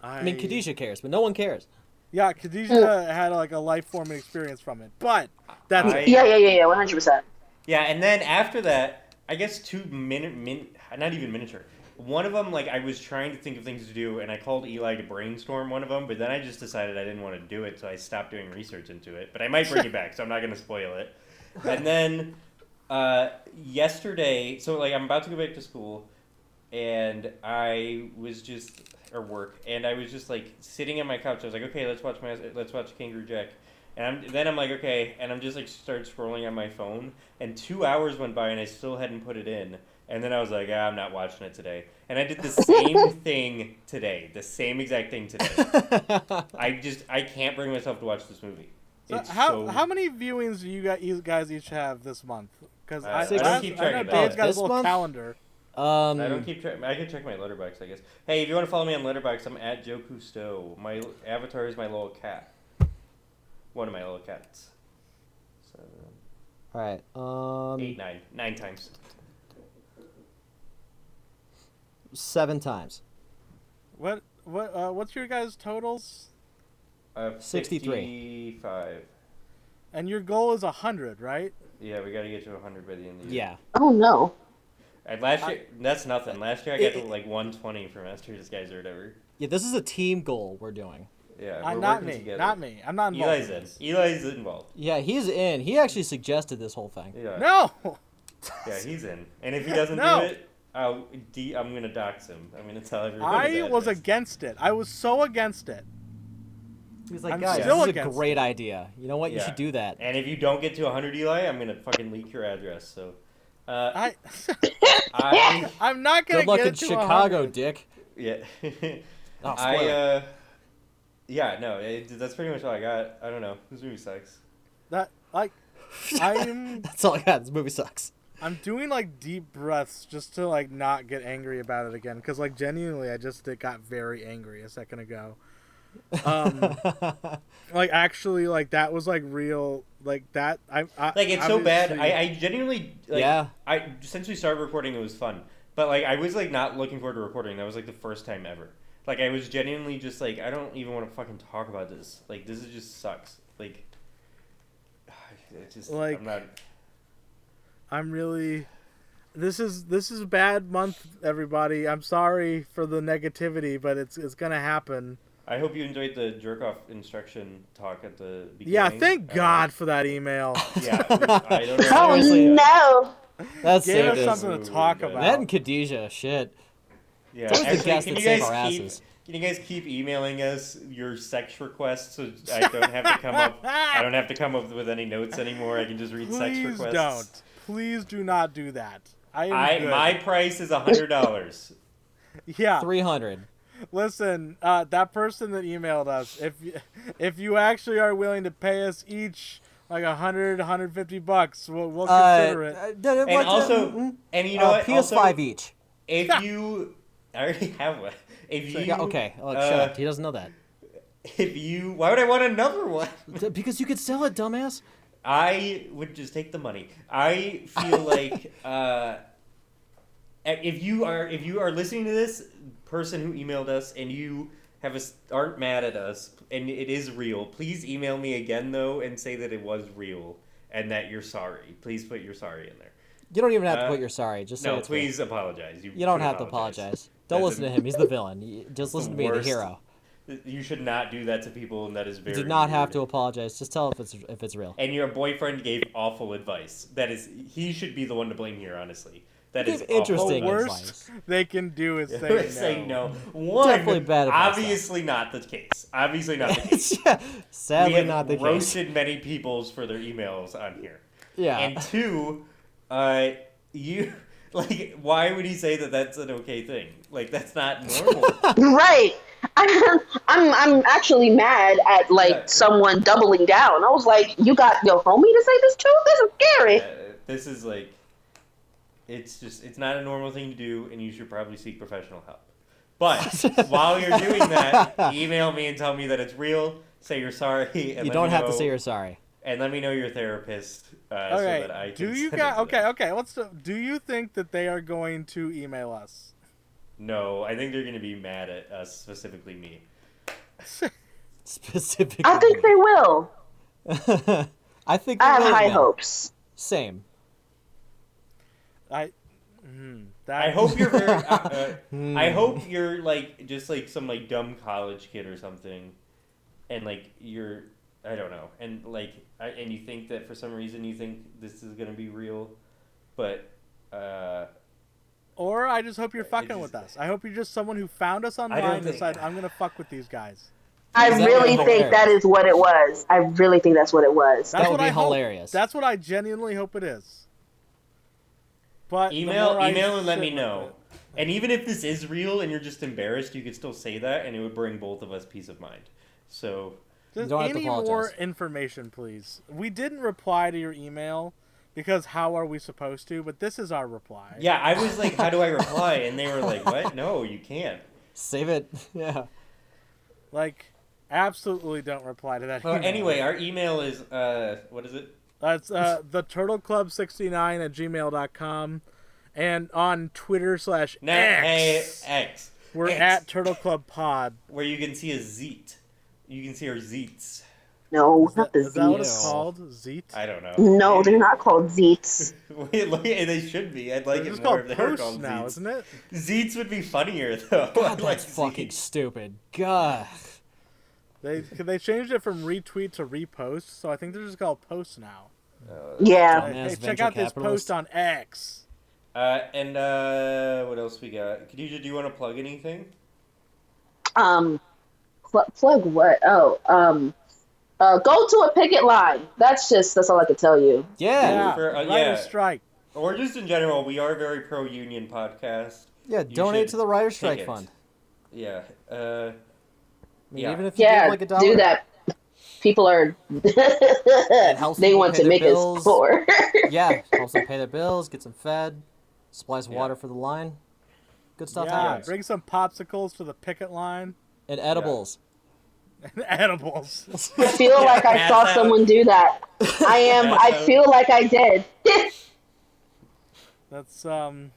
Speaker 2: I,
Speaker 3: I mean, Khadijah cares, but no one cares.
Speaker 2: Yeah, Khadijah had like a life forming experience from it, but that's
Speaker 4: I-
Speaker 2: it.
Speaker 1: Yeah, yeah, yeah, yeah. One hundred percent.
Speaker 4: Yeah, and then after that, I guess two minute, min, not even miniature. One of them, like I was trying to think of things to do, and I called Eli to brainstorm one of them, but then I just decided I didn't want to do it, so I stopped doing research into it. But I might bring it back, so I'm not going to spoil it. And then uh, yesterday, so like I'm about to go back to school, and I was just or work, and I was just like sitting on my couch. I was like, okay, let's watch my let's watch Kangaroo Jack, and I'm, then I'm like, okay, and I'm just like started scrolling on my phone, and two hours went by, and I still hadn't put it in, and then I was like, ah, I'm not watching it today, and I did the same thing today, the same exact thing today.
Speaker 3: Um,
Speaker 4: I just I can't bring myself to watch this movie.
Speaker 2: So
Speaker 4: It's
Speaker 2: Uh, how
Speaker 4: so-
Speaker 2: how many viewings do you guys, you guys each have this month? Because
Speaker 4: Uh,
Speaker 2: I,
Speaker 4: I don't
Speaker 2: last-
Speaker 4: keep
Speaker 2: I
Speaker 4: track
Speaker 2: know
Speaker 4: of
Speaker 2: Dan's
Speaker 4: that.
Speaker 2: got a
Speaker 3: This
Speaker 2: little
Speaker 3: month?
Speaker 2: calendar.
Speaker 3: Um,
Speaker 2: Hmm.
Speaker 4: I don't keep track. I can check my letterbox, I guess. Hey, if you want to follow me on letterbox, I'm at Joe Cousteau. My avatar is my little cat. One of my little cats. So,
Speaker 3: all right. Um,
Speaker 4: eight, nine, nine times.
Speaker 3: seven times.
Speaker 2: What what uh, what's your guys' totals?
Speaker 4: Uh,
Speaker 3: 63.
Speaker 4: 55.
Speaker 2: And your goal is hundred, right?
Speaker 4: Yeah, we got to get to 100 by the end of the year.
Speaker 3: Yeah.
Speaker 1: Oh no.
Speaker 4: And last year, that's nothing. Last year I got
Speaker 3: It-
Speaker 4: to like 120 for Master of Disguise or whatever.
Speaker 3: Yeah. This is a team goal we're doing.
Speaker 4: Yeah,
Speaker 2: Uh,
Speaker 4: we're
Speaker 2: not
Speaker 4: working
Speaker 2: me,
Speaker 4: together.
Speaker 2: not me. I'm not involved.
Speaker 4: Eli's
Speaker 2: in
Speaker 4: in.
Speaker 2: this.
Speaker 4: Eli's involved.
Speaker 3: Yeah, he's in. He actually suggested this whole thing.
Speaker 4: Yeah.
Speaker 2: No,
Speaker 4: Yeah, he's in. And if he doesn't
Speaker 2: No.
Speaker 4: do it, I'll de- I'm gonna dox him. I'm gonna tell everyone.
Speaker 2: I
Speaker 4: his
Speaker 2: was
Speaker 4: address.
Speaker 2: against it. I was so against it.
Speaker 3: He's like,
Speaker 2: I'm
Speaker 3: guys,
Speaker 2: still
Speaker 3: this is a
Speaker 2: against
Speaker 3: great idea. You know what? You
Speaker 4: Yeah.
Speaker 3: should do that.
Speaker 4: And if you don't get to 100, Eli, I'm gonna fucking leak your address. So, uh,
Speaker 2: I
Speaker 4: I
Speaker 2: I'm not gonna
Speaker 3: Good luck
Speaker 2: get
Speaker 3: in
Speaker 2: it to
Speaker 3: Chicago,
Speaker 2: 100.
Speaker 3: Dick.
Speaker 4: yeah,
Speaker 3: Oh,
Speaker 4: I
Speaker 3: spoiler.
Speaker 4: uh, yeah, no, it, that's pretty much all I got. I don't know. This movie sucks.
Speaker 2: That like I'm
Speaker 3: That's all I got. This movie sucks.
Speaker 2: I'm doing like deep breaths just to like not get angry about it again because like genuinely I just it got very angry a second ago. Um, like actually, like that was like real, like that. I, I
Speaker 4: Like it's so bad.
Speaker 2: obviously-
Speaker 4: I, I genuinely like.
Speaker 3: Yeah.
Speaker 4: I since we started recording, it was fun. But like, I was like not looking forward to reporting. That was like the first time ever. Like, I was genuinely just like, I don't even want to fucking talk about this. Like, this is just sucks. Like, it just
Speaker 2: Like-
Speaker 4: I'm not.
Speaker 2: I'm really this is this is a bad month, everybody. I'm sorry for the negativity, but it's it's gonna happen.
Speaker 4: I hope you enjoyed the jerk off instruction talk at the beginning.
Speaker 2: Yeah, thank
Speaker 4: Uh,
Speaker 2: God for that email.
Speaker 4: Yeah, it was- I don't know.
Speaker 1: Oh
Speaker 3: Seriously.
Speaker 1: no!
Speaker 2: Gave
Speaker 3: That saved
Speaker 2: us
Speaker 3: us.
Speaker 2: something to talk
Speaker 4: That
Speaker 2: about.
Speaker 3: That and Khadijah, shit.
Speaker 4: Yeah,
Speaker 3: Those are the
Speaker 4: actually,
Speaker 3: guests
Speaker 4: can
Speaker 3: that
Speaker 4: you
Speaker 3: save
Speaker 4: guys
Speaker 3: our
Speaker 4: keep?
Speaker 3: asses.
Speaker 4: Can you guys keep emailing us your sex requests so I don't have to come up? I don't have to come up with any notes anymore. I can just read sex
Speaker 2: Please
Speaker 4: requests.
Speaker 2: don't. Please do not do that. I, am
Speaker 4: I
Speaker 2: good.
Speaker 4: my price is a hundred dollars.
Speaker 2: yeah.
Speaker 3: 300.
Speaker 2: Listen, uh, that person that emailed us, if you, if you actually are willing to pay us each like 100, 150 bucks, we'll, we'll consider it.
Speaker 3: uh, d- what-
Speaker 4: and also,
Speaker 3: mm,
Speaker 4: and you
Speaker 3: uh,
Speaker 4: know what?
Speaker 3: PS5
Speaker 4: Also,
Speaker 3: each.
Speaker 4: if you, I already have one. If you,
Speaker 3: e- Yeah, okay. Oh, shut
Speaker 4: uh,
Speaker 3: up. He doesn't know that.
Speaker 4: If you, why would I want another one?
Speaker 3: D- Because you could sell it, dumbass.
Speaker 4: I would just take the money. I feel like uh, if you are if you are listening to this person who emailed us and you have a, s- aren't mad at us and it is real, please email me again though and say that it was real and that you're sorry. Please put your sorry in there.
Speaker 3: You don't even have to
Speaker 4: Uh,
Speaker 3: put your sorry. Just say
Speaker 4: No,
Speaker 3: it's me.
Speaker 4: please apologize. You,
Speaker 3: You don't
Speaker 4: should
Speaker 3: have to apologize. Don't
Speaker 4: That's
Speaker 3: listen
Speaker 4: a-
Speaker 3: to him. He's the villain. You- Just listen to me, the
Speaker 4: worst.
Speaker 3: hero.
Speaker 4: You should not do that to people, and that is
Speaker 3: You
Speaker 4: very.
Speaker 3: do not have
Speaker 4: rude.
Speaker 3: to apologize. Just tell if it's if it's real.
Speaker 4: And your boyfriend gave awful advice. That is, he should be the one to blame here. Honestly, that
Speaker 3: He
Speaker 4: is
Speaker 3: gave
Speaker 4: awful
Speaker 3: interesting
Speaker 2: The
Speaker 4: advice.
Speaker 2: worst they can do is say no.
Speaker 4: say no. One,
Speaker 3: Definitely bad advice,
Speaker 4: obviously not the case. Obviously not the case.
Speaker 3: yeah,
Speaker 4: we
Speaker 3: sadly
Speaker 4: have
Speaker 3: not the case.
Speaker 4: roasted many peoples for their emails on here.
Speaker 3: Yeah,
Speaker 4: And two, uh, you like why would he say that that's an okay thing? Like that's not normal. Uh,
Speaker 1: Right. I'm, I'm I'm actually mad at like
Speaker 4: Yeah.
Speaker 1: someone doubling down. I was like, you got your homie to say this too? This is scary.
Speaker 4: Uh, this is like, it's just it's not a normal thing to do, and you should probably seek professional help. But while you're doing that, email me and tell me that it's real. Say you're sorry. And let
Speaker 3: you
Speaker 4: me
Speaker 3: don't have to
Speaker 4: know-
Speaker 3: say you're sorry.
Speaker 4: and let me know your therapist uh, so that I
Speaker 2: Okay.
Speaker 4: can.
Speaker 2: Do you
Speaker 4: send it
Speaker 2: got
Speaker 4: to
Speaker 2: okay?
Speaker 4: them.
Speaker 2: Okay. Let's. do- Do you think that they are going to email us?
Speaker 4: No, I think they're gonna be mad at us, specifically me.
Speaker 3: Specifically,
Speaker 1: I think they will.
Speaker 3: I think
Speaker 1: I have
Speaker 3: they
Speaker 1: high
Speaker 3: will.
Speaker 1: hopes.
Speaker 3: Same.
Speaker 2: I. Hmm, that,
Speaker 4: I hope you're very. Uh,
Speaker 2: Hmm.
Speaker 4: uh, I hope you're like just like some like dumb college kid or something, and like you're. I don't know, and like, I, and you think that for some reason you think this is gonna be real, but uh,
Speaker 2: Or I just hope you're
Speaker 4: I
Speaker 2: fucking
Speaker 4: just-
Speaker 2: with us. I hope you're just someone who found us
Speaker 4: don't
Speaker 2: online and
Speaker 4: think-
Speaker 2: decided I'm gonna fuck with these guys.
Speaker 1: I
Speaker 3: Exactly.
Speaker 1: really think that is what it was. I really think that's what it was.
Speaker 2: That's
Speaker 3: would
Speaker 2: what
Speaker 3: be
Speaker 2: I hope.
Speaker 3: hilarious.
Speaker 2: That's what I genuinely hope it is. But the
Speaker 4: email
Speaker 2: more I
Speaker 4: email and let
Speaker 2: sit
Speaker 4: me
Speaker 2: with
Speaker 4: know. And even if this is real and you're just embarrassed, you could still say that, and it would bring both of us peace of mind. So
Speaker 2: it- Just
Speaker 3: don't have to
Speaker 2: any more
Speaker 3: apologize.
Speaker 2: information, please. We didn't reply to your email because how are we supposed to? But this is our reply.
Speaker 4: yeah, I was like, how do I reply? And they were like, what? No, you can't.
Speaker 3: Save it. Yeah.
Speaker 2: Like, absolutely don't reply to that.
Speaker 4: Uh,
Speaker 2: email.
Speaker 4: anyway, our email is uh, what is it?
Speaker 2: That's uh, the Turtle Club 69 at gmail.com. And on Twitter slash
Speaker 4: Na-
Speaker 2: X,
Speaker 4: hey, X.
Speaker 2: we're
Speaker 4: X,
Speaker 2: at Turtle Club Pod.
Speaker 4: where you can see a zeet. You can see our zeets.
Speaker 1: No,
Speaker 2: Is that,
Speaker 1: not the
Speaker 2: is that what it's
Speaker 3: Zeets.
Speaker 1: Zeets.
Speaker 2: called? Zeet?
Speaker 4: I don't know.
Speaker 1: No, they're not called Zeets.
Speaker 4: Wait, look, they should be. I'd like
Speaker 2: They're
Speaker 4: it
Speaker 2: just
Speaker 4: more
Speaker 2: called
Speaker 4: if they were
Speaker 2: posts
Speaker 4: called
Speaker 2: now,
Speaker 4: zeets.
Speaker 2: isn't it?
Speaker 4: Zeets would be funnier though.
Speaker 3: God,
Speaker 4: I'd like
Speaker 3: that's fucking
Speaker 4: zeets.
Speaker 3: stupid. God.
Speaker 2: They they changed it from retweet to repost, so I think they're just called posts now.
Speaker 1: Yeah.
Speaker 2: Hey,
Speaker 3: Dumbass
Speaker 2: check
Speaker 3: venture
Speaker 2: out this
Speaker 3: capitalist.
Speaker 2: post on X.
Speaker 4: Uh, and uh, what else we got? Khadija, do you want to plug anything?
Speaker 1: Um, pl- plug what? Oh, um, uh, go to a picket line. That's just that's all I could tell you.
Speaker 3: Yeah.
Speaker 2: Yeah,
Speaker 4: For- uh,
Speaker 2: writer's
Speaker 4: yeah.
Speaker 2: strike.
Speaker 4: Or just in general, we are a very pro union podcast.
Speaker 3: Yeah,
Speaker 4: You
Speaker 3: donate
Speaker 4: should
Speaker 3: to the writer strike
Speaker 4: it.
Speaker 3: fund.
Speaker 4: Yeah. Uh,
Speaker 3: I mean,
Speaker 4: Yeah.
Speaker 3: Even if you
Speaker 1: Yeah,
Speaker 3: give like a dollar.
Speaker 1: do that. People are
Speaker 3: helps
Speaker 1: they
Speaker 3: people
Speaker 1: want
Speaker 3: pay
Speaker 1: to
Speaker 3: their
Speaker 1: make
Speaker 3: bills.
Speaker 1: us poor.
Speaker 3: Yeah, helps them pay their bills, get them fed, supplies
Speaker 4: Yeah.
Speaker 3: water for the line. Good stuff.
Speaker 2: Yeah,
Speaker 3: happens.
Speaker 2: bring some popsicles to the picket line
Speaker 3: And edibles.
Speaker 2: and edibles.
Speaker 1: I feel like I
Speaker 4: Pass
Speaker 1: saw
Speaker 4: out.
Speaker 1: someone do that. I am.
Speaker 4: Pass
Speaker 1: I
Speaker 4: out.
Speaker 1: feel like I did.
Speaker 2: That's um,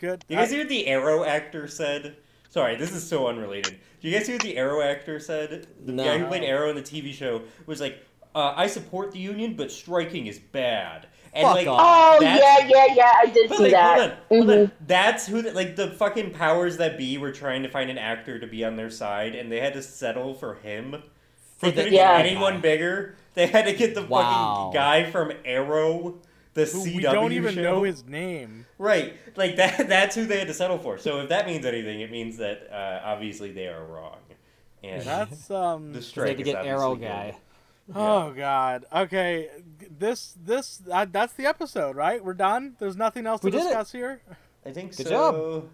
Speaker 2: good.
Speaker 4: You guys hear what the Arrow actor said? Sorry, this is so unrelated. Do you guys hear what the Arrow actor said? The
Speaker 3: No.
Speaker 4: guy who played Arrow in the TV show was like, uh, "I support the union, but striking is bad." And
Speaker 3: Fuck
Speaker 4: like,
Speaker 3: off.
Speaker 1: Oh
Speaker 4: that's-
Speaker 1: yeah, yeah, yeah. I did
Speaker 4: But
Speaker 1: see
Speaker 4: like,
Speaker 1: that.
Speaker 4: hold on, hold on.
Speaker 1: Mhm.
Speaker 4: That's who, the, like, the fucking powers that be were trying to find an actor to be on their side, and they had to settle for him. They
Speaker 3: the-
Speaker 4: couldn't
Speaker 1: Yeah.
Speaker 4: get anyone bigger. They had to get the
Speaker 3: Wow.
Speaker 4: fucking guy from Arrow, the
Speaker 2: Who
Speaker 4: CW
Speaker 2: we don't even
Speaker 4: show.
Speaker 2: know his name.
Speaker 4: Right, like that—that's who they had to settle for. So if that means anything, it means that uh, obviously they are wrong. And
Speaker 2: That's um.
Speaker 4: the
Speaker 3: They
Speaker 4: strike
Speaker 3: had to
Speaker 4: is
Speaker 3: get Arrow
Speaker 4: obviously
Speaker 3: guy.
Speaker 2: Oh God. Okay. This this uh, that's the episode, right? We're done. There's nothing else
Speaker 3: We
Speaker 2: to
Speaker 3: did it.
Speaker 2: discuss here.
Speaker 4: good. I think
Speaker 3: Good
Speaker 4: so.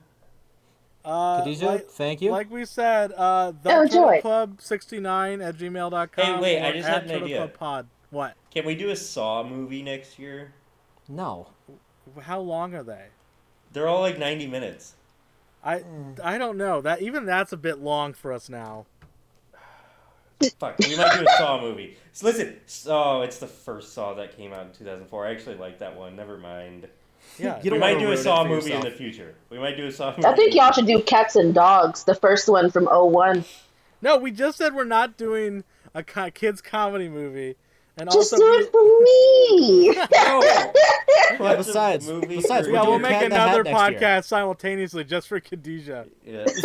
Speaker 2: Uh,
Speaker 3: Khadija,
Speaker 2: like,
Speaker 3: thank you.
Speaker 2: like we said, uh, the
Speaker 1: Oh,
Speaker 2: Turtle
Speaker 1: joy.
Speaker 2: Club 69 at gmail.com.
Speaker 4: Hey, wait, I
Speaker 2: or
Speaker 4: just
Speaker 2: at
Speaker 4: had an
Speaker 2: Turtle
Speaker 4: idea.
Speaker 2: Club Pod. What?
Speaker 4: Can we do a Saw movie next year?
Speaker 3: no.
Speaker 2: How long are they?
Speaker 4: They're all like ninety minutes.
Speaker 2: I
Speaker 1: Hmm.
Speaker 2: I don't know. That even that's a bit long for us now.
Speaker 4: Fuck, we might do a Saw movie. So listen, oh, it's the first Saw that came out in 2004. I actually like that one. Never mind.
Speaker 2: Yeah.
Speaker 3: You
Speaker 4: we
Speaker 3: don't
Speaker 4: might
Speaker 3: wanna
Speaker 4: do a
Speaker 3: ruin it
Speaker 4: Saw
Speaker 3: for
Speaker 4: movie in the
Speaker 3: yourself.
Speaker 4: future. We might do a Saw movie.
Speaker 1: I think y'all should do Cats and Dogs, the first one from '01.
Speaker 2: no, we just said we're not doing a co- kids comedy movie, and
Speaker 4: Oh,
Speaker 1: Just
Speaker 2: also
Speaker 1: do it for me.
Speaker 4: No. Watch a
Speaker 3: besides-
Speaker 4: movie
Speaker 3: besides,
Speaker 4: for-
Speaker 2: yeah,
Speaker 3: we're
Speaker 2: we'll
Speaker 3: doing
Speaker 2: make
Speaker 3: Cat in the Hat
Speaker 2: another
Speaker 3: next year.
Speaker 2: podcast simultaneously just for Khadija.
Speaker 4: Yeah.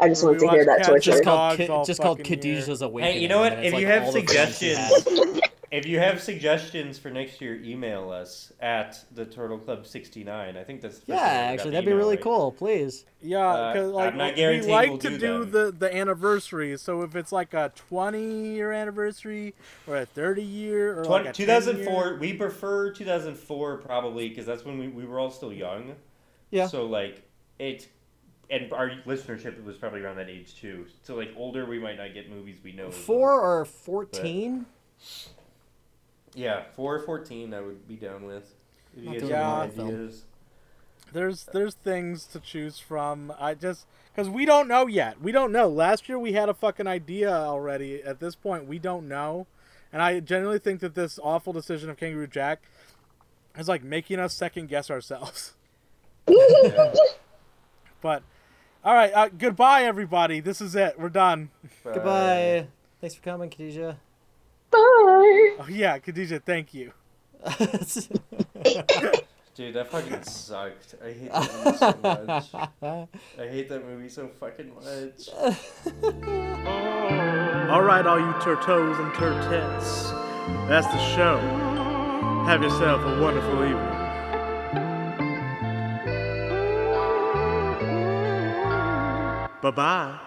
Speaker 1: I just wanted
Speaker 2: We
Speaker 1: to hear
Speaker 2: watched
Speaker 1: that
Speaker 2: Cats
Speaker 1: torture.
Speaker 2: Sure.
Speaker 3: just called,
Speaker 2: Dogs
Speaker 3: Ki-
Speaker 2: all
Speaker 3: just called
Speaker 2: fucking year.
Speaker 3: Khadijah's awakening.
Speaker 4: Hey, you know what?
Speaker 3: and it's
Speaker 4: If
Speaker 3: like
Speaker 4: you
Speaker 3: all
Speaker 4: have
Speaker 3: the friends she
Speaker 4: suggestions,
Speaker 3: had.
Speaker 4: if you have suggestions for next year, email us at the Turtle Club sixty nine. I think that's the first
Speaker 3: yeah,
Speaker 4: time we got
Speaker 3: actually,
Speaker 4: the
Speaker 3: that'd be
Speaker 4: email
Speaker 3: really
Speaker 4: right.
Speaker 3: cool. Please.
Speaker 2: Yeah,
Speaker 4: Uh,
Speaker 2: because like
Speaker 4: I'm not
Speaker 2: we
Speaker 4: guaranteeing
Speaker 2: like
Speaker 4: we'll
Speaker 2: to
Speaker 4: do
Speaker 2: do
Speaker 4: them.
Speaker 2: the the anniversary. So if it's like a 20 year anniversary or a 30 year or like a 10
Speaker 4: two thousand
Speaker 2: year-
Speaker 4: four. We prefer two thousand four probably because that's when we, we were all still young.
Speaker 3: Yeah.
Speaker 4: So like it, and our listenership was probably around that age too. So like older, we might not get movies we know. as well.
Speaker 3: Four or fourteen?
Speaker 4: Yeah, four or fourteen. I would be down with. If you
Speaker 3: Not
Speaker 4: guys
Speaker 3: doing
Speaker 2: a
Speaker 4: have any
Speaker 2: horror
Speaker 3: film.
Speaker 4: ideas.
Speaker 2: there's there's things to choose from. I just because we don't know yet. We don't know. Last year we had a fucking idea already. At this point, we don't know, and I genuinely think that this awful decision of Kangaroo Jack is like making us second guess ourselves. but all right, uh, goodbye everybody. This is it. We're done.
Speaker 3: Goodbye. Thanks for coming, Khadijah.
Speaker 1: Bye.
Speaker 2: Oh yeah, Khadija, thank you.
Speaker 4: Dude, that fucking sucked. I hate that movie so much. I hate that movie so fucking much.
Speaker 2: All right, all you turtos and turtets, that's the show. Have yourself a wonderful evening. Bye bye.